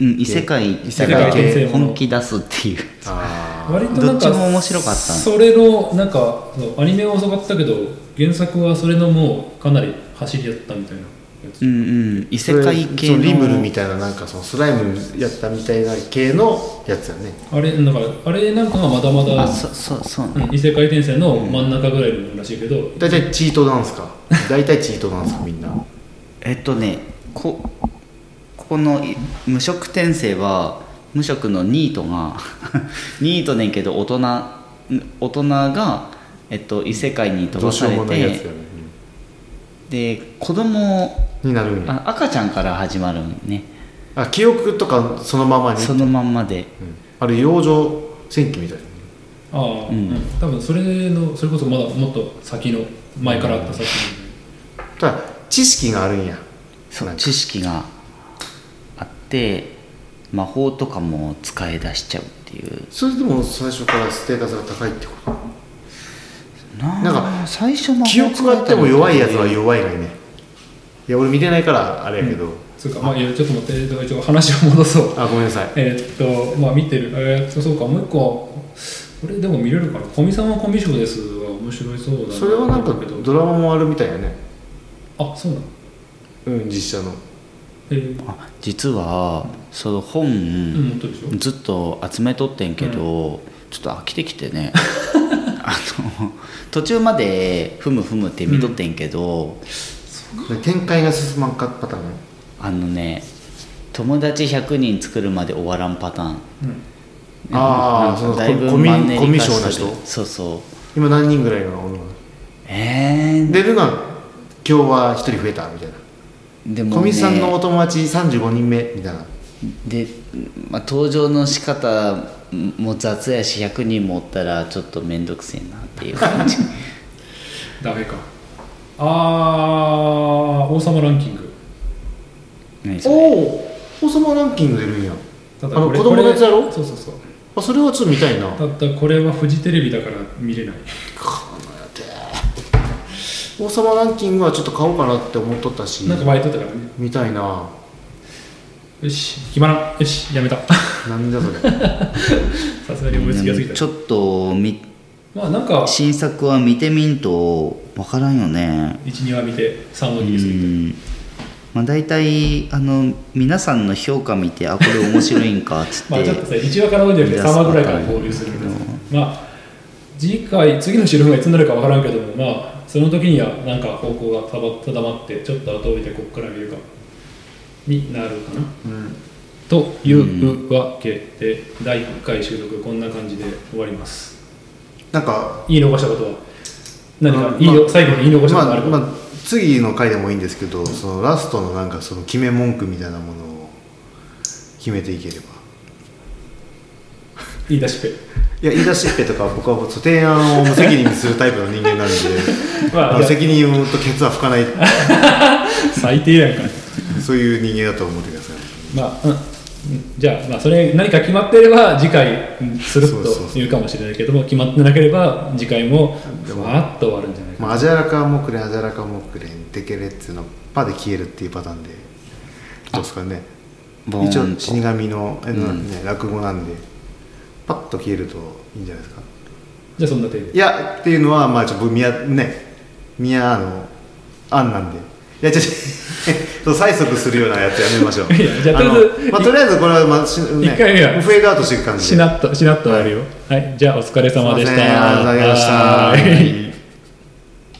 Speaker 2: うん、異世界
Speaker 3: 異世界
Speaker 1: 系
Speaker 2: 本気出すっていう
Speaker 3: あ
Speaker 1: 割と
Speaker 2: ど
Speaker 1: なん
Speaker 2: っち
Speaker 1: か
Speaker 2: も面白かった
Speaker 1: それのなんかそうアニメは遅かったけど原作はそれのもうかなり走りやったみたいな
Speaker 2: うんうん異世界系
Speaker 3: そ
Speaker 2: の
Speaker 3: うリムルみたいななんかそのスライムやったみたいな系のやつやね
Speaker 1: あれなんかあれなんかがまだま
Speaker 2: あ
Speaker 1: だ、
Speaker 2: そそうそう
Speaker 1: うん異世界転生の真ん中ぐらいのらしいけど、
Speaker 3: 大体チートなんすか大体チートなんすかみんな
Speaker 2: えっとねこここのい無職転生は無職のニートが ニートねんけど大人ん大人が、えっと、異世界に飛
Speaker 3: ど
Speaker 2: ば
Speaker 3: うし
Speaker 2: さ
Speaker 3: よう
Speaker 2: れ
Speaker 3: もないやつ
Speaker 2: て
Speaker 3: やね、
Speaker 2: で子供
Speaker 3: うんになるんや
Speaker 2: あ赤ちゃんから始まるんね
Speaker 3: あ記憶とかそのままに、
Speaker 2: そのまんまで
Speaker 3: うんあれ養生戦記みたいな
Speaker 1: ああ、
Speaker 2: うん
Speaker 1: うん多分それのそれこそまだもっと先の前からあった先
Speaker 3: ただ知識があるんや
Speaker 2: そう
Speaker 3: なんか
Speaker 2: 知識があって魔法とかも使い出しちゃうっていう
Speaker 3: それでも最初からステータスが高いってこと
Speaker 2: なあ
Speaker 3: なんか
Speaker 2: 最初魔法
Speaker 3: 記憶があっても弱いやつは
Speaker 2: 使い
Speaker 3: 弱いがいねいや俺見てないからあれやけど、
Speaker 1: つうかまあいやちょっと待ってだから一応話を戻そう
Speaker 3: あごめんなさい
Speaker 1: えーっとまあ見てるえーっとそうかもう一個これでも見れるかな「古見さんはコミショです」は面白いそうだな
Speaker 3: それはなんか
Speaker 1: けど
Speaker 3: ドラマもあるみたいやね
Speaker 1: あそうなの
Speaker 3: うん実写の
Speaker 1: えー
Speaker 2: たいあ実はその本、
Speaker 1: うん持ってるでしょ
Speaker 2: ずっと集めとってんけど、ちょっと飽きてきて ねあの途中までふむふむって見とってんけど、
Speaker 3: で展開が進まんかったパターンね
Speaker 2: あのね友達100人作るまで終わらんパターン
Speaker 3: ああそ
Speaker 2: なん
Speaker 3: の
Speaker 2: かだいぶ
Speaker 3: コミ
Speaker 2: マンネリ化
Speaker 3: コミショな
Speaker 2: す
Speaker 3: 人
Speaker 2: るそうそう
Speaker 3: 今何人ぐらいのおるの
Speaker 2: えー、
Speaker 3: でルナ今日は一人増えたみたいな
Speaker 2: でも
Speaker 3: 古
Speaker 2: ね
Speaker 3: 見さんのお友達35人目みたいな
Speaker 2: で、まあ、登場の仕方も雑やし100人もおったらちょっと面倒くせえなって いう感じ
Speaker 1: ダメかあー王様ランキング
Speaker 2: 何そ
Speaker 3: お
Speaker 2: れ
Speaker 3: お王様ランキング出るんや
Speaker 1: ただ
Speaker 3: あの
Speaker 1: これ
Speaker 3: 子供のやつや
Speaker 1: こ
Speaker 3: ろ
Speaker 1: れそうそうそう
Speaker 3: あそれはちょっと見たいな
Speaker 1: ただこれはフジテレビだから見れない
Speaker 3: 王様ランキングはちょっと買おうかなって思っとったし
Speaker 1: なんかバイトだからね
Speaker 3: 見たいな
Speaker 1: よし暇なよしやめた
Speaker 3: なんだそ れ
Speaker 1: さすがに思いつきやすぎた
Speaker 2: ちょっとみ
Speaker 1: まあなんか
Speaker 2: 新作は見てみんと分からんよね
Speaker 1: 12話見て3話
Speaker 2: う
Speaker 1: にする
Speaker 2: んまあ大体あの皆さんの評価見てあこれ面白いんかっ つって
Speaker 1: まあちょっとさ1話から読んでる3話ぐらいから交流するみたいなまあ次回次の収録がいつになるか分からんけどもまあその時にはなんか方向が定まってちょっと後を見てここから見るかになるかな、というわけで、第1回収録こんな感じで終わります
Speaker 3: なんか
Speaker 1: 言い逃したことは何
Speaker 3: まあ
Speaker 1: か言いの、最後に言い
Speaker 3: ま
Speaker 1: 残したことあ
Speaker 3: あ
Speaker 1: るか、
Speaker 3: まあ次の回でもいいんですけどそのラストのなんかその決め文句みたいなものを決めていければ
Speaker 1: 言い出しっ
Speaker 3: いや言い出しっぺとか僕は提案を無責任にするタイプの人間 なんで
Speaker 1: ぺま
Speaker 3: あ
Speaker 1: あ
Speaker 3: の
Speaker 1: じゃ
Speaker 3: 責任をとケツは拭かない
Speaker 1: あ最低やんか
Speaker 3: そういう人間だと思ってください
Speaker 1: まあ、うんじゃあ,、まあそれ何か決まってれば次回うんする
Speaker 3: そうそうそう
Speaker 1: というかもしれないけども決まってなければ次回も
Speaker 3: でも
Speaker 1: わーっと終わるんじゃないか
Speaker 3: まあ、アジャラカもくれんアジャラカもくれんテケレッツのパで消えるっていうパターンでどうですかね
Speaker 2: ボーン
Speaker 3: 一
Speaker 2: と
Speaker 3: 応死神の、えね、落語なんでパッと消えるといいんじゃないですか
Speaker 1: じゃあそんな程度
Speaker 3: いやっていうのはまあちょっと宮ね宮の案なんでいや違う違う そう催促するようなやつやめましょ う
Speaker 1: いやじゃあ
Speaker 3: の
Speaker 1: とりあえず
Speaker 3: まあ、とりあえずこれは、まあしね、
Speaker 1: 一回目は
Speaker 3: フェードアウトしていく感じで
Speaker 1: しなっとしなっと終わるよはい、じゃあお疲れ様でした
Speaker 3: すいませんありがとうございました
Speaker 1: は
Speaker 3: はいい